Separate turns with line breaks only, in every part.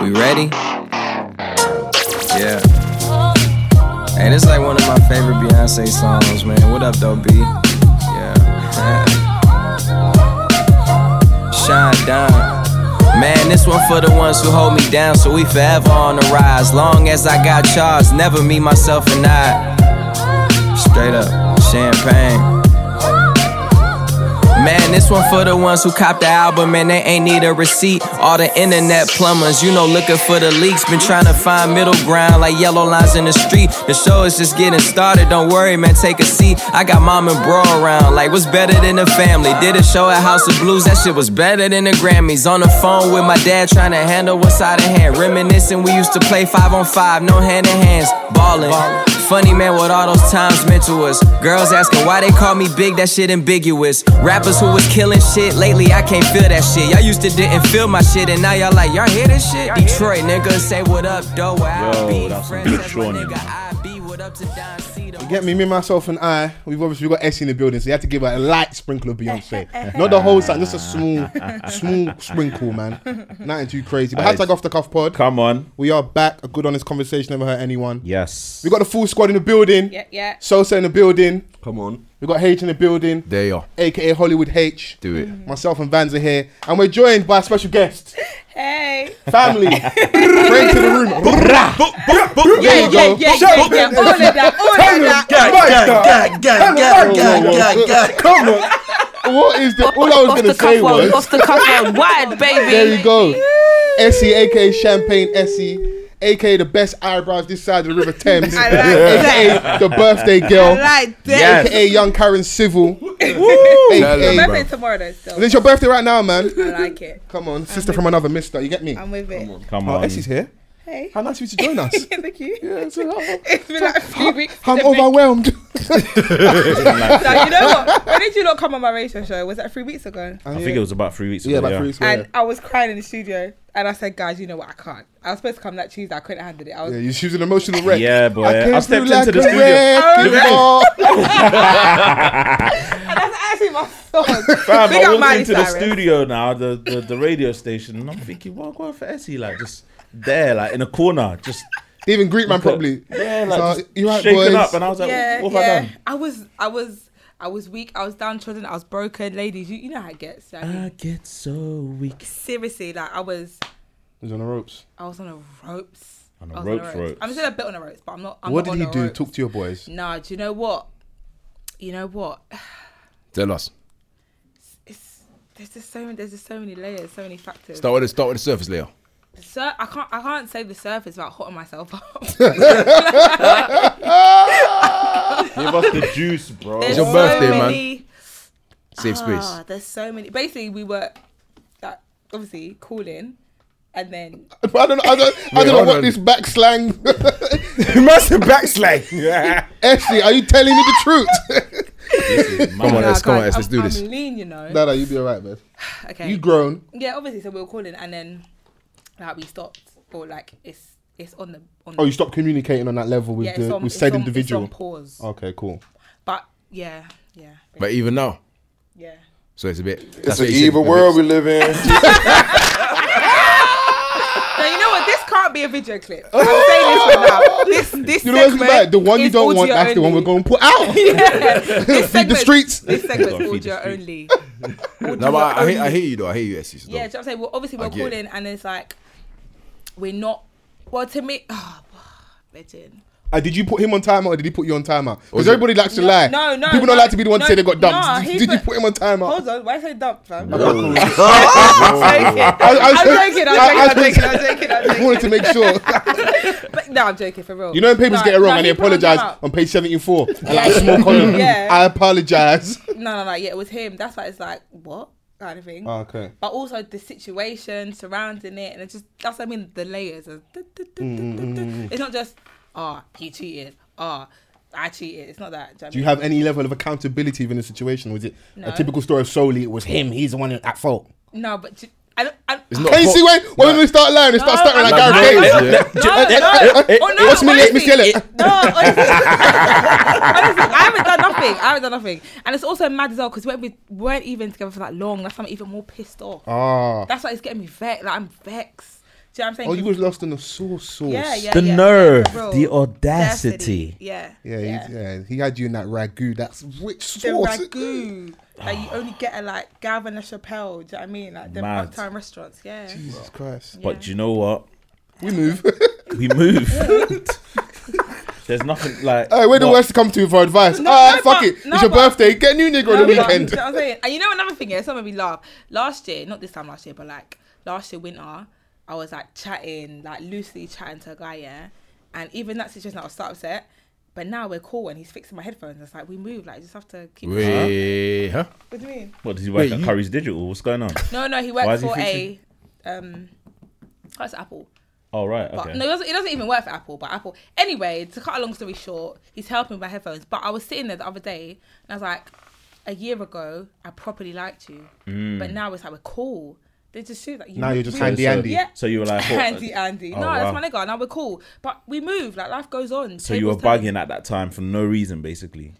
ready? Yeah. And it's like one of my favorite Beyonce songs, man. What up, though, B? Yeah. Shine down. Man, this one for the ones who hold me down, so we forever on the rise. Long as I got charged, never me, myself, and I. Straight up, champagne. Man, this one for the ones who copped the album and they ain't need a receipt. All the internet plumbers, you know, looking for the leaks. Been trying to find middle ground like yellow lines in the street. The show is just getting started, don't worry, man, take a seat. I got mom and bro around, like what's better than the family? Did a show at House of Blues, that shit was better than the Grammys. On the phone with my dad, trying to handle what's out of hand. Reminiscing, we used to play five on five, no hand in hands, ballin'. Funny man, what all those times meant to us. Girls asking why they call me big, that shit ambiguous. Rappers who was killing shit, lately I can't feel that shit. Y'all used to didn't feel my shit, and now y'all like, y'all hear this shit? Detroit, nigga, say what up, though.
Yo,
I be
that's some
fresh
good
as my
showing, you
nigga,
know.
I be what up to Don Cedar.
Get me, me, myself, and I. We've obviously got S in the building, so you have to give her a light sprinkle of Beyonce. Not the whole song, just a small, small sprinkle, man. Nothing too crazy. But
Alright.
hashtag off the cuff pod.
Come on.
We are back. A good, honest conversation never hurt anyone.
Yes.
We got the full squad in the building.
Yeah, yeah.
Sosa in the building.
Come on.
We got H in the building,
There you are.
aka Hollywood H. Mm-hmm.
Do it.
Myself and Vans are here, and we're joined by a special guest,
Hey.
family. Bring to the room. There
Yeah,
you
yeah,
go.
yeah, yeah, yeah, yeah. All of that, all of that.
Come on. What is the? All I was gonna say was.
off the cuff one, wide, baby.
There you go. Essie, aka Champagne Essie, aka the best eyebrows this side of the River Thames,
I like
aka
that.
the birthday
I
girl,
like that.
Yes.
aka young Karen Civil.
Hello,
aka,
bro.
Remember it tomorrow, though. So
it's your birthday right now,
I
man.
like it.
Come on, sister from another mister. You get me?
I'm with it.
Come
Oh,
on.
Essie's here.
Hey.
How nice of you to join us.
Look you.
It's, uh,
It's been like a few weeks.
I'm
since I've been-
overwhelmed.
So, you know what? When did you not come on my radio show? Was that three weeks ago?
I think it was about three weeks ago.
Yeah, about three weeks ago,
And I was crying in the studio. And I said, guys, you know what? I can't. I was supposed to come that Tuesday. I couldn't handle it. I was.
Yeah, you- she was an emotional wreck.
Yeah, boy.
I came through
I stepped
like
into the
a
studio.
wreck.
Look at
Oh,
And that's actually my song.
Fam,
Big
I
up
walked
Miley
into the
Cyrus.
studio now, the, the, the radio station, and I'm thinking, well, go for Essie, like just there, like in a corner, just
They even greet man properly.
yeah, like
So,
just
you right,
shaking
boys?
up. And I was like,
yeah,
what have I
yeah.
done?
I, was, I was, I was weak. I was downtrodden. I was broken, ladies. You, you know how it gets. I mean,
I get so weak.
seriously, like I was,
He's on the ropes.
I was on the ropes.
On the
I was
ropes, ropes.
I'm still a bit on the ropes, but I'm not. I'm
What
not
did he
on the
do?
ropes.
Talk to your boys.
Nah, do you know what? You know what?
Tell us.
It's there's just so many, there's just so many layers, so many factors.
Start with the, start with the surface layer.
So I can't, I can't say the surface without hotting myself up.
Give us the juice, bro.
There's
your birthday, man.
many-
Safe
Ah,
space.
there's so many. Basically, we were like, obviously calling, and then
But I don't know. I don't, I
Wait,
don't know
hold
what
on.
this back slang.
You must have backslide.
Essie, are you telling me the truth?
Come on,
Nah,
let's come on,
guys,
let's, let's
I'm-
do this.
I'm lean, you know.
no, no, you be alright, man.
okay.
You grown.
yeah, obviously. So we were calling, and then like we stopped, or like it's it's on the on.
Oh,
the,
you stopped communicating on that level with
yeah, it's
the
on-
with
it's
said
on-
individual. Oh.
It's on pause.
Okay, cool.
But yeah, yeah,
But even now,
yeah.
so it's a bit.
It's an evil world we live in.
Now you know what? This can't be a video clip. I'm saying this for now. This this
You know what's
segment
bad? The one you
is
don't want,
audio
that's the one we're
only.
going to put out.
Yeah. This
Feed the
segment-
streets.
This
Gotta
segment's
feed the
audio
streets.
only.
No, but I, I, hear, I hear you though. I hear you, Essie. so
Yeah, do you know
don't-
what I'm saying? Well, obviously we're
I get it.
calling, and it's like we're not. Well, to me, oh, bitching.
Uh, did you put him on timer or did he put you on timer? Because
Was
everybody likes to
No,
lie.
no, no,
People
no,
don't like to be the one to
no,
say they got dumped.
no,
did
he
you
put-
put him on timer?
Hold on, why say dump, fam? I'm
I, I, was-
joking,
I- I
I'm
was-
joking, I'm joking, I'm
I
joking,
wanted to make sure.
I'm joking. No, I'm joking for real.
You know when papers
No,
get it wrong
no,
and they
he put on
apologise
timeout.
on page 74? And like, small column,
Yeah.
I apologise.
No, no, no. Yeah, it was him. That's why it's like what kind of thing.
Ah, Oh, Okay.
but also the situation surrounding it, and it's just that's what I mean. The layers. Of, du- du- du- du- du-
Mm-hmm.
du. It's not just ah he cheated, ah I cheated. It's not that.
Do you have any level of accountability within the situation? Was it
No.
a typical story of solely it was him? He's the one at fault.
no, but do- I don't. I,
It's not
Can you
fault-
see when when we start lying, they start stuttering like
I'm
Gareth Bale.
not-
Bale. Yeah.
Oh, No,
eh,
no, no. Oh, no,
Watch me, let me
honestly,
tell it.
it- No, honestly, honestly, I haven't done nothing. I haven't done nothing, and it's also mad as well because when we weren't even together for that long, that's why I'm even more pissed off.
Ah,
That's why it's getting me vexed. Like I'm vexed. Do you know what I'm saying?
Oh, you was lost in the sauce, sauce.
yeah, yeah,
The
yeah, yeah,
nerve,
for real.
the audacity.
Yeah,
Yeah,
yeah.
He, yeah, he had you in that ragu. That's rich
The
sauce.
ragu like you only get at like Galvin and Chappelle. Do you know what I mean? Like the
Mad.
uptown restaurants. Yeah.
Jesus Christ.
Yeah.
But you know what?
We move.
We moved. There's nothing like.
Hey, where the
what?
worst to come to for advice?
No,
Ah,
no,
fuck
but-
it.
no,
it's your
but-
birthday. Get a new nigga
No,
on the
but,
weekend.
you know what I'm saying? And you know another thing, yeah, something we laugh. Last year, not this time last year, but like last year winter, I was like chatting, like loosely chatting to a guy, yeah. And even that situation, I was so upset. But now we're cool and he's fixing my headphones. It's like we move, like just have to keep.
Wait, huh?
What do you mean?
What did you work
Wait,
at
you-
Curry's Digital? What's going on?
No, no, he
Why is
works
he
for a
fixing-
um. Oh, it's Apple.
Oh right,
But
okay.
no, it doesn't, it doesn't even work for Apple. But Apple, anyway, to cut a long story short, he's helping with my headphones. But I was sitting there the other day, and I was like, a year ago, I properly liked you,
Mm.
but now it's like we're cool. They just shoot like you.
Now you're just
we-
handy
so,
Andy.
Yeah.
So you were like, what?
Handy Andy.
Oh,
no,
wow.
that's my nigga. Now we're cool, but we move. Like life goes on.
So you were
Tables turn.
bugging at that time for no reason, basically.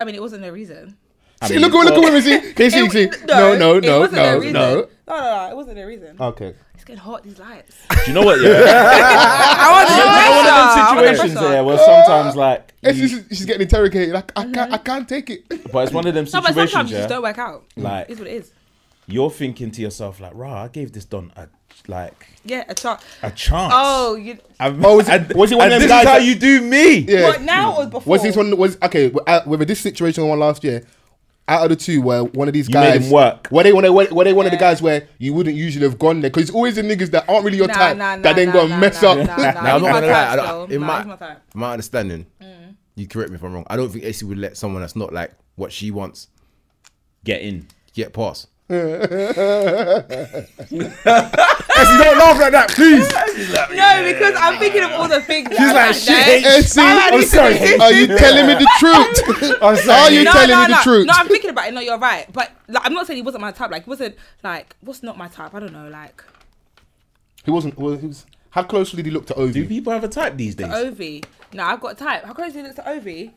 I mean, it wasn't no reason.
I
See,
mean,
look, at- look at women. See, they see,
It-
see. No, no,
it
no,
wasn't
no,
reason.
no. Oh.
No, no, no, it wasn't a reason.
Okay.
it's getting hot. These lights.
oh, Do you know what? Yeah,
I Ah,
one of them situations there where sometimes like,
Yes,
you-
she's, she's getting interrogated. Like I can't, I can't take it.
but it's one of them
No, but sometimes
situations.
you just
Yeah,
don't work out.
Like-
it's what it is.
you're thinking to yourself like, "Rah, I gave this don a like
Yeah, a chart.
a chance."
Oh, you.
I,
Oh, was it- was it one
and
of them
this
guys
is how
that-
you do me.
Yeah.
What now or before?
Was this one? Was okay? w- uh, Whether this situation one last year, out of the two, where one of these
You made
guys
him work.
were they one of were they one of the
Yeah.
guys where you wouldn't usually have gone there because it's always the niggas that aren't really your
Nah,
type
nah, nah,
that then
nah,
gonna
nah,
mess
nah,
up.
nah, nah.
Now, I'm
He's
not
my
gonna lie. I
type,
don't-
though.
in
Nah,
my,
he's my type.
my understanding,
Mm.
you correct me if I'm wrong. I don't think AC would let someone that's not like what she wants
Get in.
get past. AC, don't laugh like that, please.
No, because I'm thinking of all the things. She's
like, shit,
Eh, see,
I'm sorry.
Are you telling me the truth?
I'm
Are you
sorry.
telling me the
no.
truth?
No, I'm thinking about it. No, you're right. But like, I'm not saying he wasn't my type. Like, he wasn't like what's not my type. I don't know. Like
He wasn't. Well, he was. How closely did he look to
Do
Ovi?
people have a type these days?
Ovi. No, I've got a type. How crazy looks at Ovi?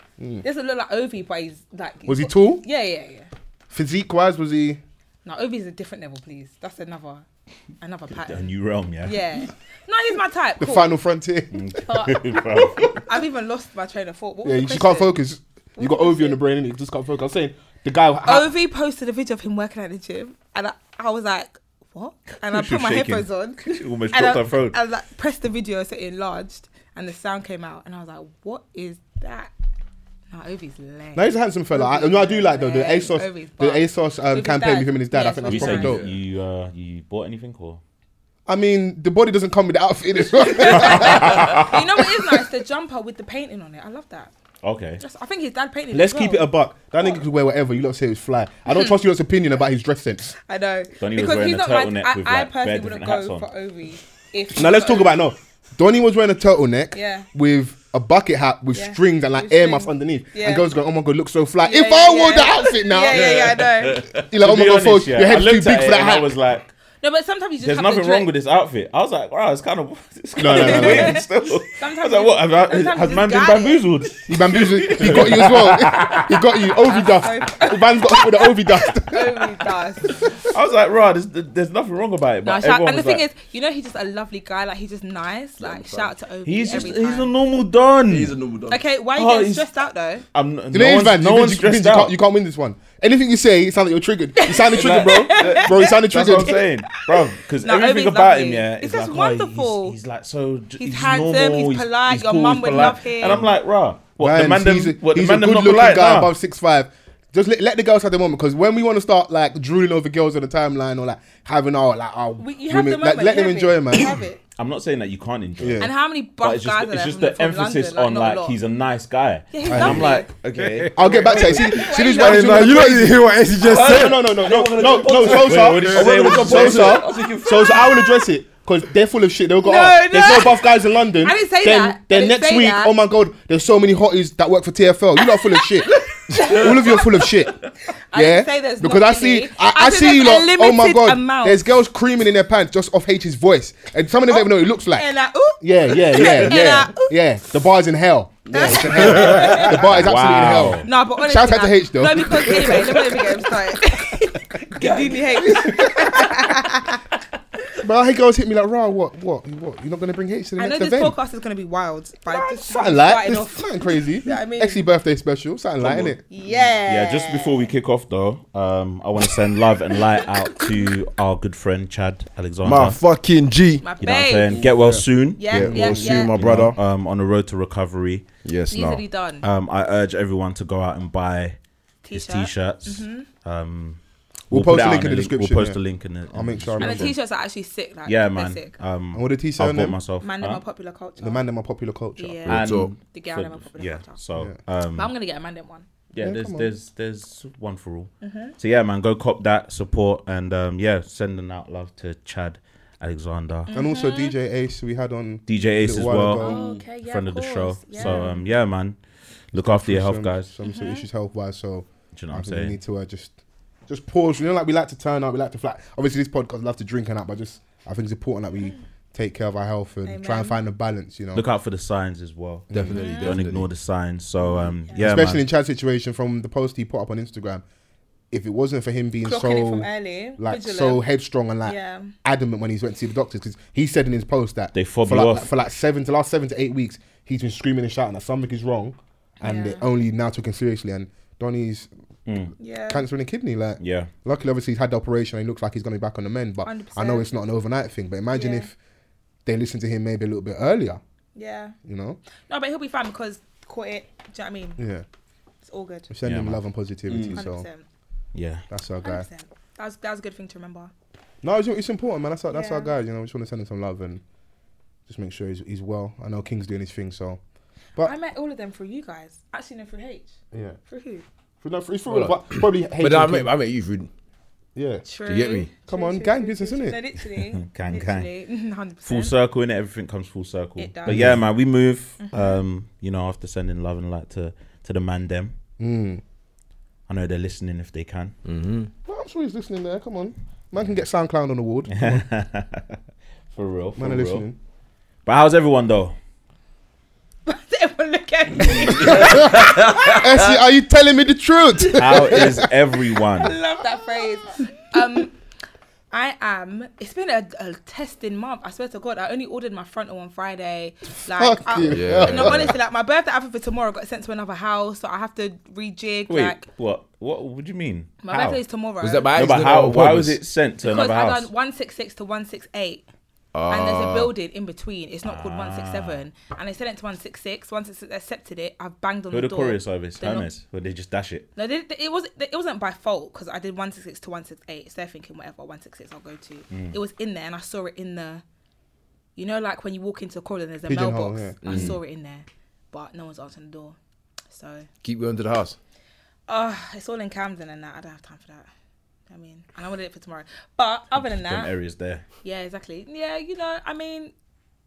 Doesn't look like Ovi, but he's like. he's
Hmm. Was he
got-
tall?
Yeah, yeah, yeah.
Physique wise, was he?
No, Ovi's a different level, please. That's another, another
A
pattern.
new realm, yeah.
Yeah. No, he's my type.
The
cool.
final frontier.
But
Yeah.
I've even lost my train of thought. What was
Yeah,
the
you just can't
question?
focus. You got Ovi on the brain, and you just can't focus. I'm saying the guy. how-
Ovi posted a video of him working at the gym, and I, I was like, "What?" And I
She
put
was
my
shaking.
headphones on.
She almost
and
dropped
I,
her phone.
I like, pressed the video so it enlarged, and the sound came out, and I was like, "What is that?" Now Ovi's lame.
No, he's a handsome fella. I, no, I do like though the
Ovi's
ASOS,
Ovi's
the
bomb.
ASOS um,
With his
campaign
dad.
with him and his dad.
Yeah,
I think
so
that's
you
it's
probably
saying
fine.
dope.
you, you uh you bought anything or?
I mean, the body doesn't come with the outfit. As well.
But you know what is nice? The jumper with the painting on it. I love that.
Okay.
Just, I think his dad painted.
Let's
as
keep it
well.
a buck. That nigga could wear whatever. You lot say it's fly. I don't trust your opinion about his dress sense.
I know.
Donnie was
because
wearing
he's
a
not my.
turtleneck
I,
with,
I
like,
personally
bare
wouldn't
different
go for
hats
Ovi. If
Now let's talk about no. Donnie was wearing a turtleneck
Yeah.
with a bucket hat with
Yeah.
strings and like
With
air muffs
strings.
underneath.
Yeah.
And girls going, "Oh my god, look so fly."
Yeah,
if
yeah,
I wore
yeah.
that outfit now,
Yeah, yeah, yeah. I know.
you're like, "Oh my
To be
god,
honest,
folks,
yeah,
your
I
head's too big
looked at
for
it
that
and
hat."
I was like,
No, but sometimes you just
there's
have
nothing
to
wrong
dress-
with this outfit. I was like, wow, it's kind of it's kind
no, no,
of
no.
weird still. I was
Sometimes
like, what? Have I,
sometimes
has
you
man been
just got it.
bamboozled?
he bamboozled. He got you as well. he got you. Ovi dust. The man's got off with the Ovi dust.
Ovi does.
I was like, rah, there's, there's nothing wrong about it.
No,
But
shout,
everyone
and the
was
thing
like,
is, you know, he's just a lovely guy. Like he's just nice. Like shout out to Obi
he's just
every
he's a
time.
normal don.
He's a normal dog.
okay, why are you
Oh,
getting
he's-
stressed out though?
I'm, no
You know,
one's,
Van,
no
you,
one's
you, you,
stressed
can't,
out.
you can't win this one. Anything you say, you sound like you're triggered. You sounded
Like,
triggered, bro. bro, you sounded
That's what I'm
triggered.
saying, bro. Because
No,
everything
Obi's
about
lovely.
him, yeah,
He's
is
just
like, oh,
wonderful.
He's, he's like so. j-
He's handsome,
normal,
he's polite, your
cool,
mum
he's
would
polite.
love him.
And I'm like, rah, what the
Man,
man?
he's a,
Them, what the
he's a
man? Them not
good-looking
polite
guy
now?
above six five. Just let, let the girls have their moment because when we want to start like drooling over girls on the timeline or like having our like our
We, you have
women,
the
like,
moment.
let
you
them
have
enjoy,
it.
it, man.
You have it.
I'm not saying that you can't enjoy.
Yeah.
it.
And how many buff
But it's just,
guys are
it's
there
just
from,
the
from
emphasis
London?
on
not a
like
lot.
he's a nice guy.
Yeah, he's
and I'm
lovely.
like, okay.
I'll get back to it. See, see this
Wait,
one.
Hey, man, you don't need to hear what AC just said.
No, no, no, no, no, no, no, no,
what did you
Sosa.
say? What did you say?
Sosa. Sosa, I will address it because they're full of shit. They'll go,
No,
oh, there's
no.
no buff guys in London.
I didn't say
then,
that. I
Then
didn't
next
say
week,
that.
oh my God, there's so many hotties that work for TFL. You're not full of shit. All of you are full of shit.
I
yeah,
didn't say there's
because
not
I see,
any.
I, I,
I said
see you lot.
there's a
Oh my
limited
god,
amount.
there's girls creaming in their pants just off H's voice, and some of them don't even know what it looks like.
And like, ooh,
Yeah, yeah, yeah,
And
yeah,
I-
yeah. The bar's in hell. Yeah, it's in hell. the bar is absolutely
Wow.
in hell.
No, but honestly,
Shout out to
like-
H, though.
No, because anyway, let me let me get him started. Get Dean H.
hit, bro. I hate girls hit me like, raw. What? What? You what? You're not gonna bring hits to the
I know
next
this
event?
podcast is going to be wild, but I just
Something like
started
this,
off.
something crazy.
Yeah, I mean-
Actually, birthday special. Something like innit?
Yeah.
Yeah, just before we kick off though, um, I want to send love and light out to our good friend Chad Alexander.
My fucking G.
My
you know what I'm
babe.
saying? Get well soon.
Yeah,
Yeah,
yeah, yeah.
we'll see you, my
You know,
brother.
um, on the road to recovery.
Yes, no.
Easily done.
Um, I urge everyone to go out and buy his
T-shirt. Mm-hmm.
t-shirts. Um,
We'll
put
post
it
a
out
link in the description,
We'll post
yeah.
a link in it.
I'll make sure I
and the
remember.
t-shirts are actually sick. Like,
Yeah,
they're
man.
sick.
Um,
And what the t-shirt
I've
on
got
them?
myself.
Man, them
huh?
are popular culture.
The man in my popular culture.
Yeah.
Real
And-
talk.
the girl them are popular
yeah.
culture.
So
But
um,
I'm gonna get a man them one.
yeah,
Yeah,
there's
come on.
there's there's one for all.
Mm-hmm.
So yeah, man, go cop that support and um, yeah, sending out love to Chad Alexander,
Mm.
And also
Mm-hmm.
DJ Ace, we had on.
DJ Ace
Little
as
while
well,
ago.
Oh, okay, yeah,
friend of,
of
the show.
course,
So
yeah.
um, yeah, man, look after your health,
some,
guys.
Some
Mm-hmm.
sort of issues health wise, so
Do you know
I
what I'm
think we
saying?
need to uh, just just pause. You know, like we like to turn up, we like to flat. Obviously, this podcast love to drink and that, but just I think it's important that we take care of our health and try
Amen.
and find a balance. You know,
Look out for the signs as well.
Definitely,
Don't
definitely.
ignore the signs. So um, yeah,
especially in
man.
Chad's situation, from the post he put up on Instagram, if it wasn't for him being
Clocking it
so
from early.
like
vigilant.
so headstrong and like
Yeah.
adamant when he's went to see the doctors because he said in his post that
They fob
for
you
like,
off.
like- for like seven to last seven to eight weeks he's been screaming and shouting that something is wrong, and they
Yeah.
only now took him seriously. And Donny's
yeah.
cancer in the kidney, like
Yeah.
Luckily, obviously, he's had the operation. and He looks like he's going to be back on the mend. But I know
100%.
it's not an overnight thing. But imagine
Yeah.
if they listened to him maybe a little bit earlier.
yeah.
You know?
No, but he'll be fine because caught it. Do you know what I mean?
Yeah.
It's all good.
We send
Yeah,
him
man.
love and positivity.
Mm. Hundred
So
percent.
Yeah.
that's our
Hundred
guy.
percent. That was that was a good thing to remember.
No, it's, it's important, man. That's our, that's our
Yeah.
guy. You know, we just want to send him some love and just make sure he's, he's well. I know King's doing his thing. So But-
I met all of them through you guys. Actually, no, through H.
yeah,
Through who?
for, no, for, it's for, but probably.
But
H&K.
I met, I met you through
yeah.
True.
get me?
Come on, gang business, innit?
No, literally.
Gang, gang.
literally. Hundred
Full
percent.
circle and everything comes full circle.
It does. Mm-hmm.
But yeah, man, we move. Um, you know, after sending love and light to to the man them.
Mm.
I know they're listening if they can.
Well, I'm sure he's listening there. Come on. Man can get SoundCloud on the ward. Man
For real. For
are
real.
listening.
But how's everyone though?
Everyone look at me.
Essie, E, are you telling me the truth?
How is everyone?
love that phrase. Um, I am. It's been a, a testing month. I swear to God, I only ordered my frontal on Friday. Like,
Fuck
I,
you.
Yeah.
no, honestly, like my birthday outfit for tomorrow got sent to another house, so I have to rejig.
Wait,
like
what? What? What do you mean?
my
how?
birthday is tomorrow.
Was that by
No, but
accident
how?
or
Why
purpose?
was it sent to
because
another
I
house?
done one six six to one six eight. And there's a building in between. It's not called 167. And they sent it to 166. 166 accepted it. I banged on
Who
the
the
door.
courier service?
They're not-
Hermes? Where they just dash it?
No, they, they- it was it wasn't by fault because I did one six six to one six eight. So they're thinking whatever one six six I'll go to. It was in there, and I saw it in the, you know, like when you walk into a corridor and there's a
Pigeonhole,
mailbox. I saw it in there, but no one's answering the door. So,
Keep going to the house.
uh it's all in Camden and that. I don't have time for that. I mean, and I wanted it for tomorrow. But other than
Them
that,
areas there.
yeah, exactly. Yeah, you know, I mean,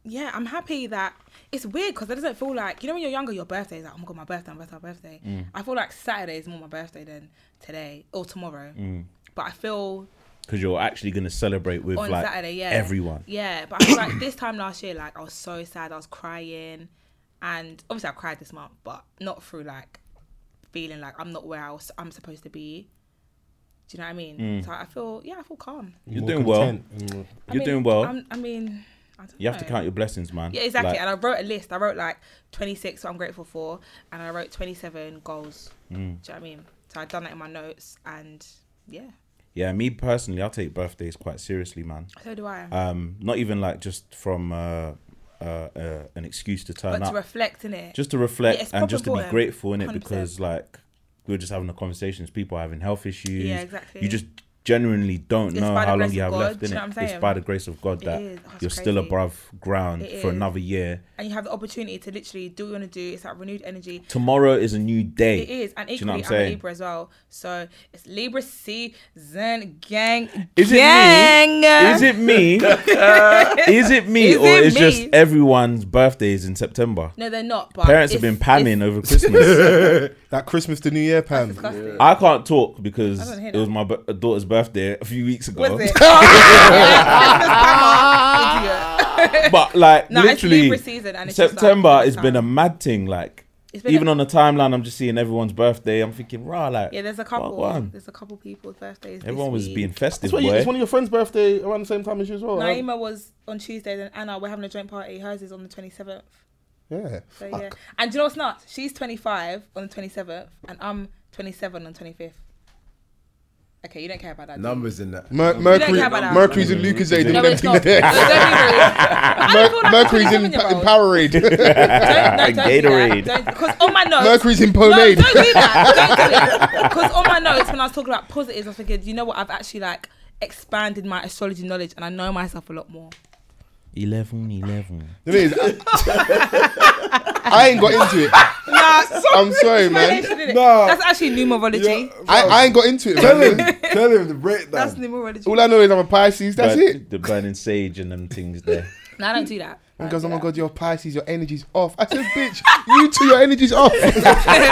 yeah, I'm happy that it's weird because it doesn't feel like you know when you're younger, your birthday is like oh my god, my birthday, my birthday, my birthday.
Mm.
I feel like Saturday is more my birthday than today or tomorrow.
Mm.
But I feel
because you're actually going to celebrate with
on
like
Saturday, yeah,
everyone.
yeah. But I feel like this time last year, like I was so sad, I was crying, and obviously I cried this month, but not through like feeling like I'm not where I was, I'm supposed to be. Do you know what I mean? So I feel yeah, I feel calm.
You're
More
doing well.
content and-
I
Mm. You're
mean,
doing well.
I'm, I mean, I don't
you have to
know.
count your blessings, man.
Yeah, exactly.
Like,
and I wrote a list. I wrote like 26 what I'm grateful for, and I wrote 27 goals.
Mm.
Do you know what I mean? So I'd done that in my notes, and yeah,
yeah, me personally, I take birthdays quite seriously, man.
so do I.
Um, not even like just from uh, uh, uh, an excuse to turn
but to
up,
reflect in it,
just to reflect
Yeah, it's
and just to be
proper important.
grateful in it
100%.
because like we were just having the conversations. People are having health issues.
Yeah, exactly.
You just genuinely don't
It's
know
by the
how long
grace
you have
of God,
left
do you
in
know what
it.
I'm
It's
saying?
by the grace of God
It
that
is. Oh, it's
you're still
crazy.
above ground
It
for
is.
another year.
and you have the opportunity to literally do what you want to do. It's like renewed energy.
Tomorrow is a new day.
It is, and
Do you know
equally,
what
I'm, a Libra as well. So it's Libra season, gang,
Is it me?
gang.
Is it me? is it me,
Is
or
it
is
me?
just everyone's birthdays in September?
No, they're not. But
Parents have
it's-
been pamming over Christmas.
That Christmas to New Year, Pam.
It's disgusting.
I can't talk because
don't hear
it was my b- daughter's birthday a few weeks ago.
Was it? Christmas, grandma, idiot.
but like
No, it's
literally,
Libra season and it's just, like,
September
all the
has been a
time.
mad thing. Like
It's been
Even
a-
on the timeline, I'm just seeing everyone's birthday. I'm thinking, rah, like
yeah, there's a
what
couple.
one?
There's a couple people's birthdays. this
Everyone was
week.
being festive,
It's, one of you-
boy.
it's one of your friends' birthday around the same time as you as well. um, right?
Naima was on Tuesday, then Anna. We're having a joint party. Hers is on the 27th.
Yeah.
So
fuck.
yeah. And do you know what's nuts? She's 25 on the 27th, and I'm 27 on 25th. Okay, you don't care about that. do you?
Numbers in that.
Mer-
don't care
Mercury,
about that.
Mercury's in Lucas Aid.
No,
No,
it's not. No,
there.
don't be rude.
Mercury's in, in
power.
Powerade.
Gatorade.
Because on my notes,
Mercury's in
no, don't
Ponade.
do that. Don't do it. Because on my notes, when I was talking about positives, I was thinking, you know what? I've actually like expanded my astrology knowledge, and I know myself a lot more.
11, 11.
The thing is, I, I ain't got into it.
Nah,
I'm sorry, man.
no. That's actually numerology.
I, I ain't got into it.
Tell
Man.
him, tell him the breakdown.
That's numerology.
All I know is I'm a Pisces. That's
Bur-
it.
The burning sage and them things there.
No, I don't do that.
And goes, oh my god, your Pisces, your energy's off. I said, bitch, you two, your energy's off.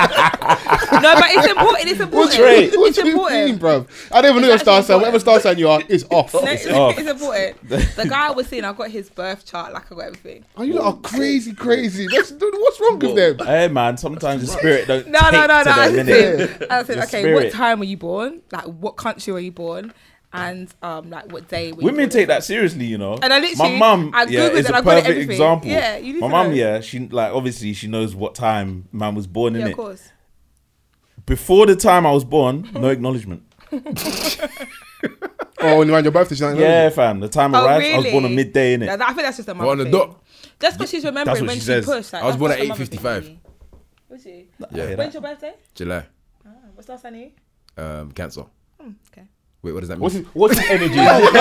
no, but it's important. It's important.
What's right? What
It's
do you mean,
important.
bruv? I don't even know your
It's
star
actually
sign. Whatever star sign you are, it's off.
No, it's,
off.
it's important. The guy I was seeing, I got his birth chart, like I got everything.
Oh, you lot are crazy, crazy. That's, dude, what's wrong with them?
hey, man, sometimes the spirit don't.
No, no, no, no. I
To
was
them, innit?
saying, I was saying,
The
okay, what
spirit.
time were you born? Like, what country were you born? And um, like, what day? Were you
Women
born?
take that seriously, you know.
And I literally-
my mum,
I
yeah,
Googled
is
it,
a
I got
perfect
everything.
example.
Yeah, you need
my
to
mum,
know.
yeah, she like obviously she knows what time man was born in
Yeah,
it.
of course.
Before the time I was born, no acknowledgement.
Oh, and around your birthday, she's like,
yeah, fam. The time
Oh,
arrived, I was
really?
born at midday in
No,
it.
that- I think that's just a mother
on the
thing.
dot.
That's because she's
That's
remembering
what
when
she
she,
says.
pushed. Like,
I was
that's
born
just
at
a mother thing,
8:55.
really. Was she?
Yeah,
When's your birthday? Oh,
July.
What's last I knew?
Um, cancer.
Hmm, Okay.
Wait, what does that mean?
What's his, what's his energy?
I was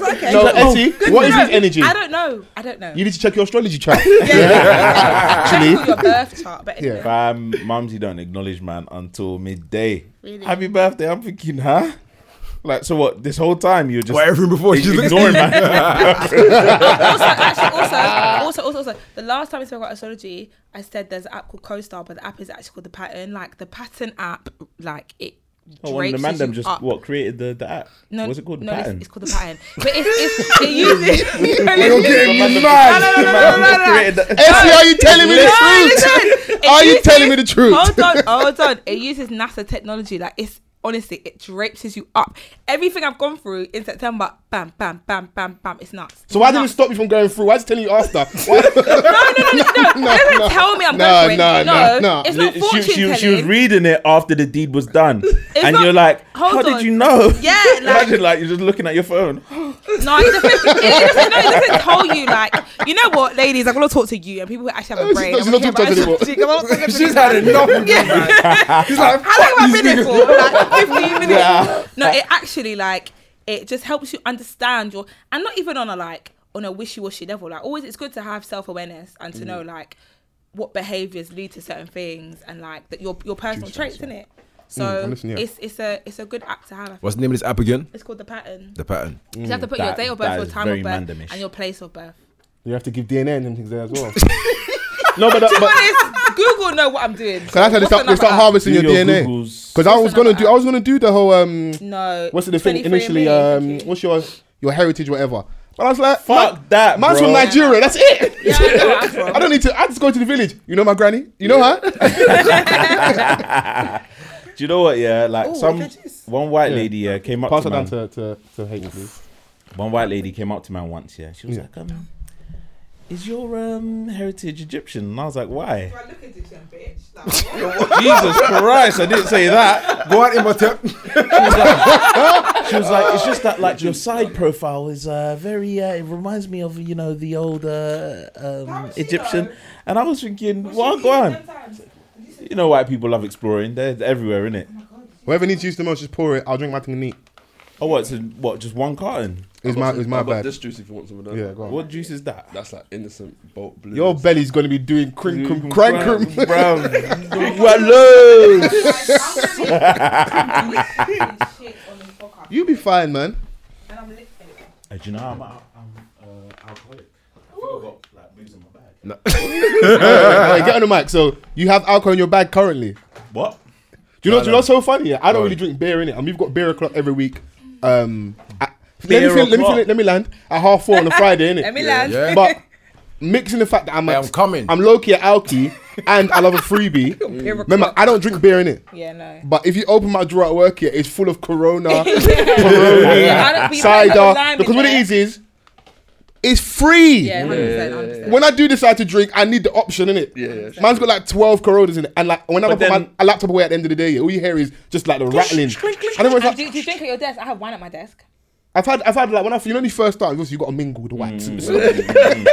like, okay.
No,
Good
Essie,
to
what is
know.
his energy?
I don't know. I don't know.
You need to check your astrology chart.
Actually, your birth chart, but anyway.
Fam, mums, you don't acknowledge man until midday.
Really?
Happy birthday! I'm thinking, huh? Like, so what? This whole time you're just
Well, everything before she looks
ignoring man.
also, actually, also, also, also, also, the last time we spoke about astrology, I said there's an app called CoStar, but the app is actually called the Pattern. Like the Pattern app, like it.
Oh, one of the
drapes
man them
you
just
up.
what created the, the app.
Ah. No,
What's it called? The
No, it's,
pattern.
it's called the pattern. But it's, it's it uses.
You're getting me
No, no,
mad.
no, no, no, no, no.
Created the-
Essie, are you telling me the
No,
truth?
listen. It
Are you
uses-
telling me the truth?
Hold on, hold on. It uses NASA technology. Like it's honestly, it drapes you up. Everything I've gone through in September, bam, bam, bam, bam, bam. It's nuts.
So why didn't it
Nuts.
stop you from going through? Why is it telling you after? Why-
No, it doesn't tell me I'm
No,
going for it.
no,
No,
no, no.
It's not fortune
she, she,
telling.
she was reading it after the deed was done, and
not-
you're like,
Hold
"How did
on.
you know?"
Yeah, like-
imagine like you're just looking at your phone.
no, it doesn't, it doesn't, no, it doesn't tell you. Like, you know what, ladies, I'm gonna talk to you, and people who actually have a
She's
brain.
not- she's not
I'm
talking
gonna
anymore.
hear about it.
She's had enough of you, man. She's
How long
like, fuck
have I
these
been here
niggas.
for? Like 15 minutes. No, it actually like it just helps you understand your and not even on a like on a wishy-washy level. Like always it's good to have self-awareness and to
Mm.
know like what behaviours lead to certain things and like that your your personal traits, isn't it?
Mm,
So
I'm listening, yeah.
it's it's a it's a good app to have. I think.
What's the name of this app again?
It's called the pattern.
The pattern.
you have to put
Mm, that-
your date of
that
birth, your
is
time
very
of birth,
Mandemish.
and your place of birth.
You have to give DNA and them things there as well.
No, but,
But it's, Google know what I'm doing.
Can I tell you,
What's
start,
another
they start
app?
harvesting your,
Do your
DNA.
Googles.
Because I was gonna
another
do, I was gonna do the whole um,
No.
what's the thing
23andMe,
initially?
thank
Um,
you.
what's your your heritage, whatever. But I was like,
Fuck
man-
that,
Man's
bro.
from Nigeria. That's it.
Yeah, I know where I'm from.
I don't need to. I just go to the village. You know my granny. You know her.
Do you know what? Yeah, like
Ooh,
some
look at this.
one white lady yeah came up
Pass
to
it
man.
down to to to H, please.
one white lady came up to man once. Yeah, she was
Yeah.
like, um, "Is your um, heritage Egyptian?" And I was like, "Why?"
I look at this young bitch. Like,
Jesus Christ! I didn't say that.
Go out in my tip.
She was like, "It's just that like your side profile is uh, very. Uh, it reminds me of you know the old uh, um,
was she
Egyptian."
though?
And I was thinking, "What? Go on." You know, white people love exploring. They're they're everywhere, innit?
Whoever needs use the most, just pour it. I'll drink my thing neat.
Oh, what? So, what? Just one carton?
It's my it's my
I've got
bad.
This juice, if you want some of that.
Yeah, go on.
What juice is that?
That's like innocent bolt blue.
Your belly's gonna be doing crim crim crank crim.
Hello.
You be fine, man.
Do you know I'm, I'm uh, alcoholic? I forgot like booze in my bag.
Alright, get on the mic. So you have alcohol in your bag currently.
What?
Do you know? Do you know what's so funny? Yeah? I don't really drink beer in it, and we've got beer o'clock every week. Um, at- let, me
Beer
feel, let me feel,
o'clock.
let me land at half four on a Friday, innit?
Let me land.
yeah.
But mixing the fact that I'm,
Hey,
at,
I'm coming.
I'm low key at Alki, and I love a freebie.
Beer
Remember, I don't drink beer in it.
Yeah, no.
But if you open my drawer at work here, it's full of Corona,
I don't-
Corona,
but you might put lime
cider.
in
Because what it
there.
is is, it's free.
Yeah, 100%. 100%.
When I do decide to drink, I need the option in it.
Yeah, yeah.
Man's got like twelve Coronas in it, and like when I
But
put my
then-
a laptop away at the end of the day, yeah, all you hear is just like the rattling. I don't know.
And
it's like-
do, do you drink at your desk? I have wine at my desk.
I've had, I've had like when I you know when you first start, obviously you got to mingle with the whites.
Mm.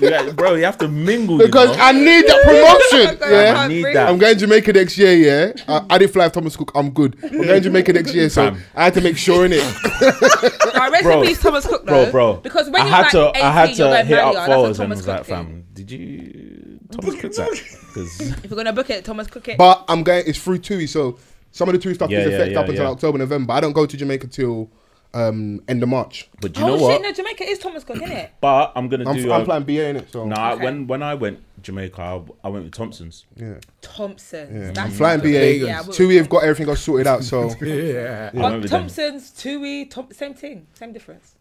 Yeah, bro, you have to mingle.
because
you know?
I need that promotion.
God, I
yeah,
can't
need
breathe.
that.
I'm going to Jamaica next year. Yeah, I, I did fly with Thomas Cook. I'm good. I'm going to Jamaica next year, so
Fam.
I had to make sure in it.
Like, rest
Bro,
in peace, Thomas Cook,
bro,
though.
bro.
Because when
I
you're
had
like
to,
18,
I had to
you're going
hit
Marriott.
up
That's
followers
what
and
Thomas
was
Cook
like,
did.
fam, did you Thomas Cook that? Because
If you're going to book it, Thomas Cook it.
But I'm going. It's through TUI, so some of the TUI stuff
Yeah,
is
yeah,
affected
yeah,
up until
yeah.
October, November. I don't go to Jamaica till um, end of March.
but do
oh,
you know
shit,
what?
no, Jamaica is Thomas Cook, isn't it?
But I'm gonna
I'm,
do.
I'm
a-
playing BA in it, so
Nah,
Okay.
when when I went Jamaica, I, I went with Thompson's.
yeah.
Thompson's.
Yeah. I'm
That's
flying
good.
BA.
Yeah, I would-
TUI have got everything got sorted out, so
Yeah.
I went
Oh,
with them.
Thompson's, Tui, Tom- same thing, same difference.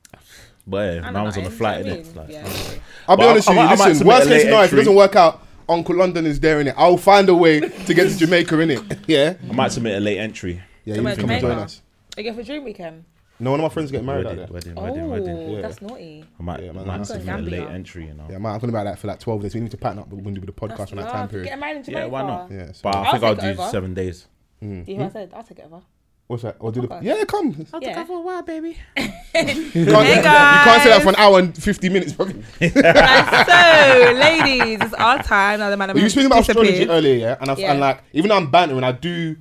But yeah,
I
man
know
was on the
that,
flight,
do you know
innit?
what I
Like,
mean? Yeah.
I'll be
But I-
honest
I
with you.
might- I might
Listen,
submit a
worst case
late
scenario, if it
entry.
doesn't work out, Uncle London is there in it. I'll find a way to get to Jamaica in it. Yeah.
I might submit a late entry.
Yeah,
So
you
where,
can come and join
Jamaica?
us.
Are you going for dream weekend?
No, one of my friends getting married out there.
Wedding, wedding,
Oh,
wedding, wedding.
that's naughty.
I might,
Yeah, man,
might
I'm
submit a
going
late
Gambia.
entry, you know.
Yeah, man, I've been about that for like twelve days. We need to pattern up. We're going to do the
That's
podcast on that time
love.
period.
Get married in Jamaica.
Yeah, why not?
Yeah. So
But I
I'll
think I'll
take
do
it over.
seven days.
You hear what I said? I'll take it over.
what's that? Or do the
Okay.
yeah, come.
Yeah.
a while, baby.
You can't, you can't say that for an hour and fifty minutes. Bro. Well,
Right, so, ladies, it's our time. Now the man
you were speaking about astrology
disappeared.
earlier, yeah, and I
Yeah.
and like even though I'm bantering, I do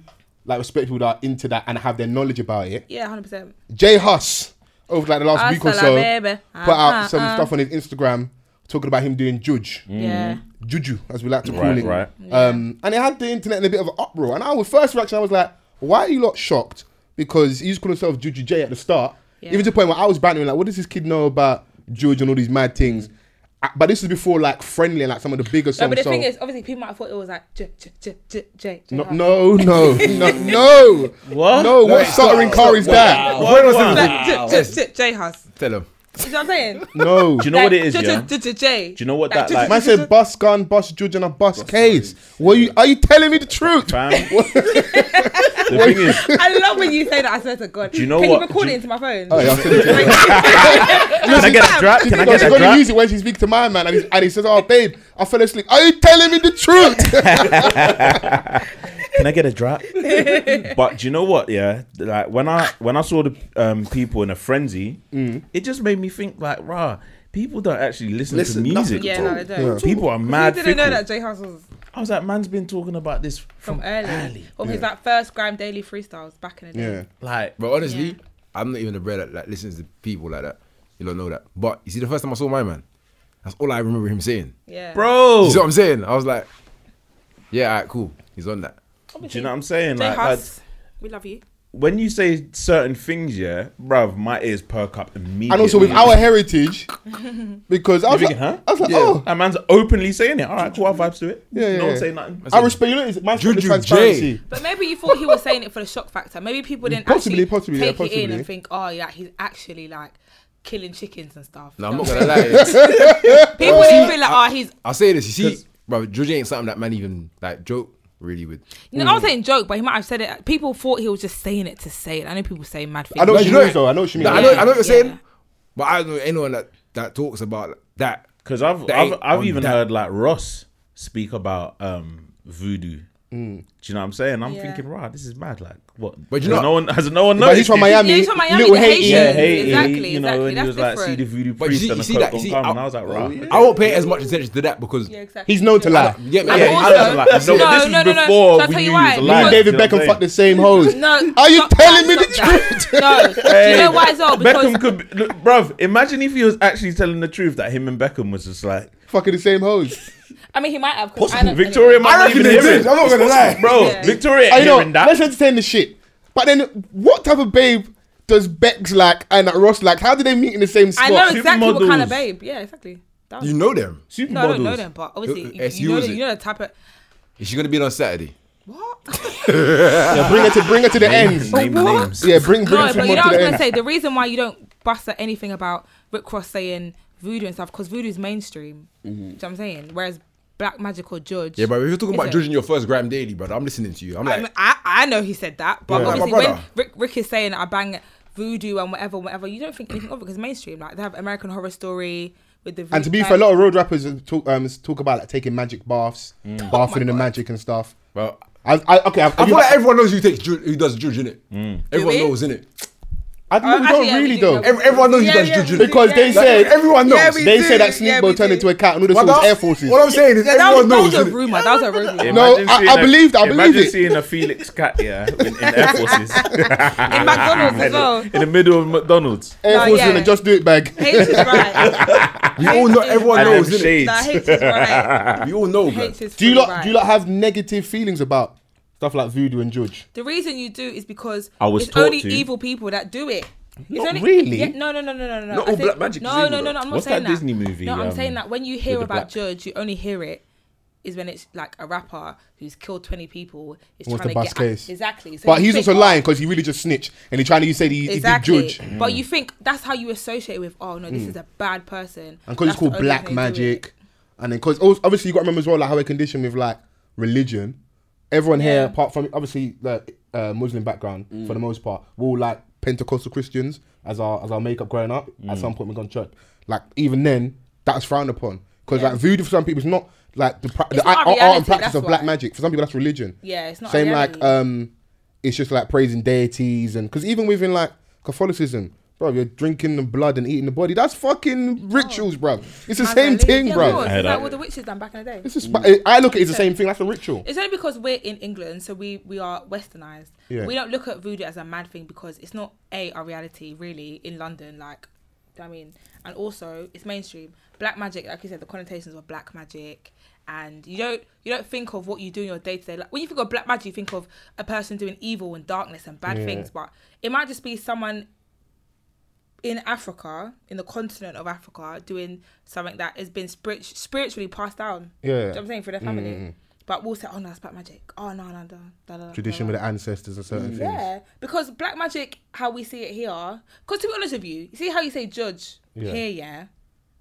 like respect people that are into that and have their knowledge about it.
Yeah, 100%.
Jay Huss over like the last week or
Hasta la
so
baby.
put
Uh-uh,
out some
uh.
stuff on his Instagram talking about him doing judge.
Yeah.
Juju, as we like to call
Right,
it.
right.
Um, and it had the internet in a bit of an uproar. And I was first reaction, I was like, why are you lot shocked? Because he used to call himself Juju J at the start.
Yeah.
Even to the point where I was bantering, like, what does this kid know about Juju and all these mad things? Uh, But this was before like friendly and like some of the bigger
No,
songs.
but the
so-
thing is, obviously, people might have thought it was like J, J, J, J, J. J
no,
Hart.
no, no, no, no.
What?
No, what stuttering car is
Oh,
that?
What was
It's
it?
like J, J, J, J House.
Tell him.
You know what I'm saying?
No.
Do you know what it is,
J,
yeah?
J, J, J.
Do you know what that, like-
Man said bus gun, bus judge, and a bus case. Were you? Are you telling me the truth?
Fam. the thing is,
I love when you say that. I swear to God.
Do you know
Can
what?
you record
Do
it
you-
into my phone?
Oh, yeah, I'll send it to you.
can I get a drop? Can
No,
I get
she's
a
gonna
drop?
use it when she speaks to my man, and, he's, and he says, "Oh, babe, I fell asleep. Are you telling me the truth?"
Can I get a drop? but do you know what? Yeah, like when I when I saw the um, people in a frenzy,
Mm.
it just made me think like, rah, people don't actually listen,
Listen,
to music.
Yeah,
bro.
no, I don't.
People are mad.
You didn't know
fickle.
that J House was
I was like, man's been talking about this
from
from
early. Of his like first Grime Daily freestyles back in the day.
like
But honestly,
Yeah.
I'm not even a bread that like, listens to people like that. You don't know that. But you see, the first time I saw my man, that's all I remember him saying.
Yeah.
bro.
You see what I'm saying? I was like, yeah, alright, cool. He's on that.
Do you know what I'm saying?
J
Like, like
House, we love you.
when you say certain things, yeah, bruv, my ears perk up immediately.
and also with our heritage, because I was
You're
like,
thinking, huh?
I was like, "Oh,
that man's openly saying it. All right, cool. I vibes to it.
Yeah, yeah,
No one
yeah.
say nothing.
I respect you." Know, it's my
Juju J.
transparency.
But maybe you thought he was saying it for the shock factor. Maybe people didn't
Possibly,
actually
possibly, yeah,
take it in
possibly.
and think, oh yeah, he's actually like killing chickens and stuff.
No,
You
I'm
know
not
what
gonna lie.
I'm saying? People didn't feel like, oh, he's.
I'll say this. You see, bro, Georgie ain't something that man even like joke really with.
You know,
Mm.
I was saying joke, but he might have said it. People thought he was just saying it to say it. I know people say mad things.
I know
No,
what she
you know
means,
it.
though. I know what she means.
Like, I know, I know what
Yeah.
you're saying,
Yeah.
but I don't know anyone that that talks about that.
Because I've
They
I've,
ain't
I've
on
even
that.
heard like Ross speak about um voodoo.
Mm.
Do you know what I'm saying? I'm
Yeah.
thinking, right, this is mad. Like what?
But you
Has
know-
no one has no one
But he's
noticed.
from
it?
Miami,
Yeah, he's from Miami,
little
the
Haiti.
Yeah,
Haitian.
Haiti.
Exactly,
you know,
exactly,
and he
that's
was like, see
different.
the voodoo
But you
priest
see-
and
you
the
see
coke
that-
on
you see,
come,
I-
and I was like, Oh, right.
yeah.
I won't pay as much attention to that because
Yeah, exactly.
He's known to lie.
you get me?
And
Yeah,
Like,
he doesn't
also-
like- no,
No,
this is
no, no, no.
before
Shall I
we
tell you
knew
why?
he was
Me
Me and
alive.
Like,
David
Do you know what
Beckham
I'm
fucked the same hoes.
No.
Are you
stop
telling me
that,
the
stop that. No. Do you know why as well? Because
Beckham could, be, look, bruv. Imagine if he was actually telling the truth that him and Beckham was just like
Fucking the same hoes.
I mean, he might have. 'cause I
possible.
don't-
Victoria might
I
not
reckon
even
they
hear
did.
it,
I'm not gonna lie.
bro.
Yeah.
Victoria
I
ain't
know.
hearing that.
Let's entertain the shit. But then, what type of babe does Bex like and Ross like? How do they meet in the same spot?
I know exactly what kind
Supermodels.
of babe. Yeah, exactly. That was-
you know them.
Supermodels.
no, I don't know them, but obviously,
Uh,
you,
uh, SU,
you, know,
is
the-
it?
you know the type of.
Is she gonna be in on Saturday?
What?
Yeah, bring her to bring her to the ends.
Name
What?
names.
Yeah, bring bring
No,
her
but you know what I
to
was
the
gonna
ends.
say. The reason why you don't fuss at anything about Rick Ross saying voodoo and stuff because voodoo's mainstream. Do you know what I'm saying? Whereas black magic or judge.
Yeah, but if you're
Is
talking about
it?
judging your first gram daily, brother, I'm listening to you. I'm
I,
like,
mean, I, I know he said that, but
Yeah. Like my
obviously when
brother.
Rick, Rick is saying I bang voodoo and whatever, whatever, you don't think anything of it because mainstream. Like they have American Horror Story with the
And to be
voodoo-
fair, a lot of road rappers talk, um, talk about like taking magic baths,
Mm.
bathing in the magic and stuff.
well,
I, I, okay, I, I,
I feel like everyone knows who takes ju- who does judge in it.
Mm.
Everyone
Do we?
knows in it.
I
Oh,
think we
actually,
don't
yeah, we
really
do
though.
know.
Every- everyone knows he does
yeah,
juju.
we do,
Because they
yeah.
said-
everyone knows.
Yeah, we
They
do,
said that Snoop
yeah, we
Dogg turned
do.
into a cat and all this was
Brother,
Air Forces.
What I'm saying is
Yeah, that, was,
everyone
that was
knows.
a
innit?
rumor. That was a rumor.
No, I- I believe that, I believe
imagine
it.
seeing a Felix cat, yeah, in, in Air Forces.
In McDonald's as well.
in the middle of McDonald's.
Air
No,
Forces
yeah.
in a Just Do It bag.
H is right.
We all know. Oh, Everyone
And them
knows. innit?
shades.
Nah, H is right.
We all know, bro.
H is
Do you
fully
lot
right.
do you lot have negative feelings about stuff like voodoo and judge?
The reason you do is because
I was
it's
taught
only
to.
evil people that do it. It's
Not
only,
really.
Yeah, no, no, no, no, no, no.
Not
I
all
think-
black magic is
No,
evil,
no, no,
though.
no. I'm not
What's
saying
that Disney movie,
No, I'm
um,
saying that when you
with
hear
the
about
black-
Judge, you only hear it is when it's like a rapper who's killed 20 people is
What's
trying
the
to
best
get at-
case?
exactly. So
But
you
he's
think,
also
oh,
lying because he really just snitched and he trying to say that he,
Exactly.
he did judge. Mm.
But you think that's how you associate with, oh no, this is a bad person.
And because it's
That's the
called
only
black
thing they do it.
magic. And then because obviously you got to remember as well like how we're conditioned with like religion. Everyone here,
Yeah. Mm.
apart from obviously the uh, Muslim background for the most part, we're all like Pentecostal Christians as our as our makeup growing up.
Mm.
At some point we gone to church. Like even then, that's frowned upon because like voodoo for some people is not like the, pra- the
It's not
art,
a
art
reality,
and practice
that's
of black
why.
magic. For some people, that's religion.
Yeah, it's not a
Same like
reality.
um, it's just like praising deities and because even within like Catholicism, bro, you're drinking the blood and eating the body. That's fucking rituals, bro. It's the same
Mandarin.
thing,
yeah, of
bro.
course.
I heard
It's like
that.
what the witches done back in the day.
It's just, but I- I look at it as the same thing. That's a ritual.
It's only because we're in England, so we we are westernized.
Yeah.
We don't look at voodoo as a mad thing because it's not a our reality really in London. Like, do you know what I mean, and also it's mainstream. Black magic, like you said, the connotations of black magic, and you don't you don't think of what you do in your day to day. Like when you think of black magic, you think of a person doing evil and darkness and bad
Yeah.
things, but it might just be someone in Africa, in the continent of Africa, doing something that has been spirit- spiritually passed down.
Yeah.
Do you know what I'm saying for their family.
Mm-hmm.
But we'll say, oh no, it's black magic. Oh no, no, no, no, no, no.
Tradition
no,
with
no.
the ancestors and certain things.
Yeah, because black magic, how we see it here. Because to be honest with you, you see how you say judge
Yeah.
here, yeah.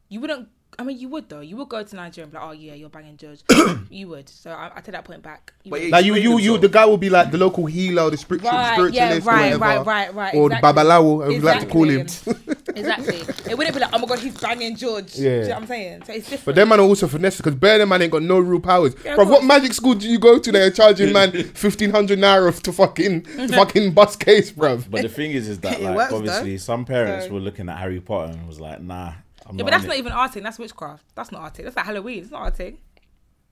You wouldn't. I mean, you would though. You would go to Nigeria and be like, oh yeah, you're banging judge. you would. So I, I take that point back. You
But
would.
yeah,
Like you, you,
Explain
you, the guy will be like the local healer, the spiritual,
Right, yeah,
spiritualist, or
right,
whatever,
right, right, right.
or the
exactly.
babalawo, as we like to call him.
exactly. It wouldn't be like, oh my god, he's banging George. Do
Yeah.
you know what I'm saying? So it's different.
But them man are also finesse because bear them man ain't got no real powers.
Yeah, of
Bro, what
course.
magic school do you go to that are charging man fifteen hundred naira to fucking to fucking bus case, bro?
But the thing is, is that
It
like
works,
obviously
though.
some parents
So-
were looking at Harry Potter and was like, nah. I'm
yeah,
not
but that's
in
not
it.
even arting. That's witchcraft. That's not arting. That's like Halloween. It's not arting.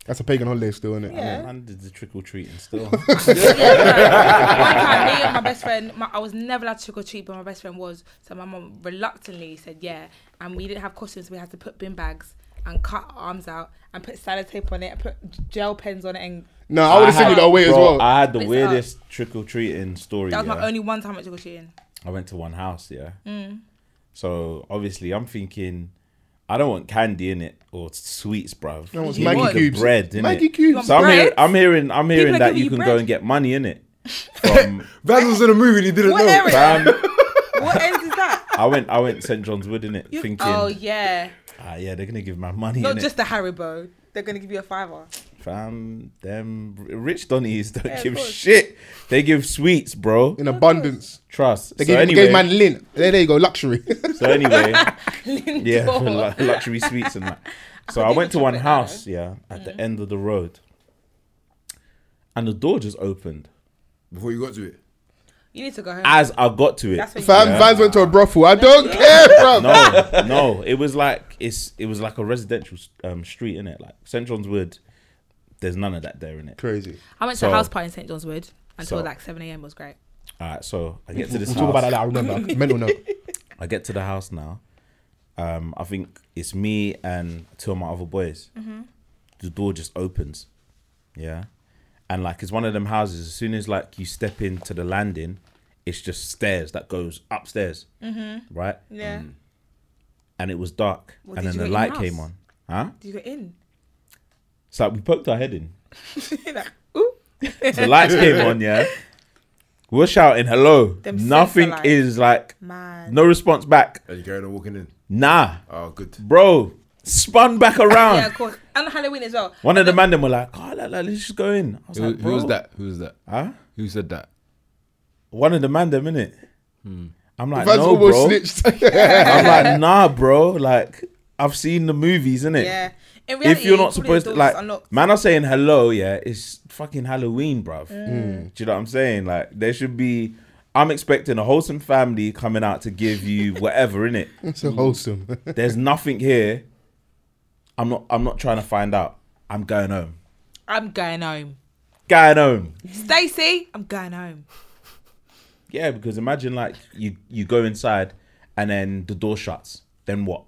That's a pagan holiday still, isn't it?
Yeah.
Man did the trick or treating still.
One time, me and my best friend, my, I was never allowed to trick or treat, but my best friend was. So my mum reluctantly said yeah, and we didn't have costumes. We had to put bin bags and cut our arms out and put sellotape on it, and put gel pens on it, and
No, I would have sent
had-
you that away as
bro,
well.
I had the
It's
weirdest trick or treating story.
that was
yeah.
my only Mm. one time at trick or treating.
I went to one house, yeah. So obviously, I'm thinking, I don't want candy in it or sweets, bruv. No,
it's Maggie cubes.
bread, innit?
Maggie
You
cubes.
want
So I'm, hear-
bread?
I'm hearing, I'm hearing
are
that
giving
you
you
can go
bread.
and get money in it. From
Vaz was in a movie and he didn't
What
know.
area?
fam,
What ends is that?
I went, I went St John's Wood in it, thinking,
Oh yeah,
ah, yeah, they're gonna give my money
not
in
just the Haribo. They're gonna give you a fiver.
Fam, them r- rich Donnies don't
Yeah, of
give
course.
shit. They give sweets, bro.
in abundance.
Trust.
They
so
gave,
anyway,
gave man lint. There, there you go, luxury.
so anyway. yeah,
Lindor.
for lu- luxury suites and that. So I
do
went
the
to one
chocolate
house, yeah, at the end of the road, and the door just opened
Before you got to it.
You need to go home.
as I got to it.
That's when you
Fam, Vans went to a brothel. I don't care, bro.
no, no, it was like it's it was like a residential um, street in it, like St John's Wood. There's none of that there in it.
Crazy.
I went
So-
to a house party in St John's Wood until
So-
like 7 a.m. was great.
All right, so I get to this
We'll
house.
talk about that later. I remember. Mental note.
I get to the house now. Um, I think it's me and two of my other boys.
Mm-hmm.
The door just opens, yeah, and like it's one of them houses. As soon as like you step into the landing, it's just stairs that goes upstairs,
Mm-hmm.
right?
Yeah.
And it was dark,
Well,
and then
did you
the
get in
light
the
came
house?
on. Huh?
Did you go in?
It's like we poked our head in.
like, ooh.
The lights came on, yeah. We're shouting hello.
Them sense
Nothing
alike.
is like
Man.
no response back.
Are you carrying on walking in?
Nah,
Oh, good.
bro, spun back around.
Yeah, of course. And Halloween as well.
One of the man them were like, "Oh, like, like, let's just go in." I was
Who,
like,
who was
"Bro."
that? Who was that?
Huh?
Who said that?
One of the man them innit?
Hmm.
I'm like,
Man's
no,
almost
bro.
snitched.
I'm like, nah, bro. Like, I've seen the movies, innit?
Yeah. In reality,
If you're not
probably the
supposed to,
door's
like,
unlocked.
man, are saying hello, yeah, it's fucking Halloween, bruv.
Mm.
Hmm.
Do you know what I'm saying? Like, there should be. I'm expecting a wholesome family coming out to give you whatever, innit?
so wholesome.
There's nothing here. I'm not. I'm not trying to find out. I'm going home.
I'm going home.
Going home.
Stacey, I'm going home.
Yeah, because imagine like you you go inside and then the door shuts. Then what?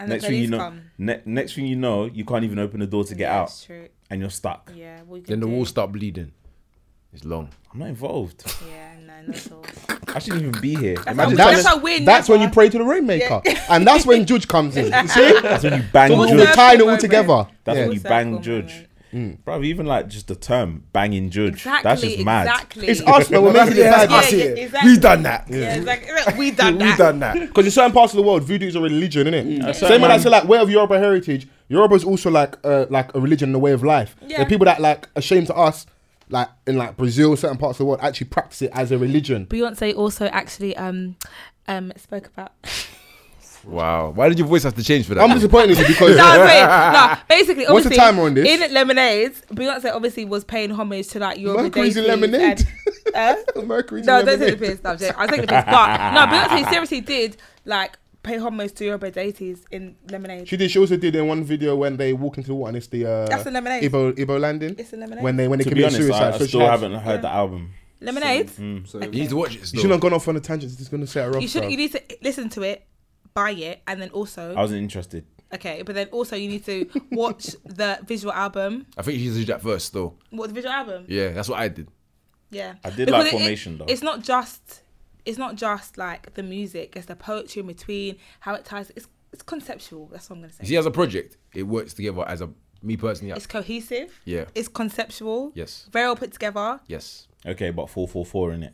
And
Next
the
thing
police
you know,
come.
ne- next thing you know, you can't even open the door to get
Yeah,
out,
That's true.
and you're stuck.
Yeah. What you can
Then the
do.
walls start bleeding. It's long.
I'm not involved.
Yeah, no, not at all.
I shouldn't even be here.
how-
Imagine
that's
telling-
how weird
That's when you
never-
pray to the rainmaker, and that's when Judge comes in. You see,
that's when you bang
so we're
Judge.
Jude.
tying it all
Moment.
together.
That's
Yeah.
when you
Full
bang
circle
Judge. Bro, even like just the term banging Judge.
Exactly.
that's just mad.
Exactly.
It's us, man. We're making it
Yeah,
bad.
I see
yeah,
it.
exactly.
We done that.
Yeah, exactly. We done
We
that.
done that.
Because in certain parts of the world, voodoo is a religion, isn't it?
right,
Same as
man.
I say, like way of Yoruba heritage. Yoruba is also like uh, like a religion and a way of life.
Yeah.
The people that like ashamed to us, like in like Brazil, certain parts of the world actually practice it as a religion.
Beyonce also actually um um spoke about.
Wow. Why did your voice have to change for that?
I'm disappointed in you because
no, I'm saying- no, basically,
What's the
obviously,
timer on this?
In Lemonades, Beyonce obviously was paying homage to like Yoruba
Mercury's in
deities
Lemonade.
and- Huh?
Mercury's
no,
in
don't take the
Lemonade.
piss. No, I'm joking. I take the piss, but no, Beyonce seriously did like pay homage to Yoruba deities in Lemonade.
She did. She also did in one video when they walk into the water and it's the uh,
That's a lemonade.
Ibo Ibo landing.
It's a lemonade.
When they when they
To be
commit
honest, I,
suicide.
I
so she
still
has-
haven't heard the album.
Lemonade.
you need to watch it.
You
Still.
shouldn't have gone off on a tangent. It's just gonna set her off.
You should.
bruv.
"Mm-hmm."
You need to listen to it, buy it, and then also
I wasn't interested.
okay. But then also you need to watch the visual album.
I think you should do that first, though.
What the visual album?
Yeah, that's what I did.
Yeah.
I did like Formation, though.
It's not just it's not just like the music, it's the poetry in between, how it ties it's it's conceptual, that's what I'm gonna say.
You see, as a project, it works together as a me personally. I-
It's cohesive.
Yeah.
It's conceptual.
Yes.
Very well put together.
Yes.
Okay, but four four four in it.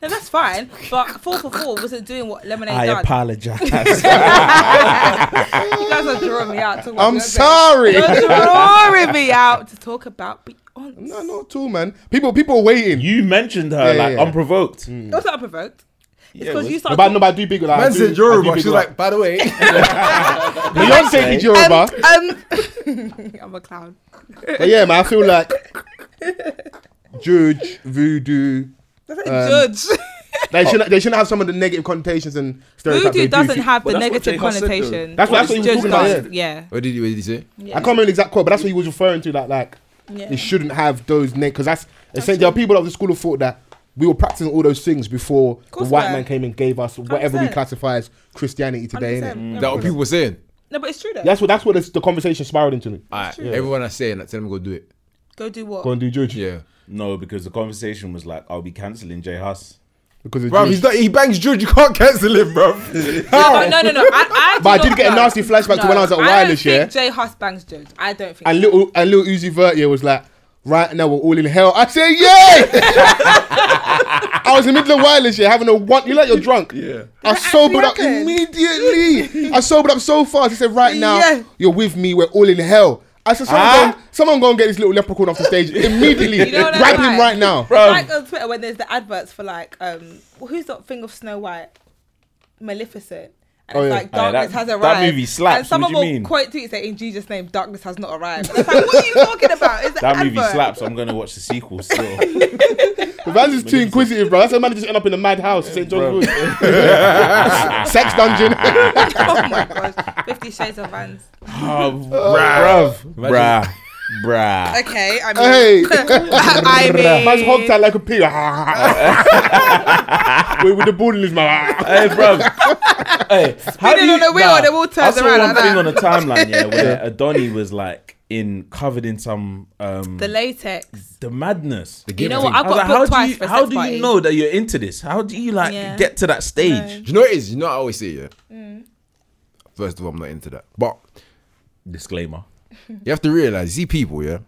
No, that's fine. But four for four wasn't doing what Lemonade
I
does.
apologize.
You guys are drawing me out. To talk
I'm
about Beyonce.
sorry.
You're drawing me out to talk about Beyonce.
No, not at all, man. People, people are waiting.
you mentioned her
Yeah, yeah,
like
yeah.
unprovoked.
It was not provoked. It's
Yeah, it
because
was-
you started.
But no, but I do big like. I
Man
do-
said
I do
Yoruba.
big
She was
like-
like, by the way.
Beyonce did Yoruba.
Um, talking- I'm a clown.
But yeah, man, I feel like Judge, Voodoo.
That's
Um,
judge.
They shouldn't. They shouldn't have some of the negative connotations and stereotypes.
Voodoo
they do.
doesn't have
Well,
the
that's what
negative
Jacob said, though.
connotation.
That's what- that's
It's
what he was
judge
talking about,
does, Yeah.
what did you? What did he say?
I can't remember the exact quote, but that's what he was referring to. Like, like
Yeah.
it shouldn't have those neg. Because that's essentially there are people of the school of thought that we were practicing all those things before the
course we
white
were.
man came and gave us whatever we
100%.
classify as Christianity today.
100%.
Innit?
Yeah.
That what people were saying.
Mm. No, but it's true though.
That's what. That's what this, the conversation spiraled into.
All right, everyone is saying that. Tell them go do it.
Go do
Go
what?
and do Judge.
Yeah.
No, because the conversation was like, I'll be cancelling Jay Huss.
Because of
Bro,
Jewish-
he's not, he bangs George. You can't cancel him, bro.
No, Oh, no, no, no. I, I do
But I did
not
get a
know.
nasty flashback to when I was at
don't
Wireless,
think
yeah?
Jay Huss bangs judge. I don't think.
and little and little Uzi Vert yeah was like, right now we're all in hell. I say, yeah. I was in the middle of wireless yeah, having a one. You like you're drunk. Yeah. I sobered up
happen?
immediately. I sobered up so fast. He said, right now
Yeah.
you're with me. We're all in hell. I said, someone,
Ah?
go, someone go and get this little leprechaun off the stage immediately.
You know what that's
Grab him
like?
right now.
It's like on Twitter when there's the adverts for like, um, who's that thing of Snow White? Maleficent. And
Oh,
it's
yeah.
like
Oh, yeah,
darkness
that-
has
that
arrived.
movie slaps,
And someone
what do
will
you mean?
quote tweet say, "In Jesus' name, darkness has not arrived." And it's like, what are you talking about? It's an
That movie
advert.
slaps. I'm gonna watch the sequel still.
The Vans is too inquisitive, bro. That's how man just end up in a madhouse, St. John's Wood.
Ah.
Sex dungeon.
oh my gosh, Fifty Shades of Vans.
Oh, bruv, bruh, bruh.
Okay, I mean,
hey.
I
Man's hog
mean,
tied like a pig. with, with the ball in his mouth.
hey, bruv. hey, how
Spinning on a wheel, they all
I
turns
saw
around
one
like
thing
that.
on a timeline, yeah, where Adonis was like in covered in some um
the
the,
latex.
madness.
You
Give
know
it
what?
to
I've
I was
got
like, how do
booked twice
you
for a
how
sex
do you
party.
know that you're into this? How do you like
Yeah.
get to that stage?
Do you know what it is? You know what I always say, yeah?
Mm.
First of all, I'm not into that. But
Disclaimer.
you have to realize, you see people, yeah?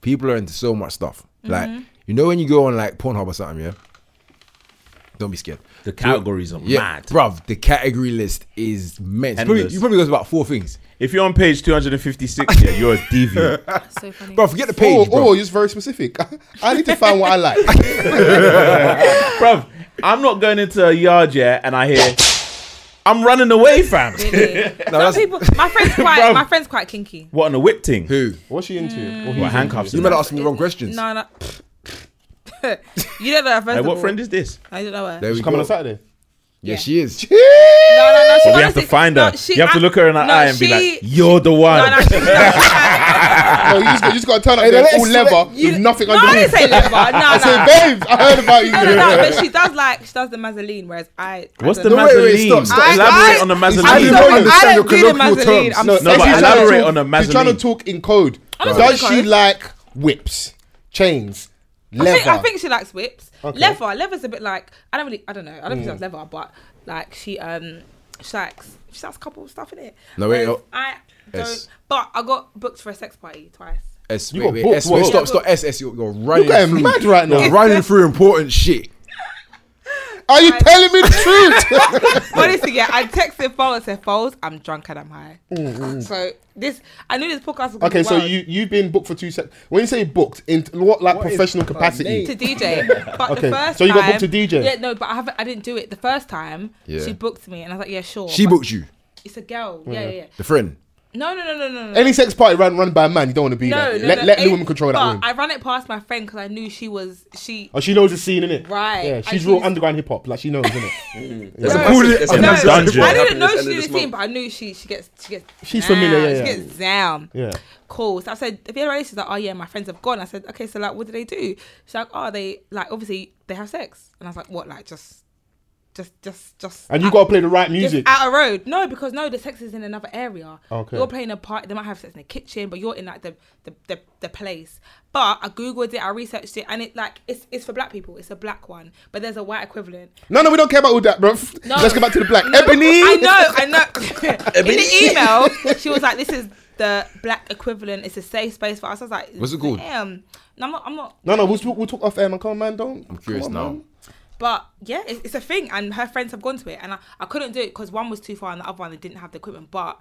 People are into so much stuff. Like, you You know when you go on like Pornhub or something, yeah? Don't be scared.
The categories are mad.
Bruv, the category list is immense.
Endless.
Probably, you probably goes about four things.
If you're on page 256, yeah, you're a deviant.
So funny.
Bro, forget the
Or,
page, bro.
or you're just very specific. I need to find what I like.
Bruv, I'm not going into a yard yet and I hear, I'm running away, fam.
Really.
that's-
Some people, my friend's quite,
Bro.
my friend's quite kinky.
What, on a whip ting?
Who?
What's she into? Or
What, handcuffs?
You
and
might
that?
ask me the wrong questions.
No, no. you don't know her first
Like,
of
what
all.
friend is this?
I don't know her.
There we
She's coming
go.
on Saturday.
Yeah, she is.
No, no, no. She
But we have
honestly-
to find her.
no, she-
you have to
I-
look her in the
no,
eye and be
she-
like, you're the one.
No, no, she's
No, you just, got- you just got to turn up
Hey,
there
let's-
all leather
You-
with nothing
no, I
underneath.
didn't say leather. No,
I
no.
said, babes, I heard about you.
No, no, no, but she does like she does the mazzoline, whereas I. I
What's the
don't
No,
know.
wait,
mazzoline?
wait, stop, stop.
I-
Elaborate
I-
on the
I'm
mazzoline.
I'm
don't
sorry,
understand
I
your
don't do the
colloquial
mazzoline.
terms.
I'm
No,
No,
sorry.
but
She's trying to
elaborate
talk-
on the
She's trying to
mazzoline.
talk in code.
not
Does
talking
she
code.
like whips, chains,
I
leather?
think, I think she likes whips. Leather, leather's a bit like I don't really, I don't know. I
Mm.
don't think she likes leather, but like she um she likes she likes couple stuff in it.
No, wait, oh.
I don't.
S.
But I got booked for a sex party twice.
S,
You
wait,
got
wait,
booked,
S, wait,
what?
stop, stop. S, S, you're, you're running
You're
through.
getting mad right
You're
now.
running through important shit.
Are you telling me the truth?
Honestly, yeah, I texted Foles and said, Foles, I'm drunk and I'm high. So this, I knew this podcast was gonna
Mm, Okay,
be
so
wild.
you you've been booked for two sec. When you say booked, in what like professional capacity?
to DJ. But
Okay,
the first
so you got booked
time-
to DJ?
Yeah, no, but I haven't. I didn't do it the first time.
Yeah.
She booked me, and I was like, yeah, sure.
She
but
booked you,
It's a girl. Yeah, yeah, yeah.
the friend.
No, no, no, no, no, no.
Any sex party run run by a man, you don't want to be
no,
there.
no,
let
no.
let the
It-
woman control that
but
room.
I ran it past my friend because I knew she was she.
Oh, she knows the scene, innit?
Right,
Yeah,
and
she's real
she's-
underground hip hop. Like she knows, innit?
That's a
No.
massive-
Oh,
that's a
No,
No,
massive-
dungeon.
I
happened
didn't know
this
she
end of
did this
this
thing,
month.
but I knew she she gets she gets.
She's
down,
familiar, yeah, yeah.
She gets down.
Yeah.
Cool. So I said, have you had relations? She's like, oh yeah, my friends have gone. I said, okay, so like, what do they do? She's like, oh, they like obviously they have sex, and I was like, what? Like just, just, just, just.
and you
out-
gotta play the right
just
music.
out a road. No, because no, the sex is in another area.
Okay.
You're playing a part. They might have sex in the kitchen, but you're in like the the, the, the place. But I googled it, I researched it, and it like it's it's for black people. It's a black one, but there's a white equivalent.
No, no, we don't care about all that, bro.
No.
Let's go back to the black.
No,
Ebony.
I know, I know. in the email, she was like, "This is the black equivalent. It's a safe space for us." I was like,
What's it called?
Damn. No, I'm not. I'm not.
No, no, we'll talk, we'll talk off air, man. Come on, man, don't.
I'm curious
come on,
now.
man.
But yeah, it's, it's a thing, and her friends have gone to it, and I, I couldn't do it because one was too far and the other one they didn't have the equipment. But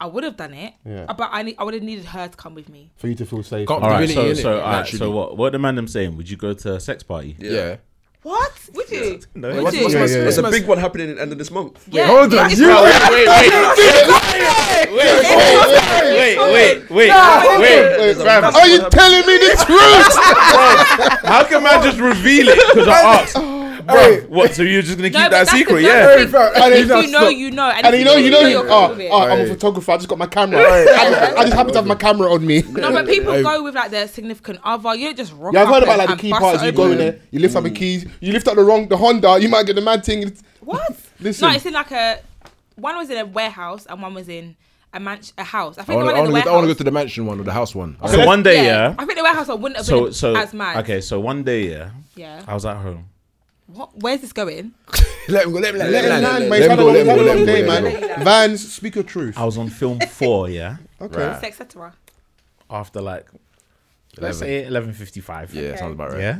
I would have done it.
Yeah.
Uh, But I need, I would have neaded her to come with me.
For you to feel safe.
Can't-
All right, so,
Really,
so,
innit?
all right,
Naturally.
so what, what the man them saying? Would you go to a sex party?
Yeah.
What would you?
No,
Would
what's-
you?
what's my-
Yeah, yeah,
There's
what's
a
my-
big one happening at the end of this month.
Yeah.
hold
Yeah,
on,
it's
you-
not-
Wait, wait,
Wait,
wait, wait, wait,
No.
wait.
There's a
fam,
massive
Are
one
you
happening.
telling me the truth?
How can man just reveal it? Because I asked. Bro, what? So you're just gonna keep
No,
that
but that's the
secret?
first
Yeah.
thing.
Bro, and
If
it's-
you know, you know,
And you know, you know, you
you're
oh,
cool with it.
oh, I'm a photographer. I just got my camera. I, just, I just happen to have my camera on me.
No, but people
Hey.
go with like their significant other. You don't just rock
Yeah, I've
up
heard about
and-
like the
and
key
bust
parts.
it
You
open.
go in there, you lift
Mm.
up the keys, you lift up the wrong, the Honda, you might get the mad thing. It's-
What?
Listen.
No, it's in like a. One was in a warehouse and one was in a man a house. I
I
think the
want
one in the
to
warehouse.
go, to the mansion one or the house one.
So one day, yeah.
I think the warehouse one wouldn't have
So
been
so
as mad.
okay. Um, So one day, yeah.
Yeah.
I was at home.
What? Where's this going?
let him go. Let him land.
Let it land, mate.
Let him
Tryna
go.
know
Let him go.
what
Let
happened
him
there,
go. Let him go.
man. Vans, speak your truth.
I was on film four, yeah. Uh,
Okay.
Sex, etc.
After like let's
Eleven.
say eleven fifty five.
Yeah, sounds about right.
Yeah.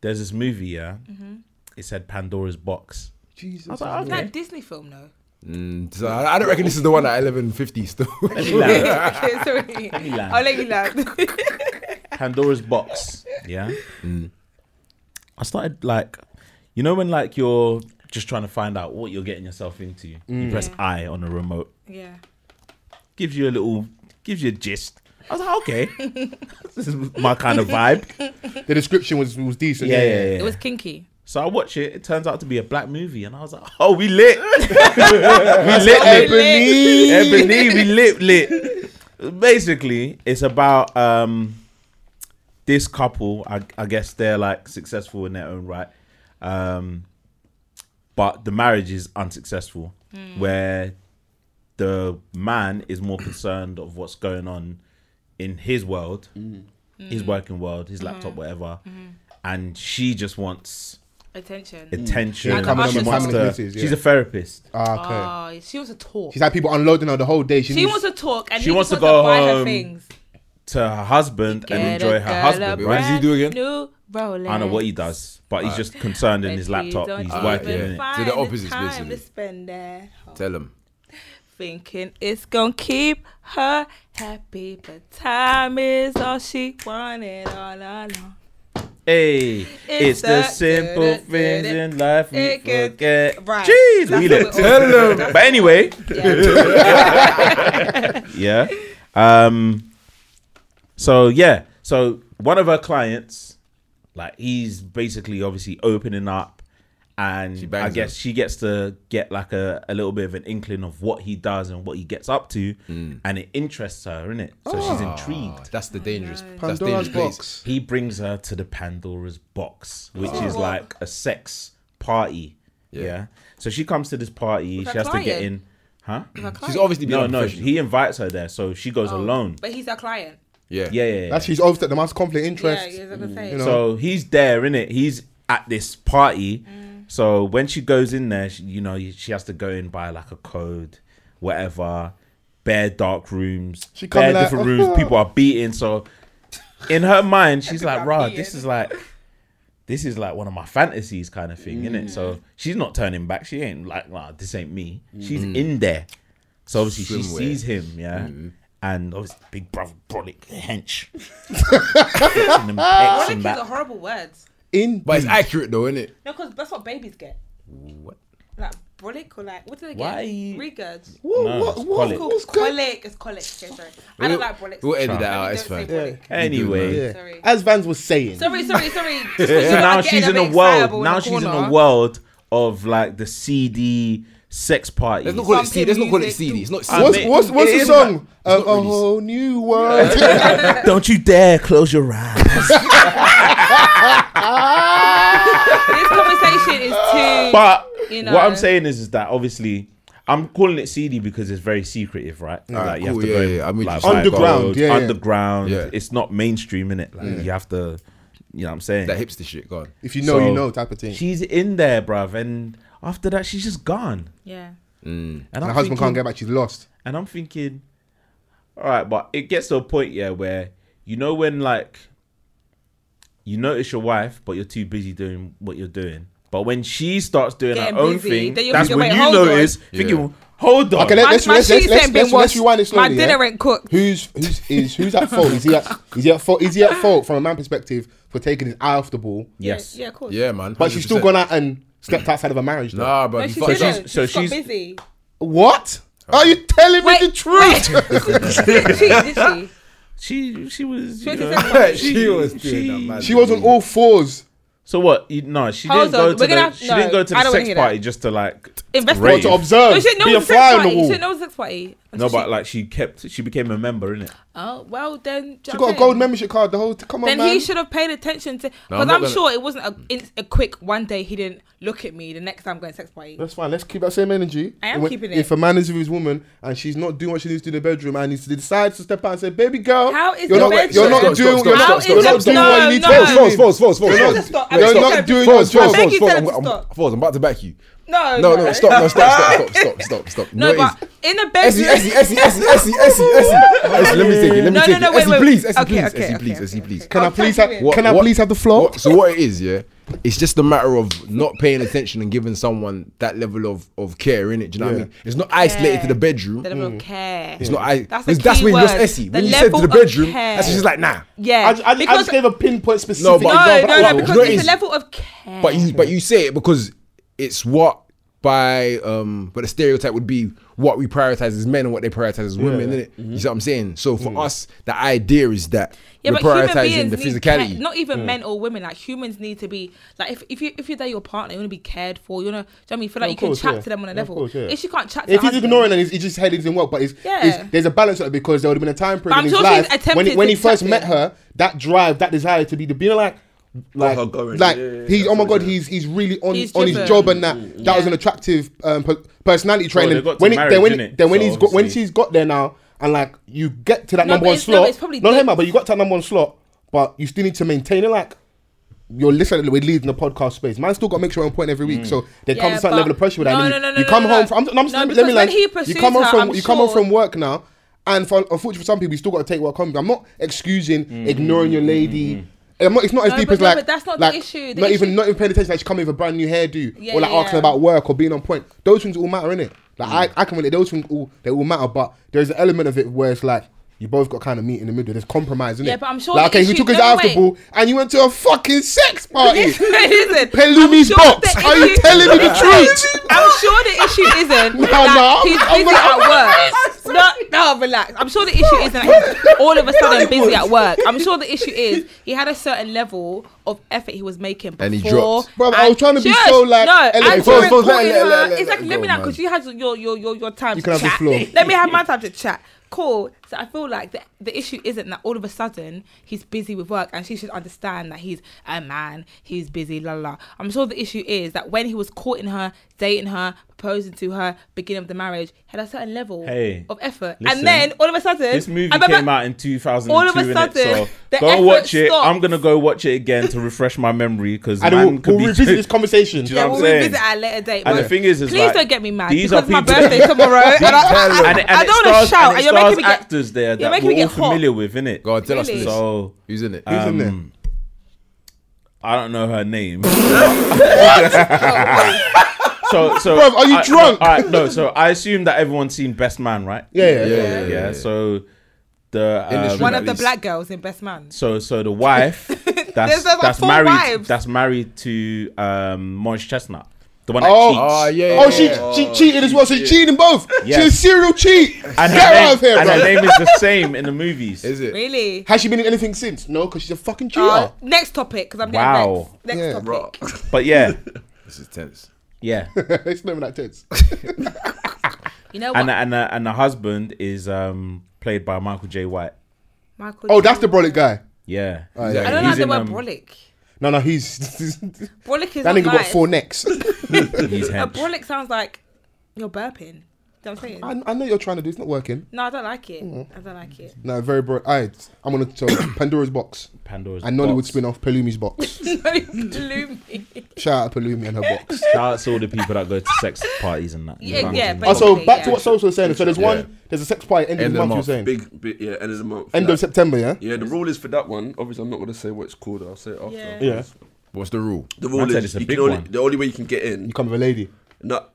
There's this movie, yeah.
Mm-hmm.
It said Pandora's box.
Jesus.
It's like Disney film though.
Mm, so I I don't reckon this is the one at eleven fifty still.
Let me laugh.
Okay, Sorry.
land.
I'll let you land.
Pandora's box. Yeah.
Mm.
I started like, you know, when like you're just trying to find out what you're getting yourself into,
Mm.
you press
Yeah.
I on the remote,
yeah.
gives you a little, gives you a gist. I was like, okay, this is my kind of vibe.
The description was was decent.
Yeah, yeah, yeah.
It was kinky.
so I watch it. It turns out to be a black movie, and I was like, oh, we lit, we lit,
Ebony.
Ebony, we lip lit. Basically, it's about um this couple. I, I guess they're like successful in their own right, um, but the marriage is unsuccessful.
Hmm.
Where the man is more concerned of what's going on in his world, his
Hmm.
working world, his laptop, whatever, and she just wants
Attention.
attention.
Yeah, coming
she
on
wants
family
to-
visits, yeah.
She's a therapist.
Ah, okay.
Oh, she wants to talk.
She's had people unloading her the whole day. She,
she
needs-
wants to talk and
She
he
wants
just
to
wants
go
buy her
home.
things.
to her husband and
Get
enjoy
a
her
girl a
husband.
Wait, what does he do again?
brand New Bro,
I don't know what he does, but he's just concerned in his laptop. He's
Oh,
even
working.
yeah.
innit?
To the opposite,
time
basically.
to spend there.
Tell them.
Thinking it's gonna keep her happy, but time is all she wanted all along.
Hey, it's, the
that-
simple things in life we
It could-
forget.
Right.
Jeez,
That's
we
what
lit.
we're all-
Hello. But anyway,
Yeah.
yeah. Um. So yeah. So one of her clients, like he's basically obviously opening up, and
She bangs
I guess
him.
she gets to get like a, a little bit of an inkling of what he does and what he gets up to,
Mm.
and it interests her, innit? So she's
Oh.
intrigued.
That's the dangerous. That's
Pandora's
dangerous place.
box.
He brings her to the Pandora's box, which is like a sex party. Yeah. So she comes to this party.
With her
she has to get
client?
in. Huh?
She's obviously
No,
being
no. He invites her there, so she goes alone.
Oh, But he's our client.
yeah.
Yeah, yeah, yeah.
That's his overstep the man's conflict interest.
Yeah, he's gonna say.
You know?
So he's there, in it. He's at this party.
Mm.
So when she goes in there, she, you know, she has to go in by like a code, whatever. Bare dark rooms,
She
bare
coming out-
different rooms. People are beating. So in her mind, she's like, "Rah, this is like." This is like one of my fantasies, kind of thing, innit?
Mm.
So she's not turning back. She ain't like, nah, this ain't me. She's
Mm.
in there. So obviously she
Swimwear.
sees him, yeah. And obviously, big brother, brolic, hench. Fixing them pecs
Brolic
and
is
that.
a horrible word.
In
But it's accurate though, isn't it?
No, because that's what babies get.
What?
Like brolic or like what do they get?
Why are you-
Regurg. It's
what,
No,
what,
it's
what,
colic.
called
what's going
colic. It's colic. Okay, sorry. I don't like brolic.
We'll edit
Sorry.
that out. It's
Don't say
fine.
brolic.
Anyway,
Yeah.
Sorry.
As Vans was saying,
Sorry, sorry, sorry.
so now she's in a world. Now
the
she's in a
corner.
world of like the CD sex party.
Let's not call it
Something
CD. Let's not call it
music
CD. It's not
I
what's
CD.
mean,
what's, what's
it
the
is
song? Um,
not
a
really-
whole new world.
Don't you dare close your eyes.
This conversation is too.
but
You know.
what I'm saying is, is that obviously. I'm calling it CD because it's very secretive, right? like
cool, yeah, yeah, I'm with you.
by
Underground,
code,
yeah, yeah.
underground.
Yeah.
It's not mainstream, innit? Like you have to, you know what I'm saying?
That hipster shit. Go on.
if you know,
So,
you know, type of thing.
She's in there, bruv, and after that, she's just gone.
Yeah.
And
Her
I'm
husband
thinking-
can't get back. She's lost.
And I'm thinking, all right, but it gets to a point, yeah, where you know when like you notice your wife, but you're too busy doing what you're doing. But when she starts doing
Getting
her own
busy,
thing,
then you're
that's
thinking,
when
wait,
you
hold on.
notice,
Yeah.
thinking, hold on.
Okay, let, us
my
let's, let's,
sheets
let's,
ain't been
let's, let's
washed.
rewind it
My
slowly. yeah?
dinner ain't cooked.
Who's who's is who's at fault? Is he at is he at fault? Is he at fault from a man perspective for taking his eye off the ball?
yes.
Yeah, of course.
Yeah, man.
But she's still
100%.
gone out and stepped outside of a marriage. Though.
Nah, bro.
No,
you
she
fucked up.
didn't.
so
So she's
she's-
got busy.
What? Are you telling
Wait,
me the truth?
Did she? Did she?
She she was you
She
know,
was just-
She was doing
she-
that, man.
She was on all fours.
So what? You, no, she
Hold
didn't go to
on, we're
the
gonna have-
she
no,
didn't go to
I
the
don't wanna
sex
hear
party just to like
Investigate.
Rave.
To observe,
No, Oh, she didn't
be a
know it was a sex
fly on
party.
the
She
wall.
didn't know it was a sex party.
no,
Until
but
she-
like she kept she became a member in it.
oh well, then
She got a gold membership card. The whole come on,
Then
man.
he should have paid attention to.
No,
Because
I'm
I'm,
not gonna-
sure it wasn't a, in, a quick one day. He didn't look at me. The next time I'm going to sex party.
That's fine. Let's keep that same energy.
I am
When-
keeping it.
If a man is with his woman and she's not doing what she needs to do in the bedroom and he decides to step out and say, "Baby girl,
How is
you're
the
not
bedroom-
you're not
Stop,
doing
stop,
you're
stop,
not
stop,
you're
stop,
not doing
stop.
what you need
No,
to
no.
do."
False, false, false, false.
You're
false.
not,
stop. I
you're
beg
not
you,
doing your
False, false,
job.
beg
false,
you,
false.
tell
I'm,
him to
I'm,
stop.
false. I'm about to back you.
No,
No, no, stop, no, stop, stop, stop, stop, stop. You know
No,
what it is?
but in the
Essie,
bedroom.
Essie, Essie, Essie, Essie, Essie, Essie. Essie, let me take it. Let me
No, no,
take
no,
it.
wait,
Essie,
wait.
please. Essie,
Okay,
please.
okay,
Essie, please.
okay,
Essie,
okay,
please.
okay.
Can I
I'll
please
tell
have?
you it.
Can I
What-
please have the floor?
What- so what it is, yeah, it's just a matter of not paying attention and giving someone that level of of care in it. Do you know what I
Yeah.
mean? It's not isolated to the bedroom.
They don't care.
It's not. I.
That's
That's,
the
that's
key
when you lost
word.
Essie. When
The
you said to
level
the
of
bedroom,
care.
that's when she's like, nah.
Yeah.
I, ju- I, ju- I
because
just gave a pinpoint specific
No, but-
no,
example.
no, no.
That's
Because
You know
it's
it's-
a level of care.
But you but you say it because it's what by um but the stereotype would be what we prioritize as men and what they prioritize as women, innit?
Mm-hmm.
You see what I'm saying? So for
Mm.
us, the idea is that
yeah,
we're
but human
prioritizing
beings
the
need
physicality.
Care, not
Hmm.
even men or women. Like humans need to be like if, if you if you're there, your partner, you want to be cared for. You know, do you know what I mean? Feel like
Of
you can
course,
chat
yeah.
to them on a
Of
level.
course, yeah.
If she can't chat, to
If
her
he's
husband-
ignoring and he's, he just head doesn't work, but it's,
Yeah.
it's- there's a balance to it because there would have been a time period
I'm
in his
sure she's
life when he,
attempted
when
to
he first
tap
met
in.
her, that drive, that desire to be the being like, like,
her going,
like
yeah, yeah,
he's oh my god,
absolutely.
he's he's really on
He's
on his
driven.
job and that that was an attractive um, per- personality trait.
Mm, they
and
got to
when it-
marriage,
then when
innit?
then when
So
he's got when
obviously-
she's got there now and like you get to that
No,
number
but
one
it's- no,
slot,
it's probably
not him,
dicks.
but you got to that number one slot, but you still need to maintain it like. You're listening. We're leading the podcast space. Man, still got to make sure on point every week. So there comes a certain
Mm. but-
level of pressure with that.
No,
and
no,
then
no,
you,
no,
you
no,
come
no,
home.
no.
From, I'm, I'm just-
No,
let me, let me
because when
land.
he
you
pursues
come home
her,
from
I'm
you come home
sure-
from work now, and for unfortunately, for some people, you still got to take what comes. I'm not excusing ignoring your lady. I'm not- it's not as
Mm. No,
deep
but
as
no,
like.
but that's not the
like,
issue. The
not
issue-
even not even paying attention. Like she coming with a brand new hairdo,
Yeah,
or like
yeah,
asking
yeah. Mm.
about work or being on point. Those things all matter, innit? Like I, I can relate. Those things all they all matter, but there's an element of it where it's like. You both got kind of meet in the middle. There's compromise, innit?
Yeah, but I'm sure
Like,
the
okay, he
issue-
took his
no,
eye off the
wait.
ball and you went to a fucking sex party.
Listen,
Pelumi's
I'm sure
box.
the
Are you
issue-
telling me the truth?
I'm sure the issue isn't
No,
that
no, I'm-
he's
I'm
busy
gonna-
at work. No, no, relax. I'm sure the issue isn't that he's all of a sudden busy at work. I'm sure the issue is he had a certain level of effort he was making before.
And he dropped.
Bro, I was
and-
trying to be
Shush,
so, like,
no,
elegant.
and
Pause,
during
pause, let-
calling
let- let-
her-
let-
it's like
let
let
go,
me know
man.
because you had your your your your time
You
to
can have the
chat.
floor.
Let me have my time to chat. Cool. So I feel like the, the issue isn't that all of a sudden he's busy with work and she should understand that he's a man, he's busy, la la. la. I'm sure the issue is that when he was courting her, dating her, proposing to her, beginning of the marriage, he had a certain level
Hey,
of effort.
listen,
and then all of a sudden
This movie
I remember-
came out in 2002.
all of a
innit?
sudden,
so
the
go
effort
watch it.
stops.
I'm gonna go watch it again to refresh my memory because
And
man
we'll,
could
we'll
be.
revisit this conversation.
Do you
yeah,
know what I'm
we'll
saying?
revisit it at a later date.
And
but
the thing is, is
please
like,
don't get me mad
these
because
are
it's my
people-
birthday tomorrow, and I, I, I,
and, it- and
I
it
don't
stars,
want to shout.
and
And
it
you're
stars
making me get
actors there
you're
that
making
we're
me
all
get hot.
familiar with, innit?
Go on, tell us
Really?
this.
So
Who's in it?
in there?
um, I don't know her name. so so
Bruv, are you
I-
drunk?
No, I, no, so I assume that everyone's seen Best Man, right?
Yeah, yeah,
yeah,
yeah.
yeah, yeah, yeah.
so the
In
um,
this room.
one
at
of the
least.
black girls in Best Man.
so so the wife that's
there's like
that's
four
married
wives.
that's married to um Morris Chestnut, the one that
Oh.
cheats.
Oh yeah.
Oh, she
yeah.
she cheated as well. So she's cheating both.
Yes.
She's a serial cheat.
and her,
Get her
name,
out of here,
and her
bro.
name is the same in the movies.
Is it?
Really?
Has she been in anything since? No, because she's a fucking cheater.
Uh, next topic, because I'm getting
Wow.
vexed. Next
Yeah.
topic.
But yeah,
This is tense.
yeah.
it's never that tense.
You know what?
and and uh, and the husband is um played by Michael J. White.
Michael
Oh,
J.
that's the brolic guy.
Yeah.
yeah.
I
he's
don't like the
in,
word
um,
brolic.
No, no, he's
Brolic is
that
not
nigga got
nice.
four necks.
He's
A
hench.
brolic sounds like you're burping. Do you know what I'm saying?
I, I know you're trying to do. It's not working.
no, I don't like it. I don't like it.
No, very broad. I I'm gonna tell Pandora's box
Pandora's
and Nollywood
box.
spin off Palumi's box.
Gloomy.
Shout out to Palumi and her box.
That's all the people that go to sex parties and that.
Yeah,
Like,
yeah,
you know.
but-
Also,
Okay,
back
yeah.
to what Soul's was saying. So there's
Yeah.
one. There's a sex party end of
End
the
of
month.
the
You're
month.
saying
Big, big, yeah, end of the month.
end
Like,
of September, yeah.
Yeah, the rule is for that one. Obviously, I'm not gonna say what it's called. I'll say it after.
Yeah.
Yeah.
What's the rule?
The rule
Man said it's
is
a
you
big
can only,
one.
the only way you can get in.
You come with a lady.
No,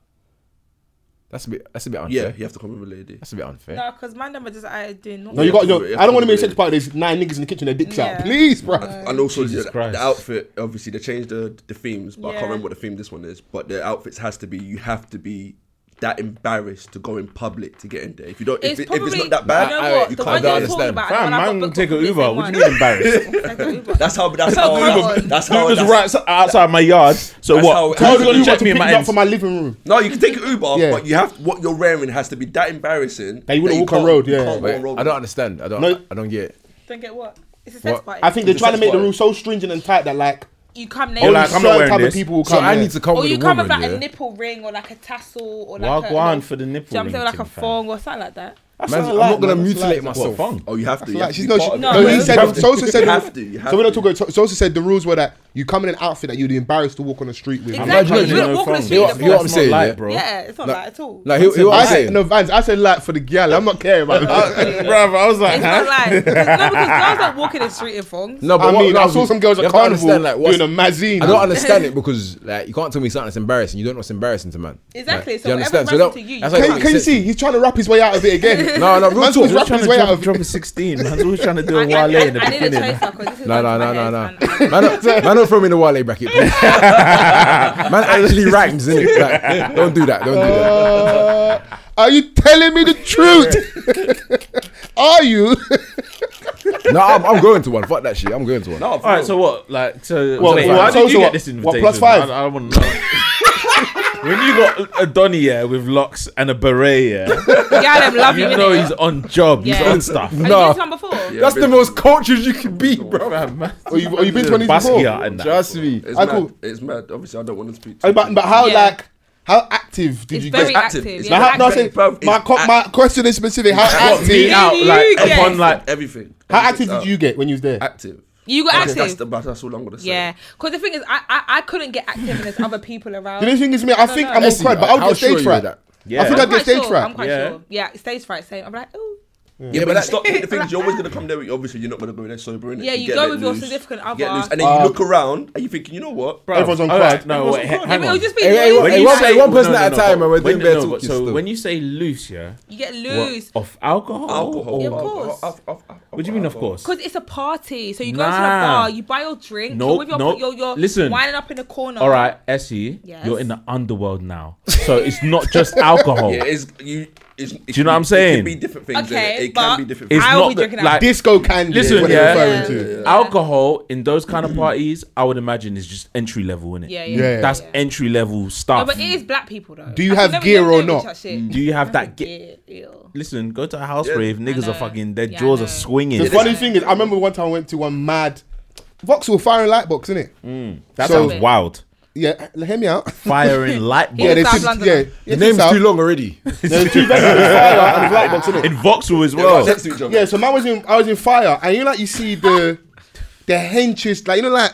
That's a bit. That's a bit unfair.
yeah, you have to come with a lady.
That's a bit unfair.
no, because my number just I doing not.
No, you got.
Yeah,
Yo,
yeah,
I don't want to make a
yeah.
sex party. There's nine niggas in the kitchen. Their dicks
Yeah.
out. Please, bro.
And also
Jesus
the,
Christ.
the outfit. Obviously, they changed the the themes, but I
Yeah.
can't remember what the theme this one is. But the outfits has to be. You have to be that embarrassed to go in public to get in there. If you don't, if,
It's
it,
probably
if it's not that bad,
You know
I-
what?
you
the
can't
one
do
you're
it.
talking about.
Fam,
the one I got
man,
booked
take
for
an
this
Uber.
same
What do you
one.
mean embarrassed?
Take an Uber.
That's how. That's
So
how.
come
That's,
on.
that's how.
Uber's
that's-
right s- outside my yard. So
That's
what?
how-
Who's
How's
Uber
gonna check
to
me
pick me
in my
up
ends?
from my living room.
No, you can take an Uber,
Yeah.
but you have what you're wearing has to be that embarrassing.
That you wouldn't walk on
can't-
road,
you
yeah.
can't
Wait,
walk on road.
I don't understand. I don't.
No.
I don't get. it.
Don't get what? It's a sex
What?
party.
I think they're
It's a
trying to
sex
make the
party.
rule so stringent and tight that like
you come naked.
Oh,
only
like, I'm not
certain
wearing
type of
this.
people will
So
come.
I
yeah.
need to come
or
with
Oh, you
a
come
woman.
with like
yeah?
a nipple ring or like a tassel or like a,
Wagwan for the nipple
Do you know what I'm
ring
saying? Like a
thing, fam.
thong or something like that.
Man's-
not
I'm
a lie,
not gonna
man. That's a lie.
mutilate
That's
myself.
What, fun?
Oh, you have to. you
Like,
have
she's
to
no,
be
she,
part of it.
No,
no, he
you
said,
have to.
Sosa said,
You have to, you have
so we're not
to.
talking, so- Sosa said the rules were that you come in an outfit that you'd be embarrassed to walk on the street with.
Exactly.
glad you
You
know
don't walk on the
from.
street.
You
in
are-
the
you are-
full-
what I'm saying,
light,
yeah?
bro.
Yeah, it's not like, at all.
Like, he'll, he'll
I
say,
said, no, Vans, I said like for the gal, I'm not caring about that.
Bruv, I was like,
it's
huh?
not like no, because girls don't walk in the street in thongs.
No, but
I
what-
mean,
no,
I saw some girls
you
at
have to
Carnival
understand, like, what's-
doing a magazine.
I don't understand it because like you can't tell me something that's embarrassing. You don't know what's embarrassing to man.
Exactly,
Like,
so whatever's
don't-
embarrassing to you,
that's
you
why it
Can,
makes
can you
sense to
see? He's trying to wap his way out of it again.
No, no, real
Man's
talk.
always
We're
rapping
trying
his
to
way
drop,
out of
drop
it.
a 16. Man's always trying to do
I,
a
I,
wale
I,
in the
I need a
beginning.
chaser because this is
No,
going
no,
to
no,
my
no,
head,
no.
man.
Man, don't- man, don't throw me in the Wale bracket, please. man actually rhymes, innit? Like, don't do that. Don't do that.
Uh, are you telling me the truth? are you?
No, I'm, I'm going to one. Fuck that shit. I'm going to one.
No,
All right, so what? Like, so
Well,
wait,
well,
how
so-
did you
so
get
what-
this
what,
invitation?
plus five?
I, I want to know. when you got a Donny yeah, with locks and a beret, yeah,
Yeah, them love you.
you know
innit?
he's on job, he's
Yeah.
on stuff.
Have
Nah.
you used one before?
That's the most cultured you can be, bro.
Fam,
Or you, or you been to one of these before?
Basquiat and that.
Trust me.
It's
I
mad.
cool.
It's mad. Obviously, I don't want to speak. To
Uh, But, but how
Yeah.
like how active did
It's
you
very
get?
active.
active.
yeah,
Now, how,
it's
no, I
active.
said, my,
It's
co- my question is specific. How
Got
active?
me out like
You
upon
guys.
like
everything.
How
Everything's
active did
out.
you get when you was there?
Active.
You got
Okay, That's,
active.
the, that's all I'm gonna say.
Yeah, because the thing is, I, I I couldn't get active and there's other people around.
The only thing is, me, I think
no.
I'm on
Let's
see,
crud, but
I-
I'll
I'll
get
show
stage
you
fright.
that.
I
Yeah.
think I'll
I'm
get
quite
stage
sure. I'm
fright.
quite
Yeah.
sure. Yeah, stage fright. Same. I'm like, oh,
Yeah, but, you stop. The thing is, you're always gonna come there. with- Obviously, you're not gonna go there sober. Innit?
Yeah, you
get
go
a bit
with your
loose,
significant
you get
other.
loose, and then you look around and you thinking, you know what, bro?
Everyone's on
All
crack.
right, no, wait,
Yeah,
hang
but it'll
on.
just be
Hey, hey,
loose.
hey, one-
like,
one person at a time,
but
and we're
when-
doing bare
no, but
talkies
So
still.
when you say loose, yeah,
you get
what,
loose.
off alcohol?
alcohol.
Yeah,
or-
of course.
What do you mean, of course?
Because it's a party, so you go to the
Nah.
bar, you buy your drink,
Nope,
you're with your,
nope.
your, your
Listen.
winding up in the corner.
All right, Essie,
Uh-huh. Yes.
you're in the underworld now, so it's not just alcohol.
Yeah, it's you. It's, it
you know
can-
what I'm
It
saying?
can be different things.
Okay,
innit? it
but-
can be different.
It's
things.
I will
not
be
the,
drinking
like
Disco candy.
Listen,
is what
yeah.
they're referring to.
alcohol in those kind of parties. I would imagine is just entry level, innit?
Yeah, yeah.
Yeah.
yeah.
That's
yeah.
entry level
No,
stuff.
but it is black people though.
Do you
I can
have
never-
gear
never
or
do
not?
that shit.
Do you have that? Get,
Gear, ew.
listen, go to a house rave. Niggas
know.
are fucking. Their
Yeah, I
jaws
know.
are swinging.
The funny thing is, I remember one time I went to one mad Vauxhall Fire and Light Box, innit?
that
so-
sounds wild.
Yeah, hear me out.
Firing light
yeah,
Yeah,
bulbs
they
South
took,
London.
yeah,
The name's too long already.
in Vauxhall as
They're right
well.
next to each other.
Yeah, so man was in I was in fire, and you know, like you see the the henches, like you know, like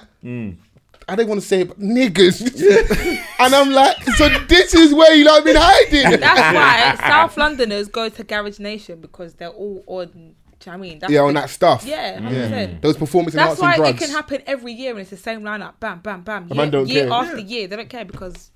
I don't want to say it, but niggas, and I'm like, so this is where you like been hiding.
That's why South Londoners go to Garage Nation because they're all on. Do you know what I mean? That's
yeah,
the-
on that stuff.
Mm.
Yeah,
yeah.
100%.
Those performance in
That's
arts
why
and drugs.
it can happen every year and it's the same lineup. Bam, bam, bam. Year,
man don't
year
care.
after year, they don't care because,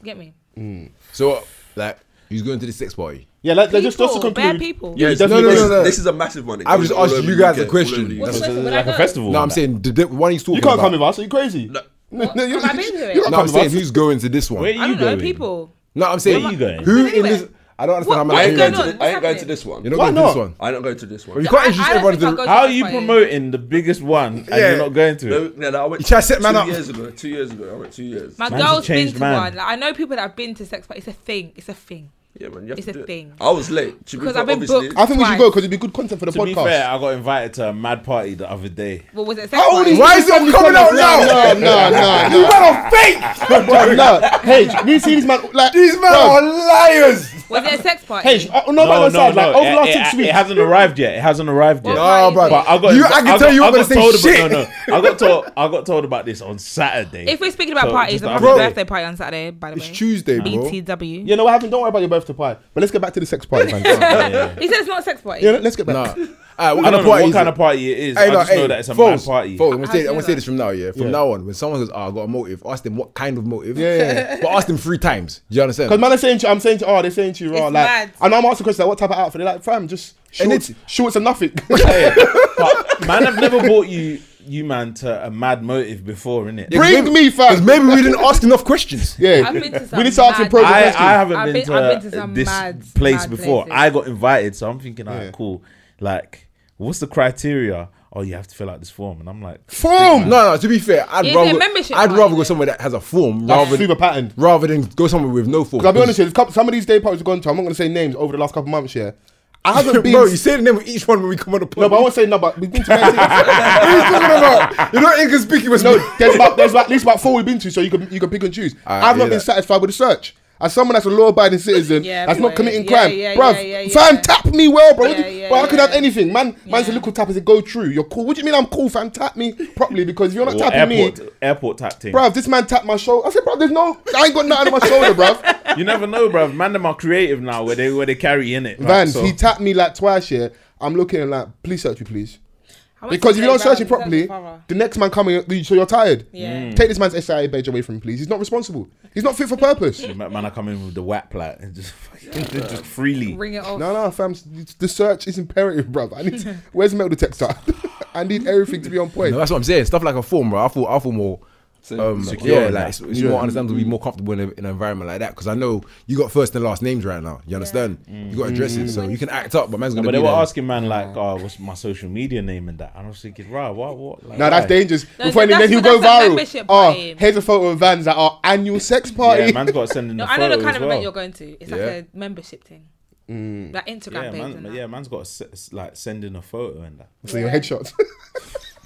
you get me?
So, like, he's going to the sex party.
Yeah, like, just just to
People, bad
conclude.
people.
Yeah,
Yes,
No, no,
definitely.
no,
this,
no.
this is a massive one. It
I've just
goes all
asked
over
you
the
guys a
UK, all
question.
over the
What's
UK.
the question? Would I
Like a
go?
festival.
No, I'm saying the, the one he's talking
You can't
about.
come with us. Are you crazy?
No.
No, no, you,
Have I been to it?
you can't
No, I'm
come
saying
with us.
who's going to this one.
Where are you
I don't know,
going?
people.
No, I'm saying
Where you going?
who
Anyway.
in this? I don't understand
What-
how
what
much
I ain't
is
you're
going
going
on?
to.
to. I ain't going
happening?
to this one.
You're not
Why
going to this
not?
one.
I ain't going to this one.
You can't
I- I
introduce
don't
everyone to
think I'll
the.
go
How are you
Party.
promoting the biggest one and
Yeah.
you're not going to it?
No, no, no, I went.
You try to set man
two
up.
years ago. Two years ago, I went two years.
My
Man's a
girl's been
changed
to
man.
one. Like, I know people that have been to sex, but it's a thing. It's a thing.
yeah, man, you have
It's
to
a
do it.
thing.
I was late to be
Because
fair,
I've been
obviously.
booked.
I think we should
Twice.
go because it'd be good content for the
To be fair,
podcast.
I got invited to a mad party the other day.
What was it? a Sex
How old
party?
is
Why is
this man
it
you
coming
come
out
with?
now?
No, no, no,
You
no.
man are fake.
Bruv, no, Hey, we see these man like
These man
bruv,
are liars.
Was it a sex party?
Hey, uh, no, man aside, like over the last
it,
six
it,
weeks,
it hasn't arrived yet. It hasn't arrived yet.
No, Why is
Nah,
it?
Oh, bro.
But I got,
You- I can
got-
tell you
I
were
got
gonna
told
say shit.
About, no, no, I got told. I got told about this on Saturday.
If we're speaking about
So,
parties,
just
I'm
like-
having a
Bro.
birthday party on Saturday, by the way.
It's Tuesday, bro.
BTW.
you know what happened. Don't worry about your birthday party. But let's get back to the sex party, man. yeah,
He said it's not a sex party.
let's get back.
Nah. Alright,
I
what kind
don't
of
know
party?
what
is
kind
it?
of party it is.
Hey,
I
no,
just know
hey,
that it's a
Foles,
mad party.
Foles, I'm gonna
How do
say, I'm
you
gonna
know?
say this from now, yeah. From
Yeah.
now on, when someone says, "Oh, I got a motive," ask them what kind of motive.
Yeah, yeah, yeah.
But ask them three times. Do you understand?
Because man, I'm saying to, I'm saying to, oh, they're saying to you, raw,
It's
like,
mad.
and I'm asking questions like, what type of outfit? They're like, fam, just
And
shorts,
it's-
shorts and nothing.
Hey, but, man, I've never brought you, you man, to a mad motive before, innit?
Yeah, 'cause
Bring
maybe-
me, fam.
'cause maybe we didn't ask enough questions.
yeah,
I've been to some
we need to ask him
mad-
pros and
I, I
questions.
haven't
I've
been,
been-
to,
I've been to some
this
mad-
place
mad
before.
places.
I got invited, so I'm thinking, alright,
Yeah.
cool. Like, what's the criteria? Oh, you have to fill out this form, and I'm like,
Form.
No, no. To be fair, I'd
Yeah, it's a
rather
membership
I'd
party,
rather go
innit?
somewhere that has a form
That's
rather
super patterned.
rather than go somewhere with no form.
I'll be honest, with you, there's couple- some of these day parties we've gone to. I'm not gonna say names over the last couple of months. Yeah, I haven't been.
bro. You say the name of each one when we come on the
no,
podcast.
but I won't say no. But we've been to. many things.
what are you talking about? You're not inconspicuous. bro.
no, there's about, there's about, at least about four we've been to, so you can you can pick and choose. I've
yeah,
not been
that-
satisfied with the search. As someone that's a law-abiding citizen,
Yeah,
that's
boy.
not committing
Yeah,
crime,
yeah,
bruv.
yeah, yeah, yeah.
Fam, tap me well, bro. What do
Yeah,
you-
yeah,
bro, I could
yeah.
have anything, man. Man's a
Yeah.
little tap as it go through. You're cool. What do you mean I'm cool, fam? Tap me properly because if you're not
or
tapping
airport,
me,
airport type thing.
bruv. This man tapped my shoulder. I said, bruv, there's no, I ain't got nothing on my shoulder, bruv.
You never know, bruv. Man, them are creative now, where they where they carry in it.
Vans, he tapped me like twice. Yeah, I'm looking like, please search me, please.
I went to
Because if you don't
Playground,
search it
that's
properly,
horror.
the next man coming, so you're tired.
Yeah. Mm.
Take this man's SIA badge away from him, please. He's not responsible. He's not fit for purpose.
man, man, I come in with the whap like and just fucking- just freely.
Ring it off.
No, no, fam. The search is imperative, bruv. I need. where's the metal detector? I need everything to be on point.
No, that's what I'm saying. Stuff like a form, bro. I feel I feel more. Um,
secure
yeah,
in
like
that.
it's, it's more understandable to be more comfortable in, a, in an environment like that because I know you got first and last names right now. You understand? You got addresses, so you can act up, but man's gonna
Mm. But
be
they were
there.
asking man like, "Oh, what's my social media name and that?" And I was thinking, "Right, what, what?" Like,
No, that's
why?"
dangerous.
No,
Before
that's-
then he'll go
that's a
viral.
membership
Oh,
party.
here's a photo of Vans at our annual sex party.
Yeah, man's got to send in
No,
the
I know
photo
the
as
kind of
well.
event you're going to. It's
Yeah.
like a membership thing. Like Instagram
yeah,
page
man,
and that.
yeah, man's got to s- like send in a photo and that.
so your headshots.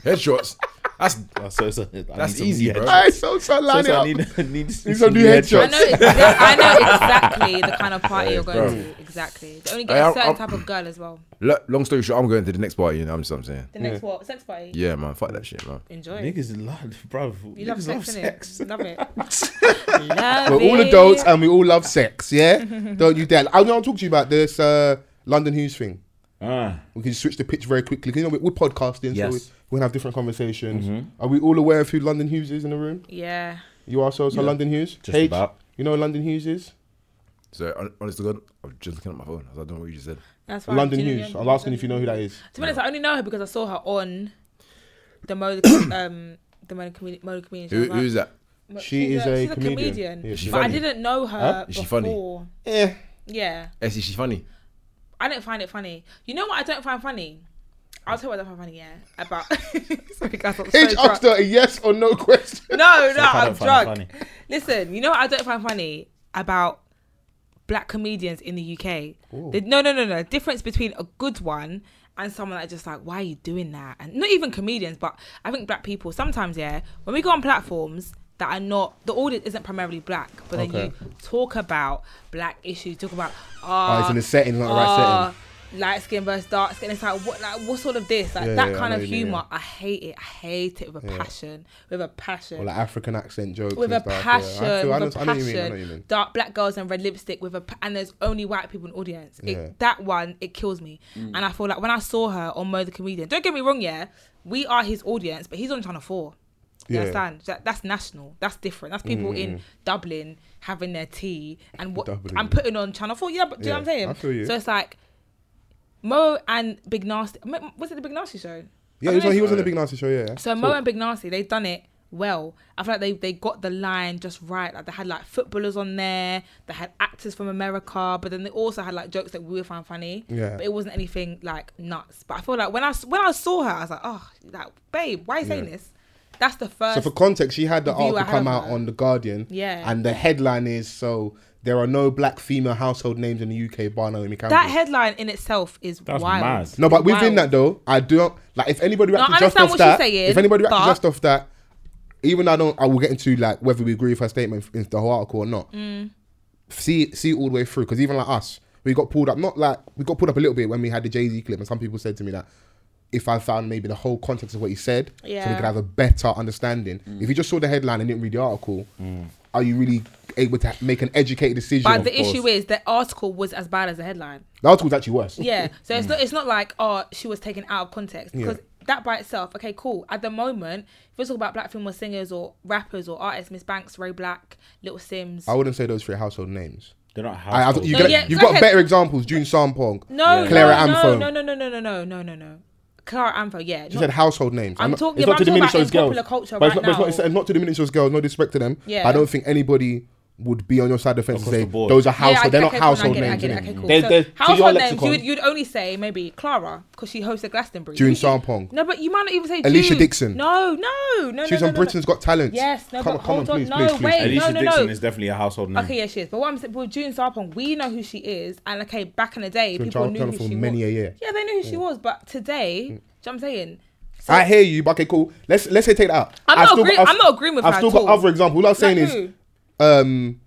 headshots. That's
That's, so, so, I
That's
need some
easy,
new
bro.
headshots.
I so so
So,
line
so I
it up.
need, I need some,
These are new headshots.
I know, exactly, I know exactly the kind of party you're going to. Exactly. They only get
Hey,
a
I'm-
certain
I'm-
type of girl as well.
lo- long story short. I'm going to the next party. You know, I'm just I'm saying.
The next what? Sex party?
Yeah, man. Fuck that shit, man.
Enjoy.
Niggas love, bro.
you
niggas
love
love
sex,
sex.
innit? Love it. love
We're all
it.
adults and we all love sex. Yeah, don't you dare. I want to talk to you about this uh, London Hughes thing.
Ah.
We can just switch the pitch very quickly. 'Cause, You know, we- we're podcasting,
Yes. Mm-hmm.
so we, we can have different conversations. Are we all aware of who London Hughes is in the room?
Yeah.
You are so, so London Hughes?
Just about.
You know who London Hughes is?
So hon- honest to God, I'm just looking at my phone. I don't know what you just said.
That's why
London
Do you know
Hughes.
who-
I'm asking if you know who that is.
To be honest, I only know her because I saw her on the mode um the mode community mode community.
Who, who's that?
Mo-
She
she's
is a comedian. Yeah,
but
she's
I
funny.
didn't know her
Is she
before.
funny?
Yeah.
Yeah,
Essie, she's funny.
I didn't find it funny. You know what I don't find funny? I'll tell you what I don't find funny. Yeah, about sorry Ah. guys, I'm so
H asked
drunk.
her a yes or no question.
No, no,
I
I'm
don't find
drunk.
it
Listen, you know what I don't find funny about black comedians in the UK? The, no, no, no, no. Difference between a good one and someone that just like, why are you doing that? And not even comedians, but I think black people sometimes, yeah, when we go on platforms that are not the audience isn't primarily black, but then
Okay.
you talk about black issues, talk about
Oh,
ah,
it's in a setting, not the right setting.
Light skin versus dark skin. It's like what, like what's all of this? Like
Yeah,
that
yeah, I
kind
know
of
what you mean,
humor. I hate it. I hate it with a passion. With a passion
Or like African accent jokes.
with a
and stuff, yeah. I
passion,
feel- I
with
know-
a
I know what you mean, I know what you mean.
passion. Dark black girls and red lipstick with a pa- and there's only white people in the audience. It,
Yeah.
That one it kills me, and I feel like when I saw her on Mo the comedian, don't get me wrong, yeah, we are his audience, but he's on Channel Four. You
Yeah. Mm.
understand? That, that's national. That's different. That's people in Dublin having their tea and what
Dublin.
I'm putting on Channel Four. Yeah, but do you know what I'm
Yeah,
saying?
I feel you.
So it's like Mo and Big Nasty. Mo- Was it the Big Nasty show?
Yeah,
I
he was,
don't
on,
know
he
if-
was on the Big Nasty show, yeah.
so Mo and Big Nasty, they've done it well. I feel like they they got the line just right. Like they had like footballers on there, they had actors from America, but then they also had like jokes that we would find funny.
Yeah.
But it wasn't anything like nuts. But I feel like when I s- when I saw her, I was like, oh, like babe, why are you saying
Yeah.
this? That's the first.
So for context, she had the
view I
article
had
come
of
out
her.
on the Guardian.
Yeah.
And the headline is so there are no black female household names in the UK bar Naomi Campbell.
that headline in itself is
That's
wild.
mad.
no, but within
wild.
that though, I do not like if anybody
No, I
reacted just
understand
off
what
that.
she's saying,
if anybody reacted
but-
just off that, even I don't, I will get into like whether we agree with her statement in the whole article or not.
Mm.
See, see all the way through because even like us, we got pulled up. Not like we got pulled up a little bit when we had the Jay Z clip, and some people said to me that. If I found maybe the whole context of what he said, so we
Yeah.
could have a better understanding. If you just saw the headline and didn't read the article, are you really able to make an educated decision?
But the issue is the article was as bad as the headline.
the article was actually worse.
Yeah. So
Mm.
it's not it's not like oh she was taken out of context because that by itself okay cool at the moment if we talk about black female singers or rappers or artists Miss Banks Ray Black Little Sims
I wouldn't say those three household names.
They're not
I, I,
household.
you
No,
get,
yeah,
you've
go
got
ahead.
better examples. June Sampong,
no
Clara
no,
Amfo.
no no no no no no no no no Clara Amfo yeah
She
not-
said household names.
I'm
not- it's
talking- yeah,
not
but
to
I'm
diminish
talking
those
about in
girls.
popular culture
but it's not,
right
but it's, not,
now.
it's, not to diminish those girls. No disrespect to them.
Yeah.
But I don't think anybody would be on your side of the fence
Across
and say
the board.
those are
Yeah,
household.
okay,
They're not
okay, cool, I
household
get it, I
names.
get it,
innit?
okay, cool.
They're-
So
they're- to your
household names,
lexicon-
you would, you'd only say maybe Clara because she hosted Glastonbury.
June
You-
Sarpong.
No, but you might not even say
Alicia
June.
Dixon.
No, no, no.
She was
no,
on
no,
Britain's
no.
Got Talent.
Yes, no,
come,
but
come on,
hold on,
please,
no,
please, please.
wait,
please.
Alicia
no, no,
Dixon
no.
is definitely a household
Mm.
name.
Okay, yeah, she is. But what I'm saying, with June Sarpong, we know who she is, and okay, back in the day,
been
people
trying-
knew
trying
who
for
she
many
was.
a year. Mm.
Yeah, they knew who she was, but today, do you know what I'm saying? So,
I hear you, but okay, cool. Let's let's say take that out.
I'm
I've
not
still
agree-
I've-
I'm not agreeing with
I've
her
still
at
got
all.
other examples. All I'm saying
Like
is
who?
um,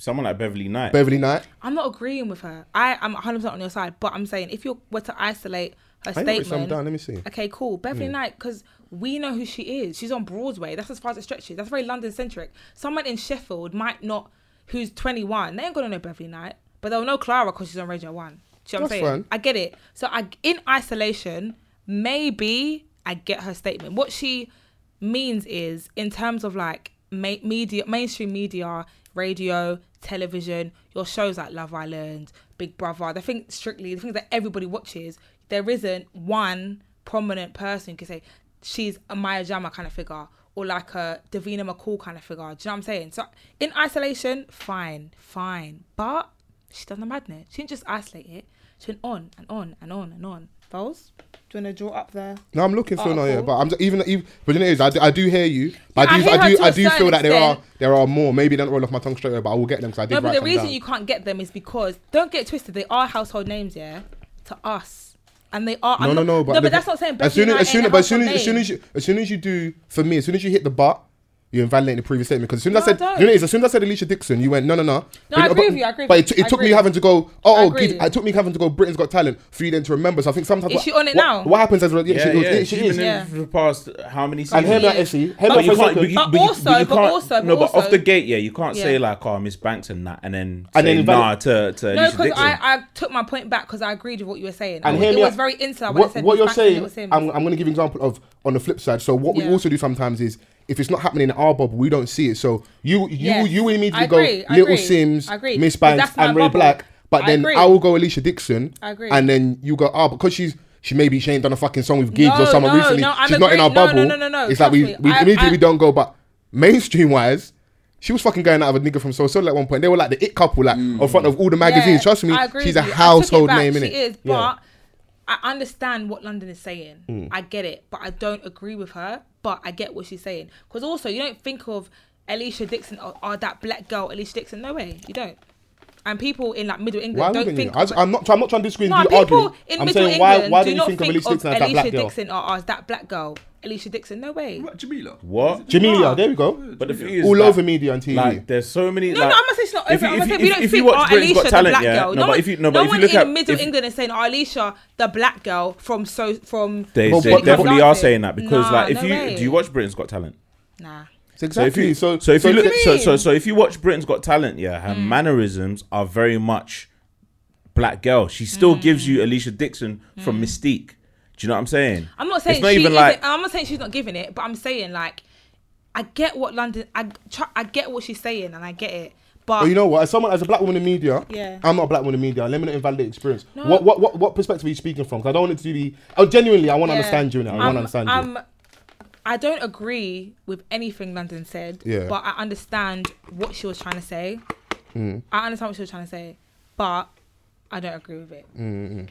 Someone like Beverly Knight.
Beverly Knight.
I'm not agreeing with her. I am 100 percent on your side, but I'm saying if you were to isolate her
I wrote some
statement,
down. Let me see. Mm.
okay, cool, Beverly Knight, because we know who she is. She's on Broadway. That's as far as it stretches. That's very London centric. Someone in Sheffield might not, who's 21, they ain't gonna know Beverly Knight, but they'll know Clara because she's on Radio One. Do you know what I'm
That's
saying?
fine.
I get it. So I, in isolation, maybe I get her statement. What she means is, in terms of like ma- media, mainstream media, radio, television, your shows like Love Island, Big Brother, the thing strictly, the things that everybody watches, there isn't one prominent person who can say she's a Maya Jama kind of figure or like a Davina McCall kind of figure. Do you know what I'm saying? So in isolation, fine, fine, but she done the madness. She didn't just isolate it. She went on and on and on and on. Bowles, do you want to draw up there?
No, I'm looking still now, yeah,
Article.
but I'm even even. But you know, it is, I do, I do hear you. But
Yeah, I
I
hear
do, I
her
do,
to
I
a
do feel
certain
that there are
extent.
there are more. Maybe they don't roll off my tongue straight away, but I will get them because I did
No,
write
but the
some
reason
down.
you can't get them is because don't get twisted. They are household names, yeah, to us, and they are.
No,
I'm
no,
not-
no. But
no,
the-
but that's not saying.
As soon as, as soon as,
as,
but as soon as, as soon as you, as soon as you do for me, as soon as you hit the bar, You're invalidating the previous statement because as soon as I
No, I
said,
don't.
you know, it's as soon as I said Alicia Dixon, you went no, no, no.
I agree with you, I agree
But
with
it, t-
you,
it
I
took me
agree.
having to go. Oh,
I
oh,
agree.
Keith- it took me having to go. Britain's Got Talent for you then to remember. So I think sometimes
Is
what-
she on it
what-
now?
What happens as well? Yeah,
Yeah,
she,
yeah,
yeah,
yeah,
she
she's
is.
been in
Yeah.
for the past how many
And
seasons?
hear me out,
Yeah.
Essie. Hear me
But
out
But
for
you
a
can't,
second.
but you,
But
but you-
also-
but you
but
can't-
also-
no,
but
but off
also-
the gate, yeah, you can't say
Yeah.
like, "Oh, Miss Banks and that," and then
And
say
then invalid-
nah to to
No,
Alicia
because
Dixon.
I, I took my point back because I agreed with what you were saying.
And
I-
hear
it
me
was
out.
very insular when I
What,
said
what
Miss
you're
Banks and
saying,
Little Sims.
I'm, I'm going to give you an example of on the flip side. So what we
Yeah.
also do sometimes is if it's not happening in our bubble, we don't see it. So you you
Yes.
you immediately
I
go
agree, I
Little
agree,
Sims,
I agree.
Miss
But
Banks,
that's my
and Ray
bubble.
Black. But
I
then
agree.
I will go Alicia Dixon.
I agree.
And then you go ah because she's. She maybe she ain't done a fucking song with gigs or someone recently.
I'm
She's not in
agree-
our
no,
bubble.
No, no, no, no.
It's like we,
trust me.
we
I-
immediately
I-
don't go. But mainstream wise, she was fucking going out of a nigga from So Soul at one point. They were like the it couple, like in front of all the magazines.
Yeah,
Trust me,
I agree
she's a
with you. I took it
household
back,
name in
She
it.
is, but I understand what London is saying.
Mm.
I get it, but I don't agree with her. But I get what she's saying because also you don't think of Alicia Dixon or, or that black girl Alicia Dixon. No way, you don't. And people in like Middle England
Why
don't
wouldn't
think.
you?
of-
I, am not. I'm not trying to disagree.
no,
with you
people
arguing.
in
I'm
Middle
saying
England
why? Why don't
do
you
not
think of
think
Alicia Dixon as that
Alicia
black girl?
Dixon or as that black girl. Alicia Dixon, no way.
What, Jamila?
What?
Jamelia, there we go.
But the thing is,
All
that,
over media and TV.
Like, there's so many.
No,
like,
no, I'm not saying it's not
if
over.
you-
I'm
if
not saying
you-
we
if- if
don't
you
think,
watch
oh,
Britain's
Alicia
Got Talent,
the black
yeah, no,
girl. No,
but
one-
if you- no,
no
but if you
one
look
in
at-
Middle
if-
England is saying, oh, Alicia, the black girl from so from.
They,
But
they
what-
definitely are
dancing.
saying that because,
Nah,
like, if
no
you
way.
do you watch Britain's Got Talent?
Nah.
It's
So if
exactly.
you
So
so, if you
do
look
you
so,
mean?
so so if you watch Britain's Got Talent, yeah, her
Mm.
mannerisms are very much black girl. She still gives
Mm.
you Alicia Dixon from Mystique. Do you know what I'm saying?
I'm not saying
it's not
she um,
even
isn't-
like
I'm not saying she's not giving it, but I'm saying like, I get what London. I try, I get what she's saying, and I get it. But
But Oh, you know what? As someone as a black woman in media,
Yeah.
I'm not a black woman in media. Let me not invalidate experience. What, what what what perspective are you speaking from? Because I don't want it to be. Oh, genuinely, I want to
yeah,
understand you now. I want
I'm-
to understand you.
I'm- I don't agree with anything London said.
Yeah.
But I understand what she was trying to say.
Mm.
I understand what she was trying to say, but I don't agree with it.
Mm,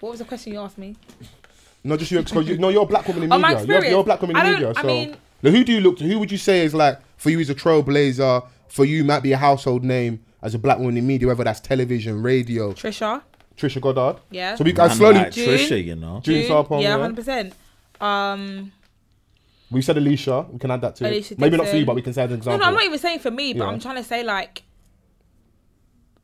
What was the question you asked me?
No, just you because you, no, you're a black woman in
Oh, my
media. You're, you're a
experience.
black woman in
I don't-
media. So,
I mean-
Now, who do you look to? Who would you say is like for you is a trailblazer? For you, might be a household name as a black woman in media, whether that's television, radio.
Trisha.
Trisha Goddard.
Yeah.
So we
man
guys slowly.
like
June.
Trisha, you know.
June Sarpong,
yeah,
yeah.
hundred percent. Um,
We said Alicia. We can add that to
Alicia
it. Maybe not for you,
Dixon.
but we can say as an
no,
example.
no, I'm not even saying for me, but
Yeah.
I'm trying to say like,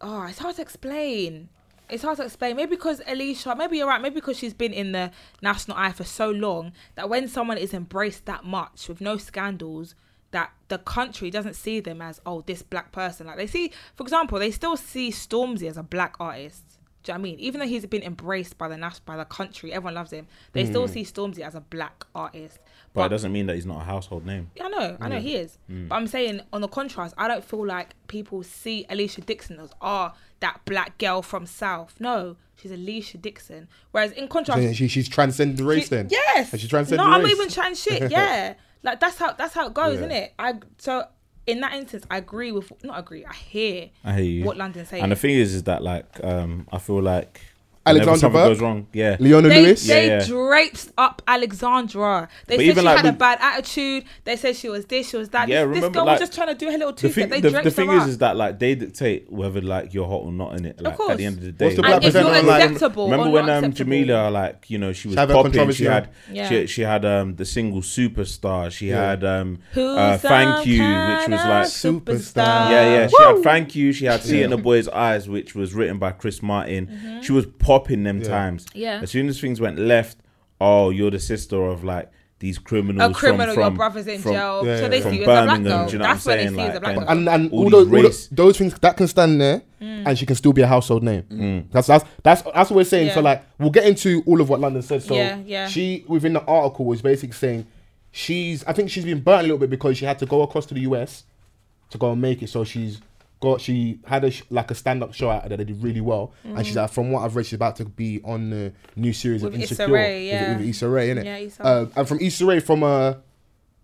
oh, it's hard to explain. It's hard to explain. Maybe because Alicia, maybe you're right. Maybe because she's been in the national eye for so long that when someone is embraced that much with no scandals, that the country doesn't see them as oh this black person. Like they see, for example, they still see Stormzy as a black artist. Do you know what I mean? Even though he's been embraced by the nas- by the country, everyone loves him. They still
Mm.
see Stormzy as a black artist.
But it doesn't mean that he's not a household name.
Yeah, I know, I know he is.
Mm.
But I'm saying, on the contrast, I don't feel like people see Alicia Dixon as, ah, that black girl from South. No, she's Alicia Dixon. Whereas in contrast,
She, she's transcending the race
she-
then.
Yes.
And she transcended
No,
the
I'm
race.
not even trying shit. Yeah. like that's how that's how it goes,
Yeah.
isn't it? I so in that instance, I agree with not agree. I hear.
I hear you.
What London's saying.
And the thing is, is that like um, I feel like whenever
Alexandra
something
Burke?
goes wrong, yeah,
Leona
they,
Lewis.
They
Yeah, yeah.
draped up Alexandra. They
But
said
even
she
like
had a
with-
bad attitude. They said she was this, she was that.
Yeah,
this, this
remember,
girl
like,
was just trying to do her little
The
two
thing,
step. They
the,
draped
the thing
her
is,
up.
is that like they dictate whether like you're hot or not in it. Like at
course.
the end of the day,
What's the
And
black
if you're
presenter on, like,
acceptable
Remember
or
when
not
um,
acceptable.
Jamila, like you know, she was
had that
popping.
controversy,
She had,
yeah. Yeah.
she, she had um the single superstar. She had um
Who's
uh, thank
some
you, which
kind
was
of
like
superstar?
yeah, yeah. She had thank you. She had see it in the boy's eyes, which was written by Chris Martin. She was popping them times.
Mm-hmm. Yeah.
As soon as things went left, oh, you're the sister of like these criminals.
a criminal,
from, from,
your brother's in
from-
jail.
yeah,
so they
from
see you as a black
Birmingham,
girl.
do you know
That's
what I'm
when they
saying?
see you as a
Like,
black
and-
girl.
and and
All
all,
these
those, all
race-
tho- those things that can stand there,
Mm.
and she can still be a household name.
Mm.
That's that's that's that's what we're saying. So
Yeah.
like we'll get into all of what London said. So
Yeah, yeah.
she within the article was basically saying she's I think she's been burnt a little bit because she had to go across to the US to go and make it. So she's got she had a sh- like a stand up show out there that did really well, and she's like from what I've read she's about to be on the new series of
Mm-hmm. With Issa
Insecure
Rae, yeah.
with, with Issa Rae, innit?
Yeah, Issa.
Uh, and from Issa Rae from uh, a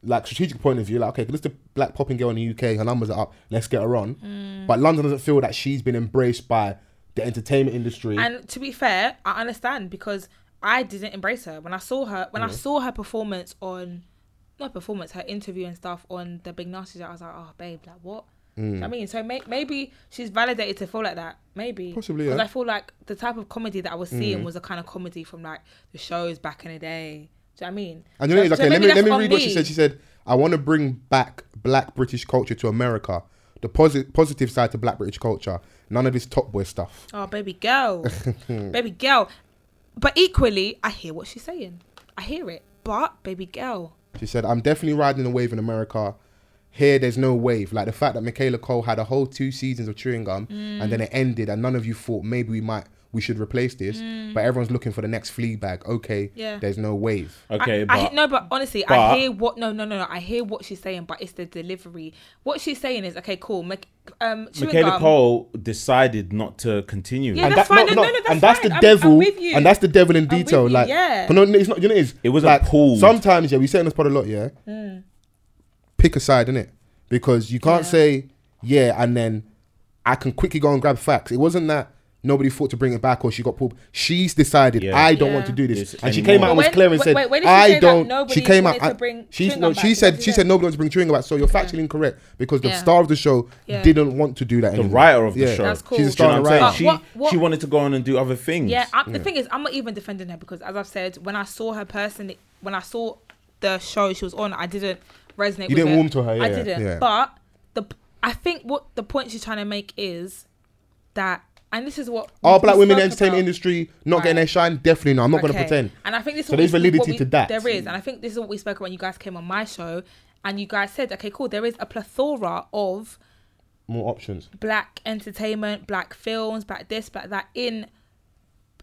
like strategic point of view, like okay, this is the black popping girl in the UK, her numbers are up, let's get her on.
Mm.
But London doesn't feel that she's been embraced by the entertainment industry.
And to be fair, I understand because I didn't embrace her when I saw her when I saw her performance on not performance, her interview and stuff on the big nasty. Show, I was like, oh babe, like what? Do you know what
Mm.
I mean, so may- maybe she's validated to feel like that. Maybe
Possibly,
'Cause
yeah. Mm.
I feel like the type of comedy that I was seeing was the kind of comedy from like the shows back in the day. Do you know what I mean?
And you know,
So-
it's
so
okay, let
maybe
me let
that's
me
on
read what she
me.
said. She said, I want to bring back black British culture to America. The posi- positive side to black British culture. None of this top boy stuff.
Oh, baby girl. baby girl. But equally, I hear what she's saying. I hear it. But, baby girl.
She said, I'm definitely riding the wave in America. Here, there's no wave. Like the fact that Michaela Cole had a whole two seasons of chewing gum and then it ended, and none of you thought maybe we might, we should replace this. But everyone's looking for the next flea bag. Okay,
Yeah.
there's no wave.
Okay,
I,
but
I he- no, but honestly,
but-
I hear what no, no, no, no. I hear what she's saying, but it's the delivery. What she's saying is okay, cool. Mac, um, chewing
Michaela
gum.
Cole decided not to continue.
Yeah,
and
that's
that-
fine.
no,
No,
no,
no, no, that's
and that's
fine.
the
I'm-
devil,
I'm with you.
and that's the devil in
with
detail.
you,
like,
yeah.
but no, it's not. You know, it is.
It wasn't
like,
pulled.
Sometimes, yeah, we say in this pod a lot, yeah.
Mm.
Pick a side, innit? Because you can't say yeah, and then I can quickly go and grab facts. It wasn't that nobody thought to bring it back or she got pulled. She's decided
Yeah.
I don't want
Yeah.
to do this,
This
and she
anymore.
came out and was
When-
clear and
wait,
said,
wait, when did she say
"I
that
don't." she
nobody
came out.
wanted to
I-
bring
she
chewing
no,
gum
she
back?
said
What
she
did
said
it-
nobody was bring chewing gum back. So you're factually incorrect because the
Yeah.
star of the show
Yeah.
didn't want to do that.
The
Anymore.
writer of the
Yeah.
show.
That's cool.
She's the
Do you
star
know what
and
I'm
writer.
saying?
But
She,
what- what-
she wanted to go on and do other things.
Yeah, I'm, the thing is, I'm not even defending her because, as I've said, when I saw her personally, when I saw the show she was on, I didn't resonate.
You
with
didn't
it.
warm to her,
I
yeah,
didn't.
yeah.
But the I think what the point she's trying to make is that, and this is what
Are
we
black women in the
spoke
entertainment
about.
industry not
Right.
getting their shine? Definitely not. I'm not going to
Okay.
pretend.
And I think this is
So
what
there's
we-
validity
what we-
to that.
There is, and I think this is what we spoke about when you guys came on my show, and you guys said, okay, cool. There is a plethora of
more options.
black entertainment, black films, black this, black that in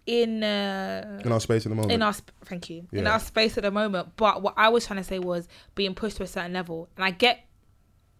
in uh,
In our space at the moment.
in our sp- thank you in
Yeah.
our space at the moment. But what I was trying to say was being pushed to a certain level, and I get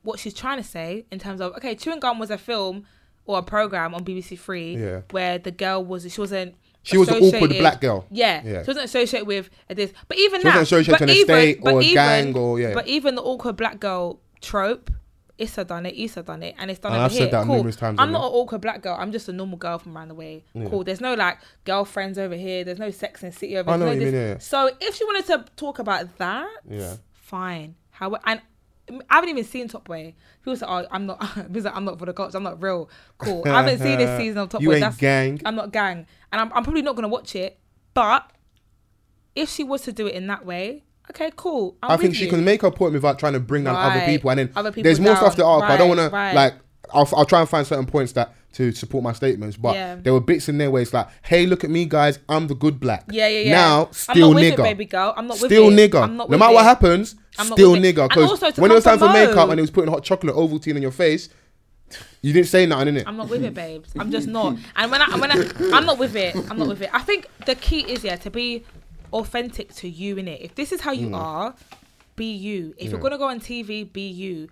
what she's trying to say in terms of okay, chewing gum was a film or a program on BBC Three
Yeah.
where the girl was she wasn't.
She was the awkward
associated-
black girl.
Yeah,
Yeah.
she wasn't associated with this. But even
She
now,
wasn't associated
but
to an
even-
estate
but
or a
even-
gang or- yeah.
But even the awkward black girl trope, Issa done it, Issa done it, and it's done
And
over
I've said
here.
that
cool.
numerous times
I'm
already.
not an awkward black girl. I'm just a normal girl from around the way. Cool. There's no like girlfriends over here. There's no sex and city over
I
here.
know
There's
what you
no
mean, yeah, yeah.
So if she wanted to talk about that,
Yeah.
fine. How and I haven't even seen Top Boy. People say, "Oh, I'm not." People say, "I'm not for the cops. I'm not real." Cool. I haven't seen this season of Top
You
Boy.
ain't gang.
I'm not gang, and I'm, I'm probably not gonna watch it. But if she was to do it in that way, okay, cool. I'm
I think
with
she
you.
can make her point without trying to bring down other
Right.
people. And then
Other people
there's more stuff to
down.
argue. but I don't
Right,
want
right.
to like. I'll, I'll try and find certain points that to support my statements, but
Yeah.
there were bits in there where it's like, "Hey, look at me, guys! I'm the good black."
Yeah, yeah, yeah.
Now,
I'm
still
not with
nigger,
it, baby girl. I'm not with
still
it.
nigger.
I'm not
no
with
matter what
it.
happens,
I'm not
still
with it.
nigger.
And
Because
also to
when it was time
come from
for makeup
Mo.
and it was putting hot chocolate Ovaltine on your face, you didn't say nothing, innit?
I'm not with it, babes. I'm just not. And when I when I I'm not with it. I'm not with it. I think the key is yeah to be authentic to you in it. If this is how
Mm.
you are, be you. If you're gonna go on TV, be you.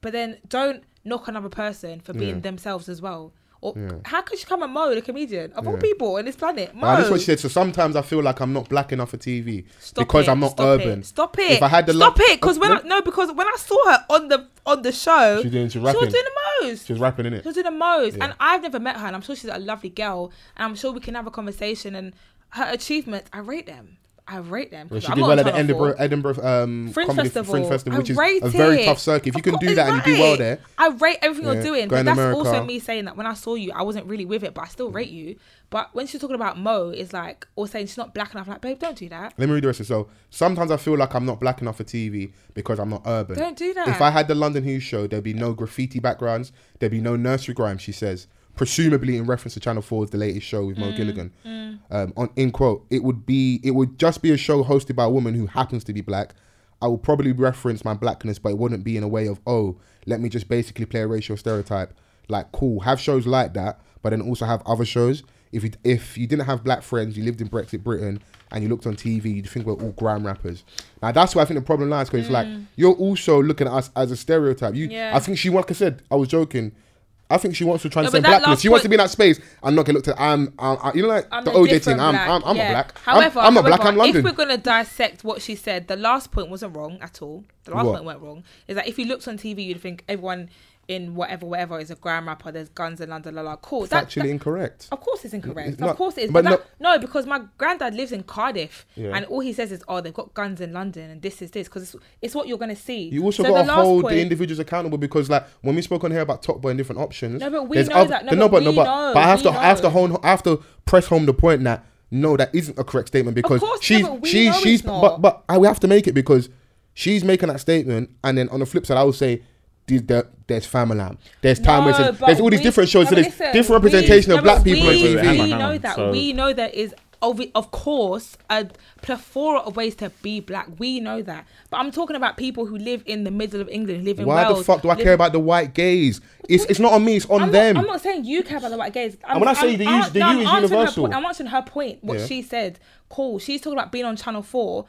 But then don't knock another person for being themselves as well. Or how could you come and Mo, the comedian of all people on this planet? Mo.
Ah, that's what she said. So sometimes I feel like I'm not black enough for TV
Stop
because
it,
I'm not
stop
urban.
It, stop it!
If I had the
stop
luck-
it, because when I, no, because when I saw her on the on the show,
She didn't- she
was doing
rapping.
the most.
She was rapping, innit?
She was doing the most, and I've never met her, and I'm sure she's a lovely girl, and I'm sure we can have a conversation. And her achievements, I rate them. I rate them.
Yeah,
'cause
she
I'm
did
not
well
on
at the
Channel
Edinburgh,
4.
Edinburgh um,
Fringe
Comedy
Festival,
Fringe Festival,
I
which is
rate
a very
it.
tough circuit. If you
Of
can
course-
do that and you do
right.
well there,
I rate everything
Yeah,
you're doing,
going
but
to
that's also
America.
me saying that when I saw you, I wasn't really with it, but I still rate you. But when she's talking about Mo, is like or saying she's not black enough, like babe, don't do that.
let me read the rest of it. So sometimes I feel like I'm not black enough for TV because I'm not urban.
Don't do that.
If I had the London Who show, there'd be no graffiti backgrounds, there'd be no nursery rhymes, she says, presumably in reference to Channel 4's the latest show with Mo
Mm,
Gilligan. Um, on in quote, it would be it would just be a show hosted by a woman who happens to be black. I would probably reference my blackness, but it wouldn't be in a way of, oh, let me just basically play a racial stereotype. Like, cool, have shows like that, but then also have other shows. If you, if you didn't have black friends, you lived in Brexit Britain, and you looked on TV, you'd think we're all grime rappers. Now, that's where I think the problem lies, because it's like, you're also looking at us as a stereotype. You,
Mm. Yeah.
I think she, like I said, I was joking. I think she wants to
No,
transcend
but that
blackness.
last
She wants to
point-
be in that space and not get looked at. I'm, I'm, I- you know, like the OJ
a
thing.
different
I'm,
black,
I'm, I'm
yeah.
a black. I'm-
However,
I'm, a black.
however,
I'm London.
If we're gonna dissect what she said, the last point wasn't wrong at all. The last
What?
point weren't wrong. Is that if you looked on TV, you'd think everyone in whatever, whatever is a gram rapper. There's guns in London, la la. Cool. That-
Factually
that-
incorrect.
Of course, it's incorrect.
It's not-
of course, it is.
but
But, that, no, because my granddad lives in Cardiff,
Yeah.
and all he says is, "Oh, they've got guns in London, and this is this," because it's, it's what you're gonna see.
You also
So
got
the
to
last
hold
point-
the individuals accountable because, like, when we spoke on here about Top Boy and different options,
No, but we
there's
know that. No,
but
but
but,
we
but,
know,
but I have to,
we
I have to
know.
hone, I have to press home the point that no, that isn't a correct statement because
course, no,
she's,
but we
she's,
know
she's,
it's not.
but, but I, we have to make it because She's making that statement, and then on the flip side, I would say. the- the- There's Famalam. There's Time
No,
Wasted.
but
There's all these
we-
different shows.
no,
so
but
there's
listen,
different representation of
we- no,
black
but
people on
We,
TV.
Hang on,
we
hang
know
on.
that.
So-
We know there is, obvi- of course, a plethora of ways to be black. We know that. But I'm talking about people who live in the middle of England, who live in
Why
Wales.
the fuck do I
live-
care about the white gays? It's it's not on me. It's on
I'm
them.
Not, I'm not saying you care about the white gays. I'm,
And when I say
I'm-
the
I'm-
use- the
no,
you
I'm
is
answering her
universal.
point- I'm answering her point. What
Yeah.
she said. Cool. She's talking about being on Channel Four.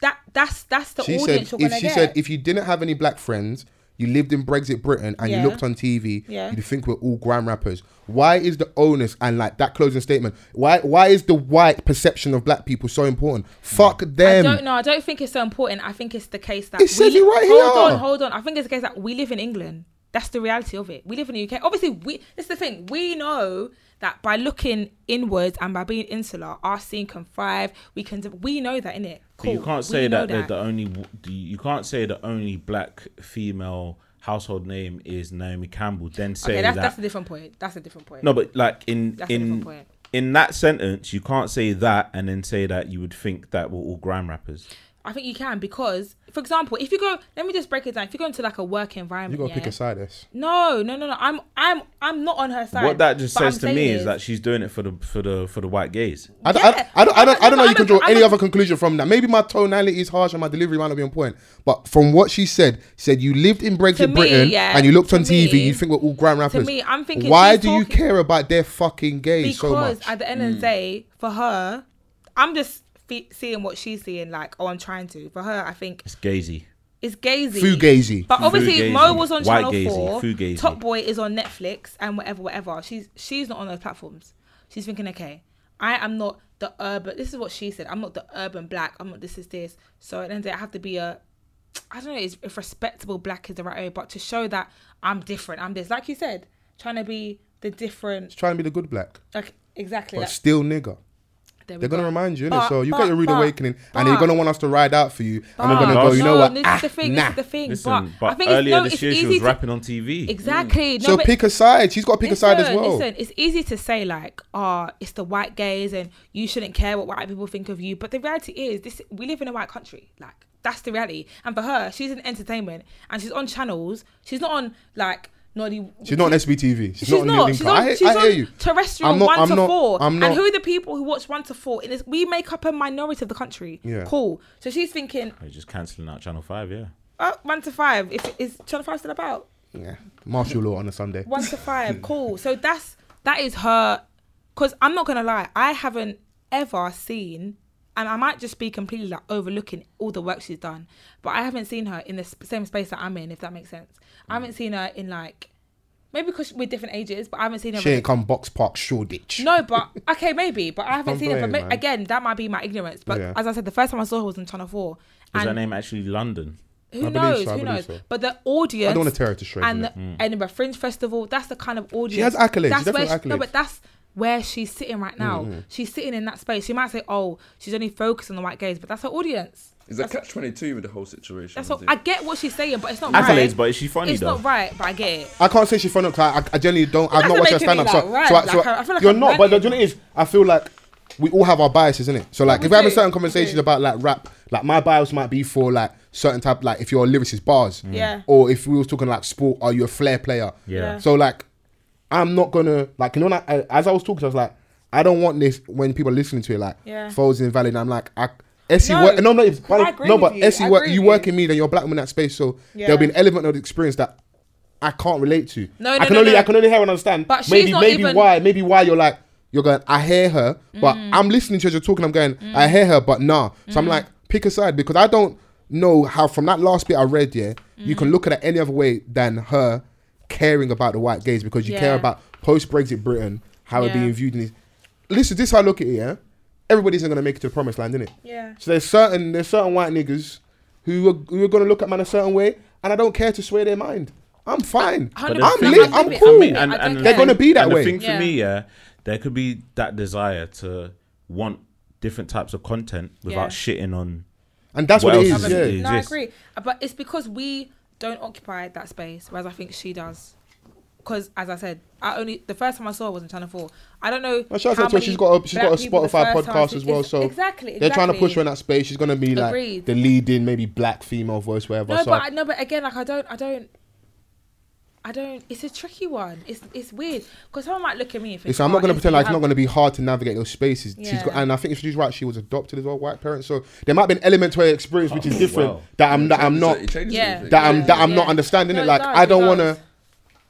That that's that's the
she
audience
said
you're
if
gonna
she
get.
said if you didn't have any black friends, you lived in Brexit Britain and
Yeah.
you looked on TV,
Yeah.
you'd think we're all grand rappers. Why is the onus and like that closing statement? Why why is the white perception of black people so important? Fuck
I
them.
don't know. I don't think it's so important. I think it's the case that
It says
we-
it Um, right
hold
here.
on, hold on. I think it's the case that we live in England. That's the reality of it. We live in the UK. Obviously, we. This is the thing. We know that by looking inwards and by being insular, our scene can thrive. We can. We know that in it.
But
Cool.
you can't
We
say
know
that, that the only the- you can't say the only black female household name is Naomi Campbell. Then say
Okay, that's,
that
that's a different point. That's a different point.
no, but like in
That's a different
in
point.
in that sentence, you can't say that and then say that you would think that we're all grime rappers.
I think you can because, for example, if you go, let me just break it down. If you go into like a work
You
environment,
gotta pick
yeah?
a side. eh? S.
No, no, no, no. I'm, I'm, I'm not on her side.
what that just
but I'm
says to
saying
me is, that she's doing it for the for the for the white gays.
I don't,
Yeah.
I, don't, I don't, I don't know.
I'm
You can
a-
draw
I'm
any
a-
other conclusion from that. Maybe my tonality is harsh and my delivery might not be on point. But from what she said, she said you lived in
To
Brexit
me,
Britain
yeah,
and you looked
to
on TV.
me-
You think we're all grand rappers.
me, I'm thinking
Why
she's
do you
talking-
care about their fucking gays
because
so much?
at the end
Mm.
of the day, for her, I'm just fe- seeing what she's seeing. Like, oh, I'm trying to. For her, I think
It's gazy.
it's gazy.
Fugazi.
But obviously,
Fugazi.
Mo was on
White
Channel
gazy,
Four.
Fugazi.
Top Boy is on Netflix and whatever, whatever. She's she's not on those platforms. She's thinking, okay, I am not the urban. This is what she said. I'm not the urban black. I'm not this is this. So at the end of the day, I have to be a. I don't know if if respectable black is the right way, but to show that I'm different, I'm this. Like you said, trying to be the different.
Trying to be the good black,
Like exactly.
but
that-
still nigger.
there we
They're gonna
go.
remind you, innit?
But-
so you
but-
got your rude
but-
awakening, and you're
but-
gonna want us to ride out for you, and we're
but-
gonna go. You know
no,
what?
This
Ah,
is the thing.
nah.
This is the thing.
Listen,
but,
but,
I think
earlier
it's, no,
this
it's
year she
easy
was
to-
rapping on TV.
Exactly. No,
Mm. So
but-
pick a side. She's got to pick a side as
Listen,
well.
Listen, it's easy to say like, oh, it's the white gays and you shouldn't care what white people think of you. But the reality is this we live in a white country. Like, that's the reality. And for her, she's in entertainment and she's on channels. She's not on like naughty
She's not on SBTV. She's,
She's
not on
not.
Link.
She's on,
I,
she's
I hear
on
you.
terrestrial
I'm not-
one
I'm
to
not-
4
I'm not-
And who are the people who watch one to four? It is, we make up a minority of the country.
Yeah.
Cool. So she's thinking,
They're Oh, just cancelling out Channel Five. Yeah.
oh, one to five. If is Channel Five still about?
Yeah, martial law on a Sunday.
one to five cool so that's that is her because i'm not gonna lie i haven't ever seen and i might just be completely like overlooking all the work she's done but i haven't seen her in the sp- same space that i'm in if that makes sense i
Mm.
haven't seen her in like maybe because we're different ages but i haven't seen her
She
in-
ain't come Box Park Shoreditch.
no, but okay, maybe, but I haven't
I'm
seen her. But
playing,
ma-
man.
again, that might be my ignorance. But
Yeah.
as I said, the first time I saw her was on Channel Four,
Was
and
her name actually London?
who
I believe
knows?
so, I
who knows?
believe so.
But the audience.
I don't wanna tear her to shreds,
And the
innit?
Mm.
Edinburgh Fringe Festival. That's the kind of
has
audience.
accolades,
That's
she definitely
where
has
no,
accolades. Mm-hmm.
but that's where she's sitting right now. She's sitting in that space. She might say, "Oh, she's only focused on the white gays," but that's her audience.
Is that catch twenty two with the whole situation?
That's
I
what
think?
I get. What she's saying, but it's not
Accolades,
right.
but is she funny
it's
though?
not right, but I get it.
I can't say she's funny because I, I, I generally don't. I've not
doesn't
watched her
make
stand
me
up. So,
like right,
so, I- so
like,
I-
I feel like
you're
I'm
not. But the
running.
do you know what it is? I feel like we all have our biases, innit? So like,
We
if we're having
do,
certain
we
conversations
do.
about like rap, like my bias might be for like certain type, like if you're a lyricist, bars,
Mm. Yeah.
Or if we was talking like sport, are you a flair player?
Yeah.
So like, I'm not gonna like you know. When I, I- as I was talking, I was like, I don't want this when people are listening to it like,
Yeah.
Foles invalid. I'm like, I. Essie,
No,
work, no, no, it's,
I agree
no,
with
but
you,
Essie,
I
work,
agree
you
with
work
you.
in me, then you're a black woman in that space, so
Yeah.
there'll be an element of the experience that I can't relate to.
No,
I
no,
can
no,
only
no.
I can only hear and understand.
But she's
maybe
not
maybe
even- Mm.
why maybe why you're like you're going. I hear her, but I'm listening to her, you're talking. I'm going. I hear her, but nah. So I'm like pick a side because I don't know how from that last bit I read. Yeah, you
Mm.
can look at it any other way than her caring about the white gays because you care
Yeah.
about post Brexit Britain how it
Yeah.
being viewed. In this. Listen, this is how I look at it. Yeah, everybody's not gonna make it to the promised land, innit?
Yeah.
So there's certain there's certain white niggas who are, who are gonna look at man a certain way, and I don't care to sway their mind. I'm fine. I'm
But the
lit.
thing-
I'm
I
cool.
mean, I don't
They're
care.
gonna be that
and
way.
The thing for
Yeah.
me, yeah, there could be that desire to want different types of content without shitting on.
and that's what,
What
it
else
is.
is
Yeah.
it?
No, I
exists.
agree. But it's because we don't occupy that space, whereas I think she does. because as I said, I only the first time I saw it was on Channel Four. I don't know.
Well, shout out to
how
her,
many
she's got a, she's
black
got a
people the
Spotify
first time
podcast
she-
as well,
it's-
so
exactly,
they're trying to push her in
exactly.
that space. She's gonna be like
Agreed.
the leading, maybe black female voice, wherever.
No,
so
but I, no, but again, like I don't, I don't, I don't. It's a tricky one. It's it's weird because someone might look at me and think.
Listen, I'm not
"Oh,
going to
yes,
pretend
you
like it's
have-
not going to be hard to navigate those spaces. She's got,
Yeah.
and I think she's right. She was adopted as well, white parents. So there might have been elements to her experience which is
Oh,
different
wow.
that I'm that I'm
It
not
changes
Yeah.
everything.
that I'm that I'm
Yeah.
not understanding
No,
it.
it
Like
does,
I
it
don't want
does.
to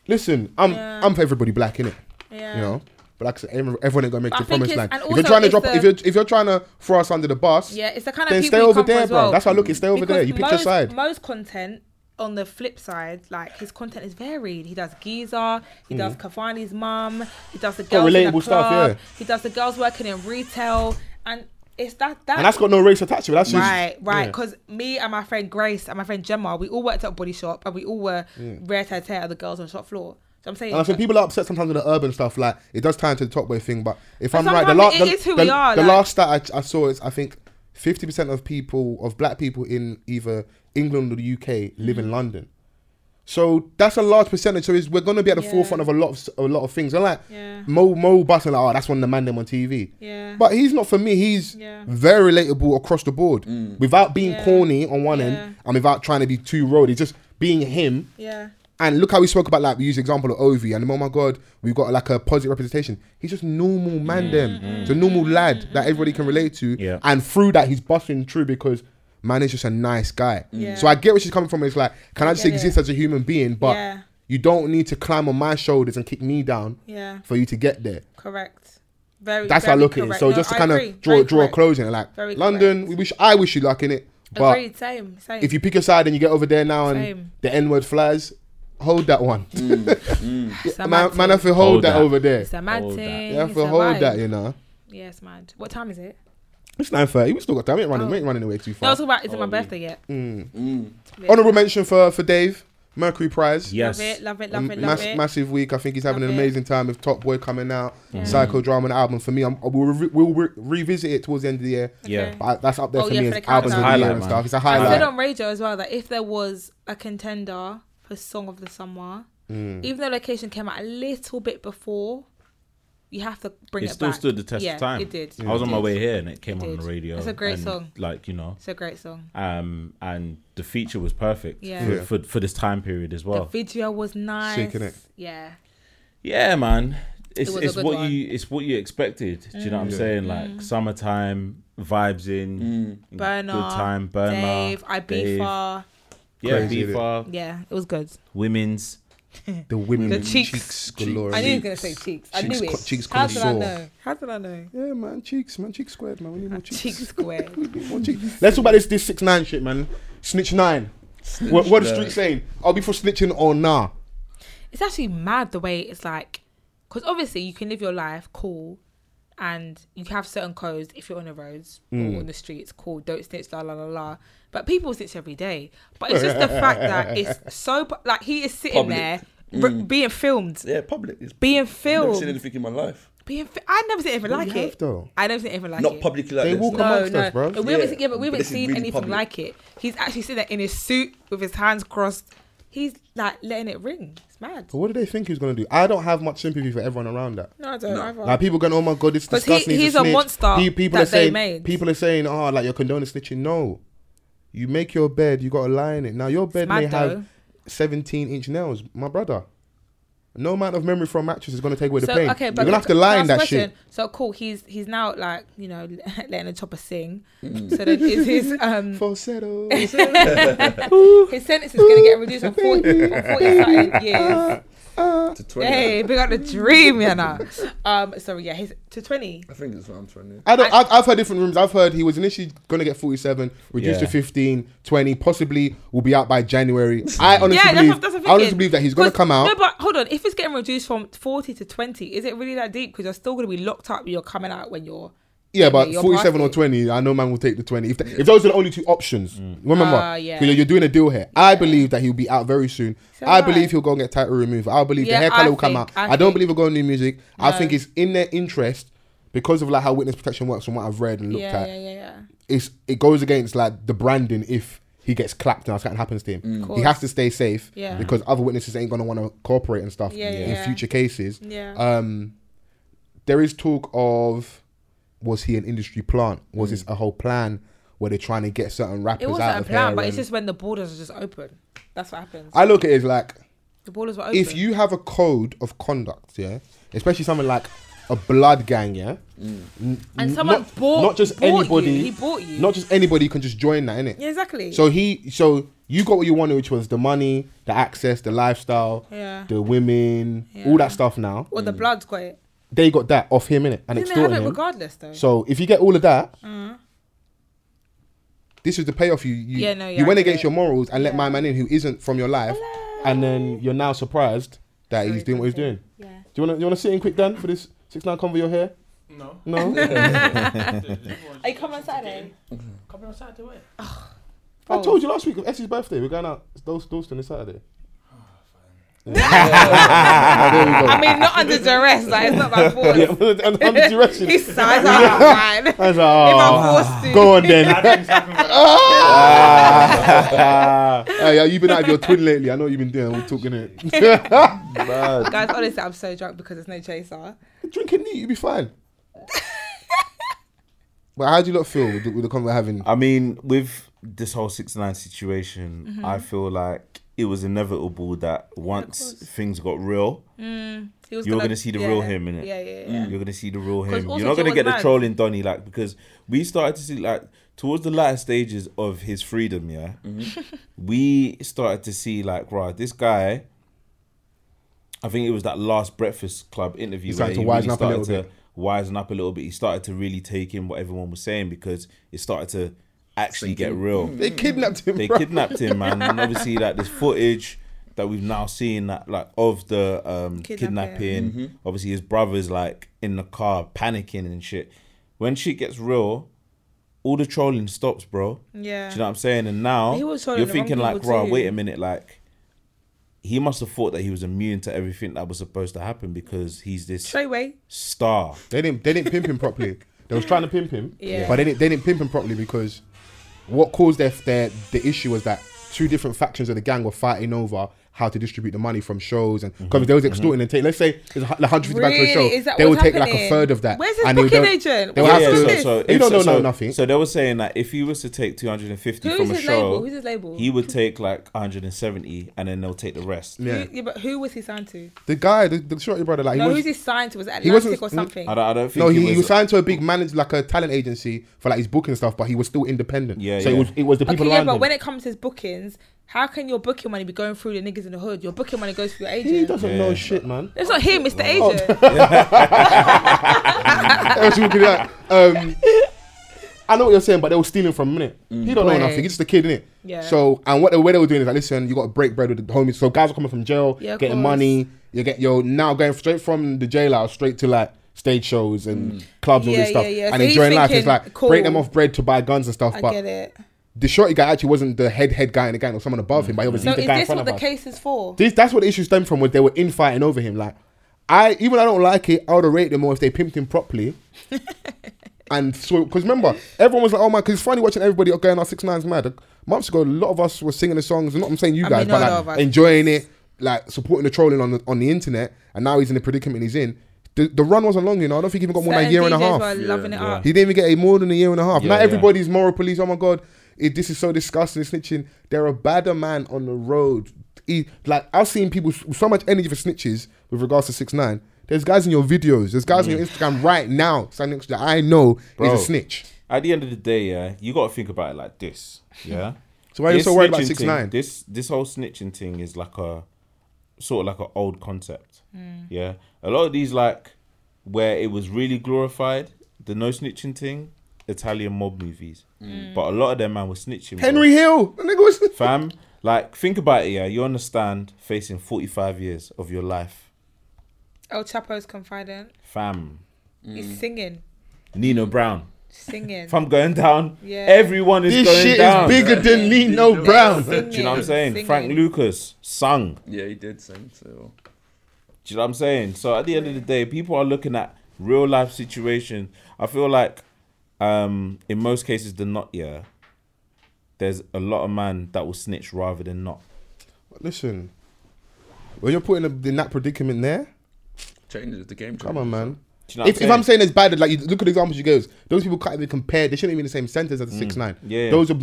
listen. I'm
Yeah.
I'm for everybody black in it.
Yeah.
You know, but like I said, everyone everyone ain't gonna make
But I
the
think
promised
it's-
land.
and
If you're
also
trying to
it's
drop,
the-
if you're if you're trying to throw us under the bus,
Yeah, it's the kind of
then
people
stay
you
over
come for
there,
as
bro.
well.
That's why look, it's stay over
Because
there. You pick your
most,
side.
Most content on the flip side, like his content is varied. He does Giza, he does Kafani's mum, he does the girls in the
Mm. relatable stuff,
club,
yeah.
he does the girls working in retail, and it's that that.
And that's got no race attached to it. That's just-
Right, right.
yeah.
Because me and my friend Grace and my friend Gemma, we all worked at a body shop and we all were rare tear tear the girls on the shop floor. So I'm saying, uh,
And I think people are upset sometimes with the urban stuff. Like it does tie into the top boy thing, but if
But
I'm right, the last
sometimes
the,
it is who
the-
we are,
the
like-
last stat I, I saw is I think fifty percent of people of black people in either England or the UK live
Mm-hmm.
in London. So that's a large percentage. So is we're gonna be at the
Yeah.
forefront of a lot of s- a lot of things. And like
Yeah.
Mo Mo Button, like, oh, that's one of the man them on TV.
Yeah.
But he's not for me. He's
Yeah.
very relatable across the board, without being
Yeah.
corny on one
Yeah.
end and without trying to be too road. He's just being him.
yeah,
And look how we spoke about like we use the example of Ovi and oh my god, we've got like a positive representation. He's just normal
Mm.
man them. He's a normal lad that everybody can relate to.
Yeah.
And through that he's busting through because man is just a nice guy.
Yeah.
So I get where she's coming from. It's like, can I just
get it.
exist as a human being? But
Yeah.
you don't need to climb on my shoulders and kick me down
yeah,
for you to get there.
correct. Very.
That's
very
how I look at
correct.
it. So
No,
just to
I
kind
agree.
of draw
Very
draw a
correct.
closing. Like
Very
London,
correct.
we wish I wish you luck in it. But
Agreed. Same. Same.
if you pick a side and you get over there now and
Same. Mm.
the N word flies, hold that one.
It's a
Man,
mad
man,
thing.
I feel hold,
Hold
that,
that.
over there.
It's a mad
Hold that.
thing.
Yeah, I
it's
feel
a
hold
vibe.
that, you know.
Yeah, it's mad. What time is it?
It's nine thirty. We still got time. We ain't running.
Oh.
We ain't running away too
No, I
far.
was talking about. Is it my birthday yet?
Mm.
Yeah.
Honorable mention for for Dave Mercury Prize.
Yes.
Love it. Love it.
A
Love it. Love
mass-
it.
Massive week. I think he's having
Love
an
it.
amazing time with Top Boy coming out, Psychodrama album. For me, I'm, we'll, re- we'll re- revisit it towards the end of the year.
Yeah.
But I- that's up there
Oh,
for
yeah,
me
for
as
the
albums of the
countdown.
year and
Highlight,
stuff.
man.
It's a
I said um,
highlight.
on radio as well that if there was a contender for Song of the Summer,
Mm.
even though Location came out a little bit before, you have to bring
It
it,
still
back.
stood the test
yeah,
of time.
It
Mm.
did.
I was
It
on my
did.
way here and it came on
did.
the radio.
It's a great
and,
song.
Like, you know.
It's a great song.
Um and the feature was perfect
Yeah.
for,
Yeah.
for for this time period as
The
well. Mm.
video was nice.
Sick, innit?
Yeah.
Yeah, man. It's
was a
it's
good
what
one. Mm.
you it's what you expected. Do you know what
Mm.
I'm saying? Like summertime vibes in
Mm.
Burner.
good time. Burner,
Dave,
Dave.
Ibiza.
yeah,
Crazy, innit?
Bifa,
Yeah, it was good.
women's.
The women
The cheeks.
galore.
I knew you were going to say cheeks. I
Cheeks
knew
co-
it.
cheeks
How
colour
did I
sore.
know? How did I know?
Yeah, man, cheeks, man, cheeks squared, man. We need more cheeks.
Ah, Cheeks square.
More cheeks. Let's talk about this this six nine shit, man. Snitch nine. what what the street saying? Are we for snitching or nah?
it's actually mad the way it's like because obviously you can live your life cool and you have certain codes if you're on the roads
Mm.
or on the streets cool don't snitch la la la la but people snitch every day but it's just the fact that it's so pu- like he is sitting
Public.
there r- being filmed
Yeah, public. It's
being
I've never seen
filmed
anything in my life.
being fi- I never seen anything
Well, you
like
have,
it
though.
I never seen anything like
Not
it
publicly like
They
this.
walk
no.
up-
no,
amongst
no.
us, bruv.
We
Yeah,
haven't seen, yeah, but we
but
haven't
this is
seen
really
anything
public.
like it. He's actually sitting there in his suit with his hands crossed. He's like letting it ring. It's mad.
But what do they think he's gonna do? I don't have much sympathy for everyone around that.
No, I don't either.
Like people going, oh my god, it's
'Cause he-
disgusting.
he's a
snitch."
monster
Pe- people
that
are
they
saying,
made.
people are saying, oh, like you're condoning snitching. No, you make your bed, you gotta lie in it. Now your bed
mad,
may
though.
have 17 inch nails, my brother. No amount of memory from mattress is gonna take away the pain. you're gonna have to lie in
last
that
question.
shit.
So cool. He's he's now like you know letting the chopper sing.
Mm.
So then is his um
Falsetto.
his sentence is gonna get reduced from forty from forty something years.
To 20.
Hey, big up the dream, you know. Um, sorry, yeah, his to twenty.
I think it's around 20.
I don't, I've, I've heard different rooms. I've heard he was initially going to get 47, reduced to
Yeah.
15, 20, possibly will be out by January. I honestly
yeah, that's
believe,
what, that's what
I honestly believe that he's going to come out.
No, but hold on. If it's getting reduced from forty to twenty, is it really that deep? Because you're still gonna be locked up. You're coming out when you're
yeah, but
you're
47 or
past it.
20, I know man will take the 20. If, th- if those are the only two options, remember,
Ah, yeah.
you're, you're doing a deal here. I believe that he'll be out very soon.
So
I
do I.
believe he'll go and get title removed. I believe the
Yeah,
hair
I
color will come
think-
out. I,
I
don't
think-
believe we're going new music. I
No.
think it's in their interest because of like how witness protection works from what I've read and looked
yeah,
at.
yeah, yeah, yeah.
it's it goes against like the branding if he gets clapped now. Something happens to him.
Course.
He has to stay safe
Yeah.
because other witnesses ain't gonna want to cooperate and stuff
Yeah,
in
yeah.
future cases.
Yeah.
Um, there is talk of was he an industry plant? Was this a whole plan where they're trying to get certain rappers
It wasn't
out
a
of
plan,
here
but it's
and-
just when the borders are just open. That's what happens.
I look at it as like
the borders were open.
if you have a code of conduct, yeah, especially something like a blood gang, yeah,
and someone bought
not just
bought
anybody,
you, he bought you.
not just anybody can just join that, innit?
yeah, exactly.
So he, so you got what you wanted, which was the money, the access, the lifestyle,
Yeah.
the women,
Yeah.
all that stuff. Now
or the blood's got it.
they got that off him, innit, and
Didn't they have
extorting
it
him.
regardless though?
So if you get all of that, this is the payoff. You you,
Mm. Yeah, no, yeah,
you went
I get
against
it.
your morals and let my man in who isn't from your life, and then you're now surprised that he's doing what he's doing.
Yeah.
Do you want to you want to sit in quick, Dan, for this six nine convo you're here?
No.
No.
Are you coming on Saturday?
Coming on Saturday, where?
I told you last week of Essie's birthday. We're going out. It's Dal- Dalston this Saturday.
I mean, not under duress. Like it's not my fault.
Yeah, I'm, I'm just directing.
He sighs out loud.
I was like,
If
"Oh,
I'm forced to.
go on then.
Nothing's happening.
Ah. hey, yeah, you've been out of your twin lately. I know what you've been doing. We're talking it.
Guys, honestly, I'm so drunk because there's no chaser.
Drinking neat, you'll be fine. but how do you lot feel with the, with the comment we're having?
I mean, with this whole six nine situation, I feel like it was inevitable that once things got real,
He was
you're gonna see the real him in it.
Yeah, yeah, yeah.
You're gonna see the real
'Cause
him.
also
You're not
Joe
gonna
was
get the
mad.
trolling Donny like because we started to see like towards the latter stages of his freedom. Yeah,
Mm-hmm.
we started to see like right, this guy. I think it was that last Breakfast Club interview.
He
where
started
he
to wisen
really
up a little
started
bit.
to Wisen up a little bit. He started to really take in what everyone was saying because it started to actually get real
Mm-hmm.
They kidnapped him,
they
bro.
kidnapped him, man. And obviously, like this footage that we've now seen, that like of the um,
Kidnapping.
kidnapping. Obviously, his brother's like in the car panicking and shit. When shit gets real, all the trolling stops, bro.
Yeah.
Do you know what I'm saying? And now
He was trolling
you're
the
thinking
wrong
like,
people
"Rah,
too."
wait a minute, like. He must have thought that he was immune to everything that was supposed to happen because he's this
Straight away.
star.
They didn't. They didn't pimp him properly. They was trying to pimp him,
Yeah.
but they didn't. They didn't pimp him properly because what caused their, their the issue was that two different factions of the gang were fighting over how to distribute the money from shows and because they
Mm-hmm.
was extorting and take. Let's say it's a hu- hundred fifty bags for a show,
Really? Is that
they
what's
would take like
happening?
a third of that.
Where's his
and they would-
booking agent?
They would
What's
have
his
to.
business?
So,
if-
don't know
so-
nothing.
So they were saying that if he was to take 250
Who's
from a
his
show,
label? Who's his label?
he would take like 170 and then they'll take the rest.
yeah.
Who, yeah, but who was he signed to?
the guy, the, the shorty brother, like
no,
he
who's
was.
he signed to? Was it
he
Atlantic
wasn't-
or something?
I don't, I don't think
No, he, he was
was
signed to a big manager, like a talent agency for like his booking stuff, but he was still independent.
Yeah,
so
yeah.
it was it was the people
okay, yeah,
around
but
him.
when it comes to his bookings, how can your booking money be going through the niggas in the hood? Your booking money goes through your
he
agent.
doesn't Oh. know shit, man.
It's not him, it's the agent.
I was looking at, um, I know what you're saying, but they were stealing from him, innit? He don't know
Right.
nothing. He's just a kid, innit?
Yeah.
So, and what the way they were doing is like, listen, you got to break bread with the homies. So guys are coming from jail,
Yeah, of
getting
course.
money. You get you're now going straight from the jailhouse straight to like stage shows and clubs and all
Yeah,
this stuff,
yeah, yeah.
and
So he's
enjoying life. It's
thinking,
like
cool.
break them off bread to buy guns and stuff.
I
but
get it.
the shorty guy actually wasn't the head head guy in the gang or someone above him, but he was
So
the
is
guy in
this
front of
what the
us.
case is for?
This that's what the issue stemmed from was they were infighting over him. Like I even I don't like it, I would have rated him more if they pimped him properly. and so because remember, everyone was like, Oh my because it's funny watching everybody going out six nines mad. Months ago, a lot of us were singing the songs, and not I'm saying you
I
guys,
mean, not
but
a lot of us.
like enjoying it, like supporting the trolling on the on the internet, and now he's in the predicament he's in. The, the run wasn't long, you know. I don't think he even got more than a
Certain
year and a
DJs
half.
Were loving it up.
He didn't even get a more than a year and a half.
Yeah,
now
yeah.
everybody's moral police. Oh my god, it, this is so disgusting. Snitching. They're a badder man on the road. He, like I've seen people s- so much energy for snitches with regards to six nine. There's guys in your videos. There's guys on your Instagram right now. Standing next to you that I know
Bro.
is a snitch.
At the end of the day, yeah, you got to think about it like this. Yeah.
So why are you
This
so worried about
snitching
6ix9ine?
thing- This this whole snitching thing is like a sort of like an old concept.
Mm.
Yeah. A lot of these like where it was really glorified, the no snitching thing, Italian mob movies.
Mm.
But a lot of them man were snitching. bro.
Henry Hill, the nigga was.
fam. Like think about it, yeah. You understand facing forty five years of your life,
El Chapo's confident.
fam. Mm.
He's singing,
Nino Brown.
singing.
If I'm going down,
Yeah.
everyone is
This
going
shit
down.
is bigger than Nino Brown.
singing,
Do you know what I'm saying? Frank
singing.
Lucas sung.
Yeah, he did sing. So
Do you know what I'm saying? So at the end of the day, people are looking at real life situation. I feel like um in most cases they're not yeah. there's a lot of man that will snitch rather than not.
Listen, when you're putting a, in that predicament there,
Changes the game.
come on, man.
Do you know what
if, if I'm saying it's bad, like you look at the examples you gave, those people can't even compare. They shouldn't even be in the same sentence as the six nine.
Mm. Yeah.
those are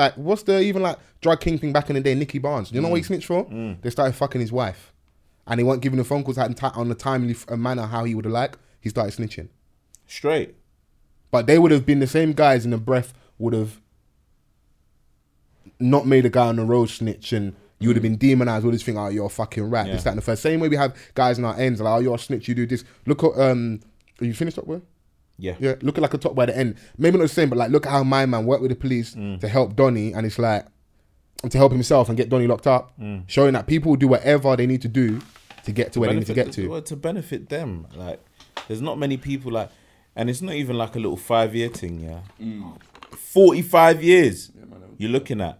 like what's the even like drug kingpin back in the day, Nicky Barnes. You know
Mm.
what he snitched for? They started fucking his wife, and he weren't giving the phone calls on ti- on a timely f- a manner how he would have liked. He started snitching,
straight?
but they would have been the same guys in the breath would have not made a guy on the road snitch and. You would have been demonized. All this thing, oh, you're a fucking rat.
Yeah.
This, that, and the first. Same way we have guys in our ends, like, oh, you're a snitch. You do this. Look at um, are you finished up with?
Yeah.
Yeah, looking like a top by the end. Maybe not the same, but like look at how my man worked with the police
Mm.
to help Donny, and it's like and to help himself and get Donny locked up,
Mm.
showing that people do whatever they need to do to get to where they need to get
Benefit- well,
to.
to benefit them. Like, there's not many people like, and it's not even like a little five year thing. Yeah, forty five years. you're looking at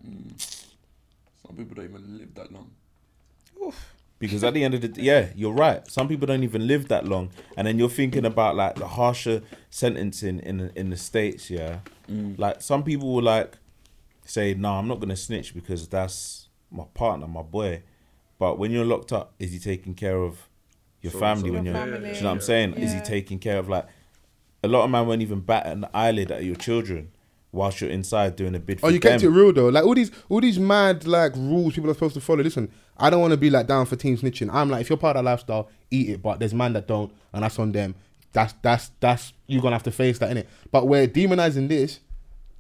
Some people don't even live that long.
because at the end of the yeah, you're right. Some people don't even live that long, and then you're thinking about like the harsher sentencing in the- in the states. Yeah,
Mm.
like some people will like say, "No, I'm not gonna snitch because that's my partner, my boy." But when you're locked up, is he taking care of your family when
Your
you're?
family.
Do you know what I'm saying? Is he
Yeah.
taking care of like a lot of men won't even bat an eyelid at your children whilst you're inside doing a bid for
Oh, you
them.
kept it real though. Like all these, all these mad like rules people are supposed to follow. Listen, I don't want to be like down for team snitching. I'm like, if you're part of that lifestyle, eat it. But there's man that don't, and that's on them. That's that's that's you're gonna have to face that in it. But we're demonizing this.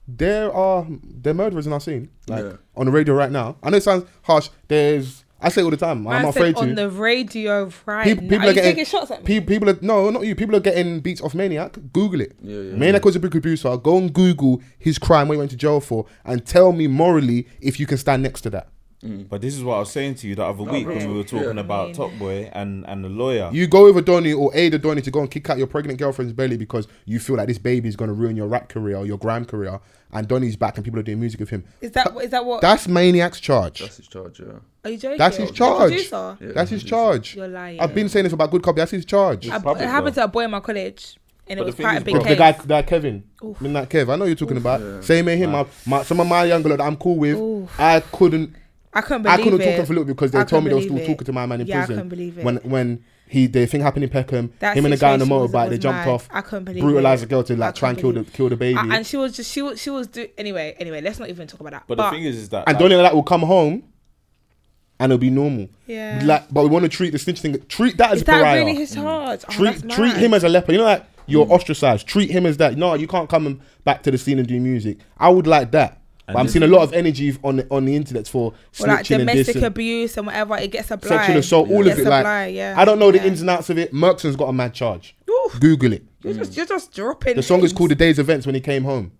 There are there are murderers in our scene, like
Yeah.
on the radio right now. I know it sounds harsh. There's I say it all the time. I'm
Man
not
said
afraid to.
on the radio right
People,
now.
people
are,
are,
you
getting
taking shots at me?
pe- People are no, not you. People are getting beats off Maniac. Google it.
Yeah, yeah,
Maniac was a big producer. Go and Google his crime, what he went to jail for, and tell me morally if you can stand next to that.
But this is what I was saying to you the other
Oh,
week when we were talking about Top Boy and and the lawyer.
You go with Donny or aid Donny to go and kick out your pregnant girlfriend's belly because you feel like this baby is going to ruin your rap career or your grime career, and Donny's back and people are doing music with him.
Is that what? Is that what?
That's Maniac's charge.
That's his charge, yeah.
are you joking?
That's his
The
charge.
producer?
Yeah,
That's his
he's-
charge.
You're lying.
I've been saying this about Good Cop. That's his charge.
I-
public,
it happened
though.
to a boy in my college, and it
But
was
the thing
quite
is,
a big
bro,
Bro,
case.
the guy, that Kevin, Midnight Kev. I know you're talking about. Same with him. My, my, some of my young girl that I'm cool with,
Oof.
I couldn't,
I couldn't
I
believe
couldn't
it.
talk to him for a little bit because they
I
told me they were
couldn't
still
believe
talking
it.
to my man in
Yeah, I
prison.
couldn't believe it.
When when he the thing happened in Peckham,
That
him and the guy on the
situation was-
motorbike,
was
they jumped
mad.
off,
I couldn't believe
brutalized
it.
the girl to
I
like try and kill
couldn't
the kill the baby.
I- and she was just she was she was do anyway anyway. Let's not even talk about that.
But,
But,
the thing is, is that
and
like,
Donny like that will come home, and it'll be normal.
Yeah.
Like, but we want to treat the snitch thing. Treat that as
is
a pariah.
that really
Mm.
his charge? Oh,
treat
that's
treat
mad.
him as a leper. You know, like you're ostracized. Treat him as that. No, you can't come and- back to the scene and do music. I would like that. But I'm seeing a lot of energy on the, on the internet for
or like
snitching and this
domestic
and
abuse and whatever. It gets a blind.
sexual assault, all of
It's
it.
a
Like
blind, yeah.
I don't know the
Yeah.
ins and outs of it. Merkson's got a mad charge.
Oof.
Google it.
You're just, you're just dropping.
The song is
names.
called "The Day's Events" when he came home.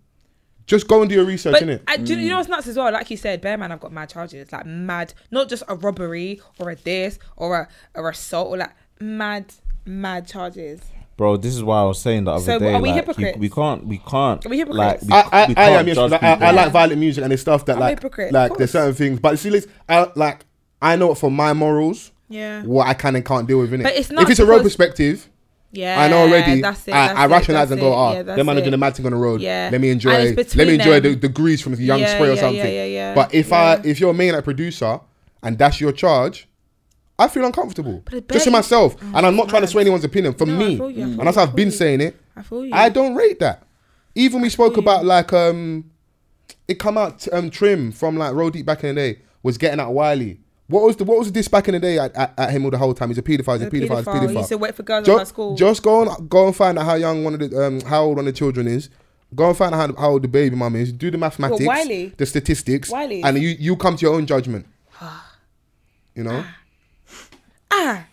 Just go and do your research,
But
innit?
I, do you know what's nuts as well? Like you said, Bear Man, I've got mad charges, like mad, not just a robbery or a this or a or assault or like mad, mad charges.
bro, this is why I was saying the other
So,
day.
are we
like,
hypocrites?
You, we can't, we can't.
Are we
Like,
hypocrites?
we,
I,
we
I, I
can't
am. Yes,
judge
like, I,
people.
I like violent music and it's stuff that
I'm a
like
hypocrite, of
like
course.
there's certain things. But see, like, I like I know it for my morals.
Yeah.
What I can and can't deal with in it.
But it's not
if it's a road
because-
perspective.
Yeah,
I know already.
That's it.
I,
that's
I
it,
rationalize
that's
and go,
it,
ah,
yeah, that's
them man are
it.
doing the mad thing on the road.
Yeah.
Let me
And
enjoy. Let
it's between
me enjoy the,
them.
the grease from Young
Yeah,
Spray or
yeah, yeah,
something.
yeah, yeah.
But if
Yeah.
I if you're a main like producer and that's your charge. I feel uncomfortable,
But it
just to
barely-
myself, and I'm not trying to
mad.
sway anyone's opinion. For
No, I
me,
feel you, I
and
feel
that's
you,
how
I
I've been
feel you.
saying it.
I feel you.
I don't rate that. Even we spoke about like um, it come out um Trim from like Roll Deep back in the day was getting at Wiley. What was the what was this back in the day at, at, at him all the whole time? He's a paedophile. He's a
The
paedophile. He's a
paedophile.
paedophile.
He used to wait for girls
Ju-
at my school.
Just go and go and find out how young one of the um how old one of the children is. Go and find out how, how old the baby mum is. Do the mathematics,
Wiley?
the statistics,
Wiley?
and you you come to your own judgment. you know.
Ah,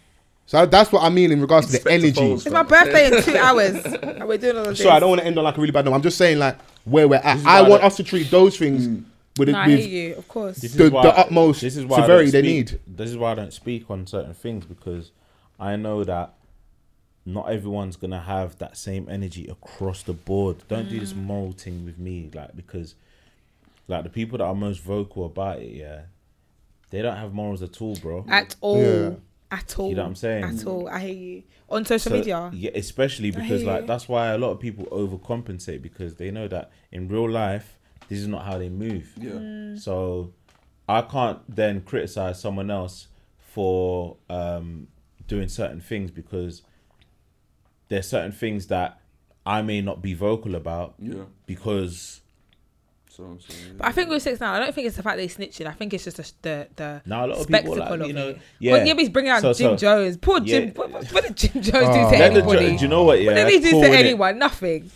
So that's what I mean in regards to the
Inspector
energy.
Foles,
it's my birthday in two hours, and we're doing all of this.
Sorry, I don't want to end on like a really bad note. I'm just saying like where we're at.
is
I
why
want
that- Mm.
us to treat those things with,
No, I
with
hear you. Of course.
This
the-
is why-
the utmost
I
severity
don't
they
speak- This is why I don't speak on certain things because I know that not everyone's gonna have that same energy across the board. Don't do
Mm.
this moral thing with me, like because like the people that are most vocal about it, yeah, they don't have morals at all, bro.
at all.
Yeah.
At all.
You know what I'm saying?
At all. I hear you. On social
So-
media.
Yeah, especially because
hear
like
you.
that's why a lot of people overcompensate because they know that in real life This is not how they move.
Yeah. Mm.
So I can't then criticize someone else for um, doing certain things because there's certain things that I may not be vocal about
Yeah.
because
So, so
But I think with six nine, I don't think it's the fact that he's snitching. I think it's just the the, the
Now a lot of people
spectacle
are like,
of
you know,
it.
yeah.
Well, yeah, but he's bringing out
So-
Jim
so-
Jones. Poor Jim.
Yeah.
What, what- what did Jim Jones do to
let the
anybody?
jo- do you know what? Yeah,
what did he do
cool,
to
innit?
anyone? Nothing.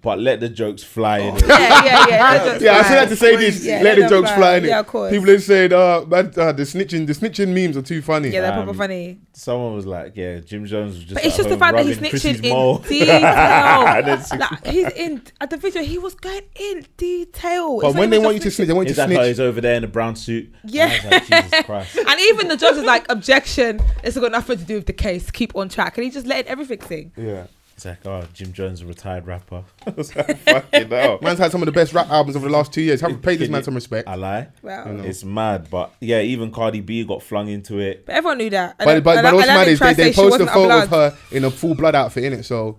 But let the jokes fly.
Oh.
innit?
Yeah, yeah, yeah.
Yeah, I still had to say this.
Yeah,
let
let
the
them
jokes
fly.
fly. innit?
Yeah, of course.
People ain't saying, uh, man, uh, the snitching, the snitching memes are too funny.
Yeah, they're proper
Um,
funny.
Someone was like, "Yeah, Jim Jones was just."
But it's
at
just the
home
fact that he's
rubbing Chrissy's
snitching
mole.
in detail.
then six-
like, he's in at the video. He was going in detail.
But
It's not
when they
even
want you to
just
snitch, they want you
Is
to
that how
snitch.
he's over there in a brown suit? And I was
Yeah.
like, Jesus Christ.
And even the judge is like, objection, it's got nothing to do with the case, keep on track. And he just let everything sing.
Yeah.
It's like, oh, Jim Jones, a retired rapper.
Fucking hell.
Man's had some of the best rap albums over the last two years. Have paid this
Can
man
you-
some respect.
I lie.
Wow. I know.
It's mad, but yeah, even Cardi B got flung into it.
But everyone knew that. And
But, but,
and
but
I-
what's
and I
mad
didn't
is
try
they, they
to say she
post a
wasn't
photo of
unblocked.
her in a full blood outfit, innit? So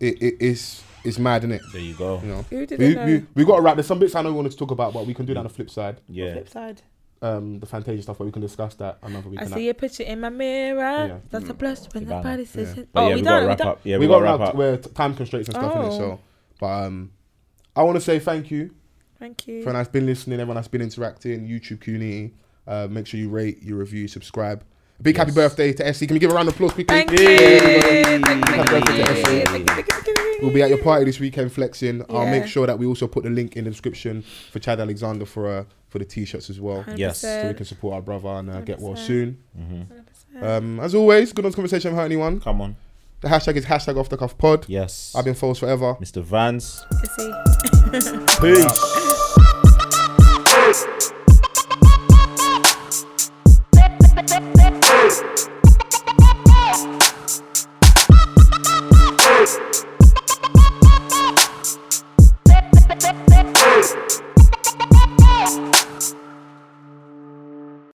it, it, it's, it's mad, innit?
There you go.
You know?
Who did
we,
they
we,
know?
we got to wrap. There's some bits I know we wanted to talk about, but we can do that on the flip side.
Yeah.
Flip side.
Um, the Fantasia stuff, but we can discuss that another week.
I
and
see
that.
your picture in my mirror.
Yeah.
That's a plus when the
Ivana.
body says
Yeah.
it.
But
Oh,
Mm. yeah,
we
we
done,
gotta
we
wrap
done.
up. Yeah,
we,
we
got
gotta wrap
around
up.
to where t- time constraints and stuff in it.
Oh.
So, but um, I want to say thank you
Thank
for
you.
everyone that's been listening, everyone that's been interacting, YouTube community. Uh, make sure you rate, you review, subscribe. A big happy birthday to SC. Can we give a round of applause quickly?
Thank you. Thank you,
Happy
thank you,
birthday to
thank you,
Essie.
thank you, thank you, thank
We'll
you.
be at your party this weekend flexing. I'll
Yeah.
make sure that we also put the link in the description for Chad Alexander for uh, for the t-shirts as well,
Yes.
so we can support our brother and uh, get well
100%.
soon.
100%.
Um, as always, good on conversation without anyone.
Come on.
The hashtag is hashtag off the cuff pod.
Yes.
I've been false forever.
Mr. Vance.
Essie.
Peace.
Hey!